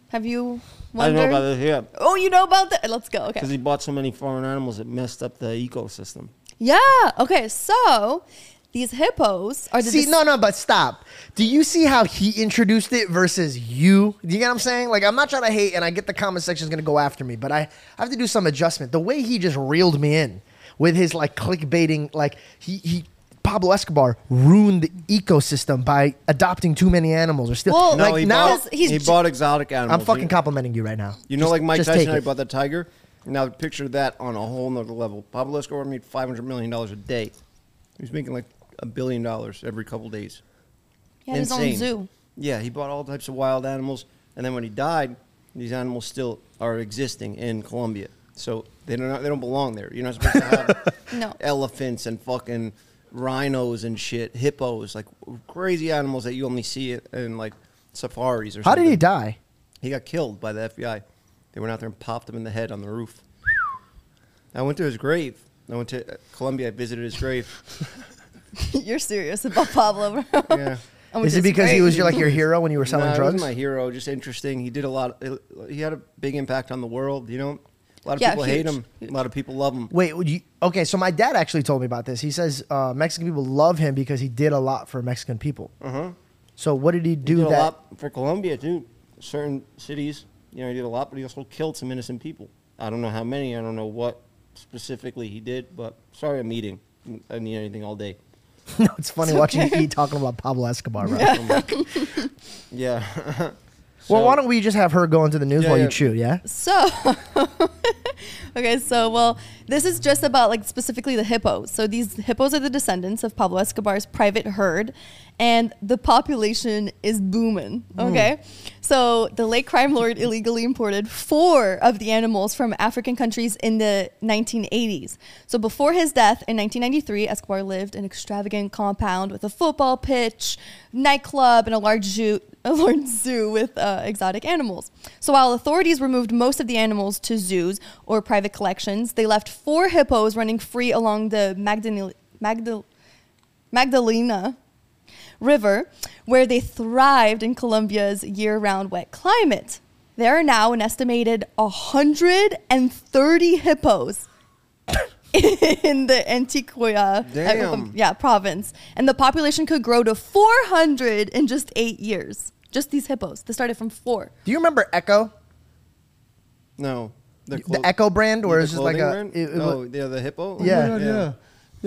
C: Have you wondered?
A: this. Yeah,
C: Oh, you know about that? Let's go. Okay.
A: he bought so many foreign animals, it messed up the ecosystem.
C: Yeah. Okay. So these hippos are the
B: See,
C: dis-
B: no, no, but stop. Do you see how he introduced it versus you? Do you get what I'm saying? Like, I'm not trying to hate, and I get the comment section's gonna go after me, but I, I have to do some adjustment. The way he just reeled me in with his like clickbaiting, like he he. Pablo Escobar ruined the ecosystem by adopting too many animals or still
C: Well, No,
B: like
A: he
B: now.
C: bought-
A: he
C: he's-
A: bought exotic animals.
B: I'm fucking
A: You-
B: complimenting you right now.
A: You know,
B: Just-
A: like Mike
B: just
A: Tyson
B: take
A: and I
B: it.
A: bought the tiger. Now picture that on a whole nother level. Pablo Escobar made five hundred million dollars a day. He was making like a billion dollars every couple days.
C: he had his own
A: Insane.
C: zoo.
A: Yeah, he bought all types of wild animals, and then when he died, these animals still are existing in Colombia. So they don't they don't belong there. You're not supposed to have
C: No.
A: elephants and fucking rhinos and shit, hippos, like crazy animals that you only see it in like safaris or
B: How
A: something.
B: did he die?
A: He got killed by the FBI. They went out there and popped him in the head on the roof. I went to his grave. I went to uh, Columbia. I visited his grave.
C: You're serious about Pablo? bro.
A: Yeah.
C: I went
B: Is
C: to
B: it
C: his
B: because he
C: grave.
B: was your like your hero when you were selling
A: Nah, he wasn't
B: drugs?
A: my hero. Just interesting. He did a lot. he had a big impact on the world. You know, a lot of
C: Yeah,
A: people hate
C: huge,
A: him. A lot of people love him.
B: Wait, would you, okay. So my dad actually told me about this. He says uh, Mexican people love him because he did a lot for Mexican people. So what did he do
A: Mm-hmm. He did a
B: that?
A: lot for Colombia too. Certain cities, you know, he did a lot, but he also killed some innocent people. I don't know how many. I don't know what specifically he did, but sorry, I'm eating. I need anything all day.
B: no, it's funny
C: It's
B: watching you
C: okay.
B: eat talking about Pablo Escobar. Bro.
A: Yeah.
B: well, why don't we just have her go into the news
A: Yeah,
B: while you
A: yeah.
B: chew? Yeah.
C: So, okay, so well, this is just about like specifically the hippos. So these hippos are the descendants of Pablo Escobar's private herd, and the population is booming. Okay, so the late crime lord illegally imported four of the animals from African countries in the 1980s. So before his death in 1993, Escobar lived an extravagant compound with a football pitch, nightclub, and a large zoo a large zoo with uh, exotic animals. So while authorities removed most of the animals to zoos or private collections, they left four hippos running free along the Magdalena, Magdal- Magdalena River, where they thrived in Colombia's year-round wet climate. There are now an estimated 130 hippos in the Antigua
A: Damn.
C: yeah, province. And the population could grow to 400 in just eight years. Just these hippos. They started from four.
B: Do you remember Echo?
A: No.
B: The Echo brand, where
A: the
B: it's just like
A: clothing
B: a
A: brand?
B: it- it
A: oh,
B: wa-
A: yeah, the hippo.
B: Yeah.
E: Oh my God, yeah.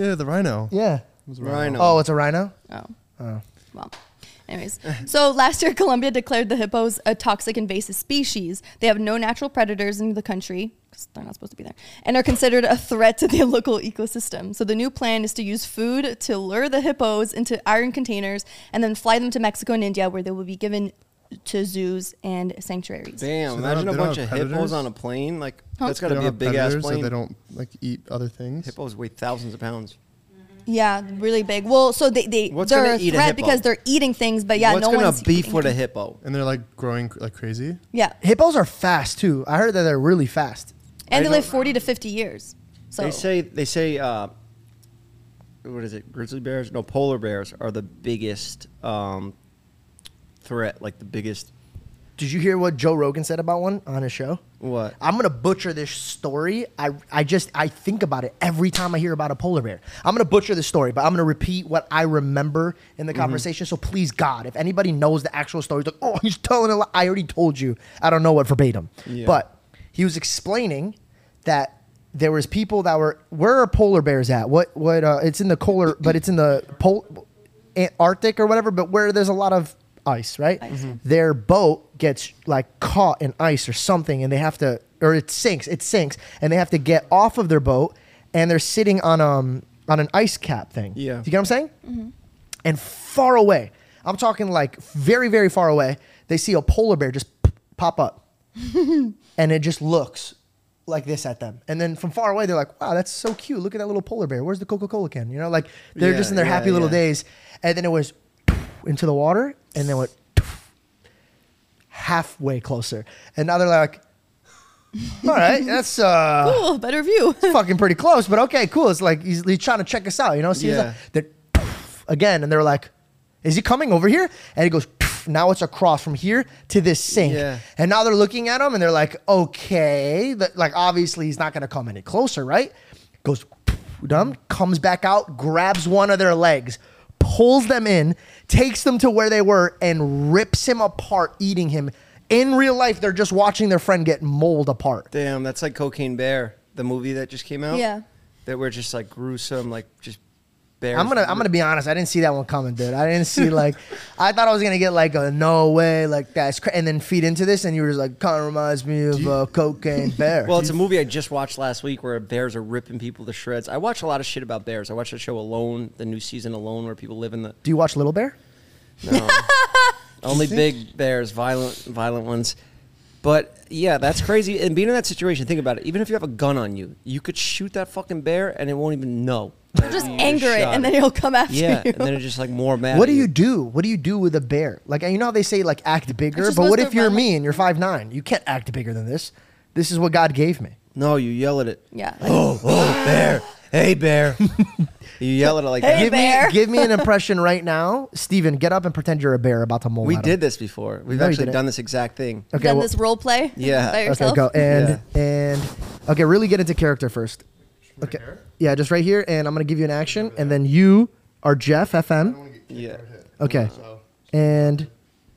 E: yeah, the rhino.
B: yeah.
A: Rhino.
B: Oh, it's a rhino.
C: Oh. Well. Anyways, so last year Colombia declared the hippos a toxic invasive species. They have no natural predators in the country because they're not supposed to be there, and are considered a threat to the local ecosystem. So the new plan is to use food to lure the hippos into iron containers and then fly them to Mexico and India, where they will be given to zoos and sanctuaries.
A: Damn!
E: So they
A: imagine a
E: don't- they don't
A: bunch
E: have
A: of hippos
E: predators?
A: on a plane. Like that's
E: They
A: got to
E: don't
A: be a
E: have
A: big ass
E: predators, so
A: plane.
E: They don't like eat other things.
A: Hippos weigh thousands of pounds.
C: Yeah, really big. Well, so they they
A: What's
C: they're
A: gonna
C: a
A: eat a
C: threat
A: hippo?
C: because they're eating things, but yeah,
A: What's
C: no
A: gonna
C: one's
A: beef
C: eating
A: with a
C: them.
A: hippo?
E: And they're like growing cr- like crazy.
C: Yeah,
B: Hippos are fast too. I heard that they're really fast.
C: and
A: I
C: they live
A: don't-
C: forty to fifty years. So
A: They say they say uh, what is it? Grizzly bears? No, polar bears are the biggest um, threat. Like the biggest
B: Did you hear what Joe Rogan said about one on his show?
A: what?
B: I'm gonna butcher this story. I, I just I think about it every time I hear about a polar bear. I'm gonna butcher this story, but I'm gonna repeat what I remember in the conversation. So please, God, if anybody knows the actual story, it's like, oh, he's telling a lie. I already told you. I don't know what verbatim,
A: Yeah.
B: but he was explaining that there was people that were where are polar bears at? What what? Uh, it's in the polar, but it's in the pol- Antarctic or whatever. But where there's a lot of ice, right?
C: Ice.
B: their boat gets like caught in ice or something and they have to or it sinks it sinks and they have to get off of their boat and they're sitting on um on an ice cap thing
A: Yeah.
B: you get what i'm saying and far away i'm talking like very very far away they see a polar bear just p- pop up and it just looks like this at them and then from far away they're like wow that's so cute look at that little polar bear where's the coca-cola can you know like they're
A: Yeah,
B: just in their
A: yeah,
B: happy little
A: yeah.
B: days and then it was into the water and then went halfway closer. And now they're like, all right, that's uh,
C: cool, better view.
B: fucking pretty close, but okay, cool. It's like he's, he's trying to check us out, you know? So he's
A: Yeah.
B: like, they're again, and they're like, is he coming over here? And he goes, now it's across from here to this sink.
A: Yeah.
B: And now they're looking at him and they're like, okay, th- like obviously he's not gonna come any closer, right? Goes, dumb, comes back out, grabs one of their legs, pulls them in, takes them to where they were, and rips him apart, eating him. In real life, they're just watching their friend get mold apart.
A: Damn, that's like Cocaine Bear, the movie that just came out.
C: Yeah.
A: that were just like gruesome, like just bears.
B: I'm gonna
A: were-
B: I'm gonna be honest. I didn't see that one coming, dude. I didn't see like I thought I was gonna get like a no way like that's cra- and then feed into this and you were just like kind of reminds me of uh, cocaine bear.
A: Well, it's a movie I just watched last week where bears are ripping people to shreds. I watch a lot of shit about bears. I watched the show Alone, the new season Alone, where people live in the
B: do you watch Little Bear?
A: No. Only big bears, violent, violent ones. But yeah, that's crazy. And being in that situation, think about it. Even if you have a gun on you, you could shoot that fucking bear, and it won't even know.
C: just
A: You
C: anger it,
A: shot
C: and then he'll come after
A: yeah,
C: you.
A: and then it's just like more mad.
B: What
A: at
B: do you do? What do you do with a bear? Like you know how they say like act bigger,
C: just
B: but what
C: supposed
B: if
C: to
B: you're
C: run,
B: me
C: like-
B: and you're five nine? You can't act bigger than this. This is what God gave me.
A: No, you yell at it.
C: Yeah, like-
A: Oh, oh, bear. Hey, bear. you yell at it like
C: Hey,
A: that.
B: give
C: bear.
B: me give me an impression right now, Steven, Get up and pretend you're a bear about to mold.
A: We
B: at him.
A: did this before. We've
B: No, you
A: actually
B: didn't.
A: done this exact thing.
B: Okay,
C: done
B: well-
C: this role play
A: Yeah.
C: by
A: Okay,
C: yourself.
B: Okay, go and and okay, really get into character first. Okay, yeah, just right here, and I'm gonna give you an action, and then you are Jeff FM.
A: Yeah.
B: Okay,
E: So
B: and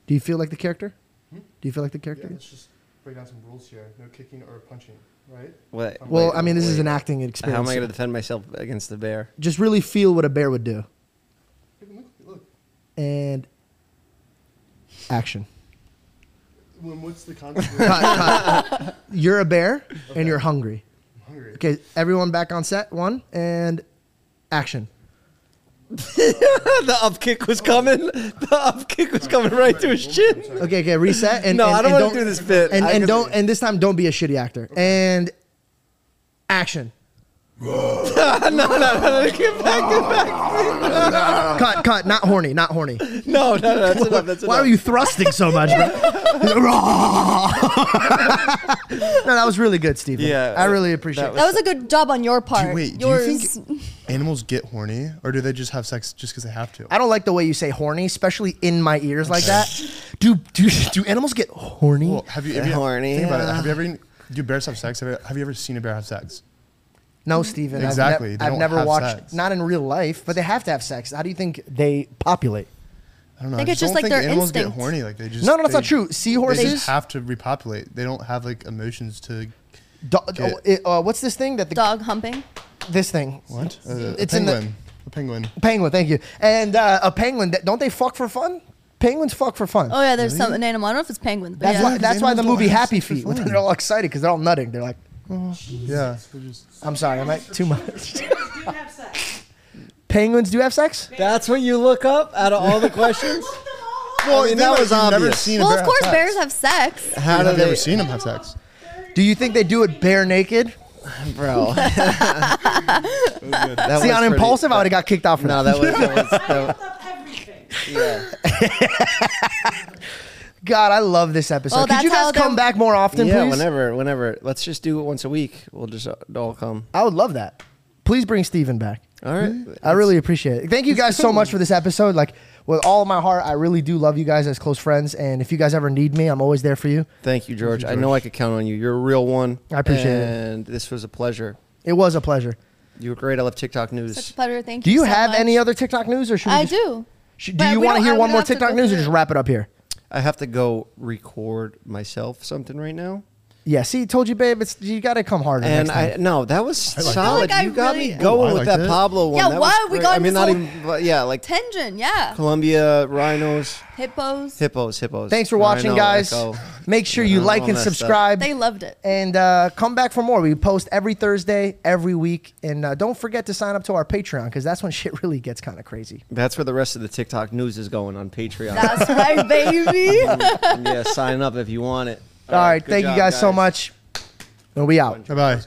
B: do you feel like the character? Do you feel like the character?
E: let's just break down some rules here. No kicking or punching, right?
A: What?
B: Well,
A: wait,
B: I mean, this is
A: wait.
B: an acting experience.
A: How am I going to
B: so
A: defend myself against the bear?
B: Just really feel what a bear would do,
E: Look, look.
B: and action.
E: When, what's the concept?
B: Cut, cut. You're a bear, and you're hungry.
E: I'm hungry.
B: Okay, everyone back on set. One and action.
A: the up kick was coming. The up kick was coming right to his chin.
B: Okay, okay, reset. And
A: No,
B: and-
A: I don't
B: and
A: want to do this bit.
B: and,
A: I
B: and
A: can-
B: don't and this time don't be a shitty actor and action no, no, no, no, Cut, cut, not horny, not horny.
A: No, no, no. That's enough. That's
B: Why
A: enough.
B: are you thrusting so much, bro? no, that was really good, Steven.
A: Yeah,
B: I really
A: that
B: appreciate it.
A: was-
C: That was a good job on your part.
E: Do- wait, do you
C: Yours.
E: think animals get horny, or do they just have sex just because they have to?
B: I don't like the way you say horny, especially in my ears like that. Do do do animals get horny?
E: Well, have you ever
A: Horny,
E: Think about it.
A: yeah.
E: Have you ever? Do bears have sex? Have you, have you ever seen a bear have sex?
B: No, Steven.
E: Exactly.
B: I've,
E: They
B: nev- I've
E: don't
B: never
E: have
B: watched,
E: sex.
B: not in real life, but they have to have sex. How do you think they populate?
E: I don't know.
C: Think
E: I
C: it's
E: just,
C: just
E: don't
C: like
E: think
C: their
E: animals
C: instinct.
E: get horny. Like they just
B: No, no, that's
E: they-
B: not true. Seahorses-
E: they just have to repopulate. They don't have like emotions to
B: Do-
E: Get-
B: it- uh, what's this thing that the
C: Dog humping.
B: this thing?
E: what Uh, a, a
B: It's in the-
E: penguin. a penguin.
B: Penguin, thank you. And uh, a penguin, that- don't they fuck for fun? Penguins fuck for fun.
C: Oh yeah, there's some an animal. I don't know if it's penguins, but
B: That's
C: yeah.
B: why. That's why the
E: animals don't
B: movie
E: have
B: Happy
E: sex for
B: Feet.
E: fun.
B: They're all excited because they're all nutting. They're like, Oh,
E: Yeah.
B: I'm sorry, am I too much?
F: You can have sex.
B: Penguins do have sex.
A: That's what you look up out of all the questions.
F: Look them all up.
A: Well, I mean, that was
E: Never
A: obvious.
E: seen a
C: well,
E: bear
C: of course,
E: have
C: bears
E: sex.
C: have sex.
A: How do
E: I've
A: they,
E: never seen them have sex.
B: Do you think they do it bare naked?
A: bro? That
B: See,
A: was
B: on
A: pretty-
B: impulsive, I would have got kicked out for
A: No,
B: that.
A: that was. That was, that was
F: Look up everything.
A: yeah.
B: God, I love this episode.
C: Well,
B: Could you
C: that's how
B: guys come
C: they're-
B: back more often,
A: yeah,
B: please?
A: whenever, whenever. Let's just do it once a week. We'll just uh, all come.
B: I would love that. Please bring Steven back. Hmm?
A: All right.
B: I really appreciate it. Thank you guys so much for this episode. Like, with all my heart, I really do love you guys as close friends. And if you guys ever need me, I'm always there for you.
A: Thank you, George. I know I could count on you. You're a real one.
B: I appreciate it.
A: And this was a pleasure.
B: It was a pleasure.
A: You were great. I love TikTok news.
C: Such a pleasure. Thank
B: Do
C: you.
B: you
C: so
B: have
C: much.
B: any other TikTok news, or should we
C: I
B: just-
C: do.
B: Should, do
C: But
B: you
C: we
B: want to
C: don't-
B: hear
C: I-
B: one
C: we
B: more
C: don't have to
B: TikTok
C: go
B: news, or
C: through
B: just
C: it.
B: wrap it up here?
A: I have to go record myself something right now.
B: Yeah. See, told you, babe. It's you got to come harder.
A: And
B: next time.
A: I no, that was
E: like Oh,
A: solid.
C: that. I
A: you got
C: really-
A: me going
E: I
A: with
E: like
A: that
E: that.
A: Pablo one.
C: Yeah,
A: that
C: why?
A: was
C: We
A: great.
C: got
A: I mean,
C: this
A: not
C: whole-
A: even. But yeah, like
C: Tangent, yeah.
A: Columbia rhinos,
C: Hippos.
A: hippos, hippos.
B: Thanks for
A: Rhino,
B: watching, guys.
A: echo.
B: Make sure you
A: Rhino,
B: like
A: all
B: and
A: that stuff.
B: subscribe.
C: They loved it.
B: and uh, come back for more. We post every Thursday, every week, and uh, don't forget to sign up to our Patreon because that's when shit really gets kind of crazy.
A: That's where the rest of the TikTok news is going on Patreon.
C: That's right, baby.
A: yeah, sign up if you want it.
B: All right, thank you guys, so much, and we out.
E: Bye bye.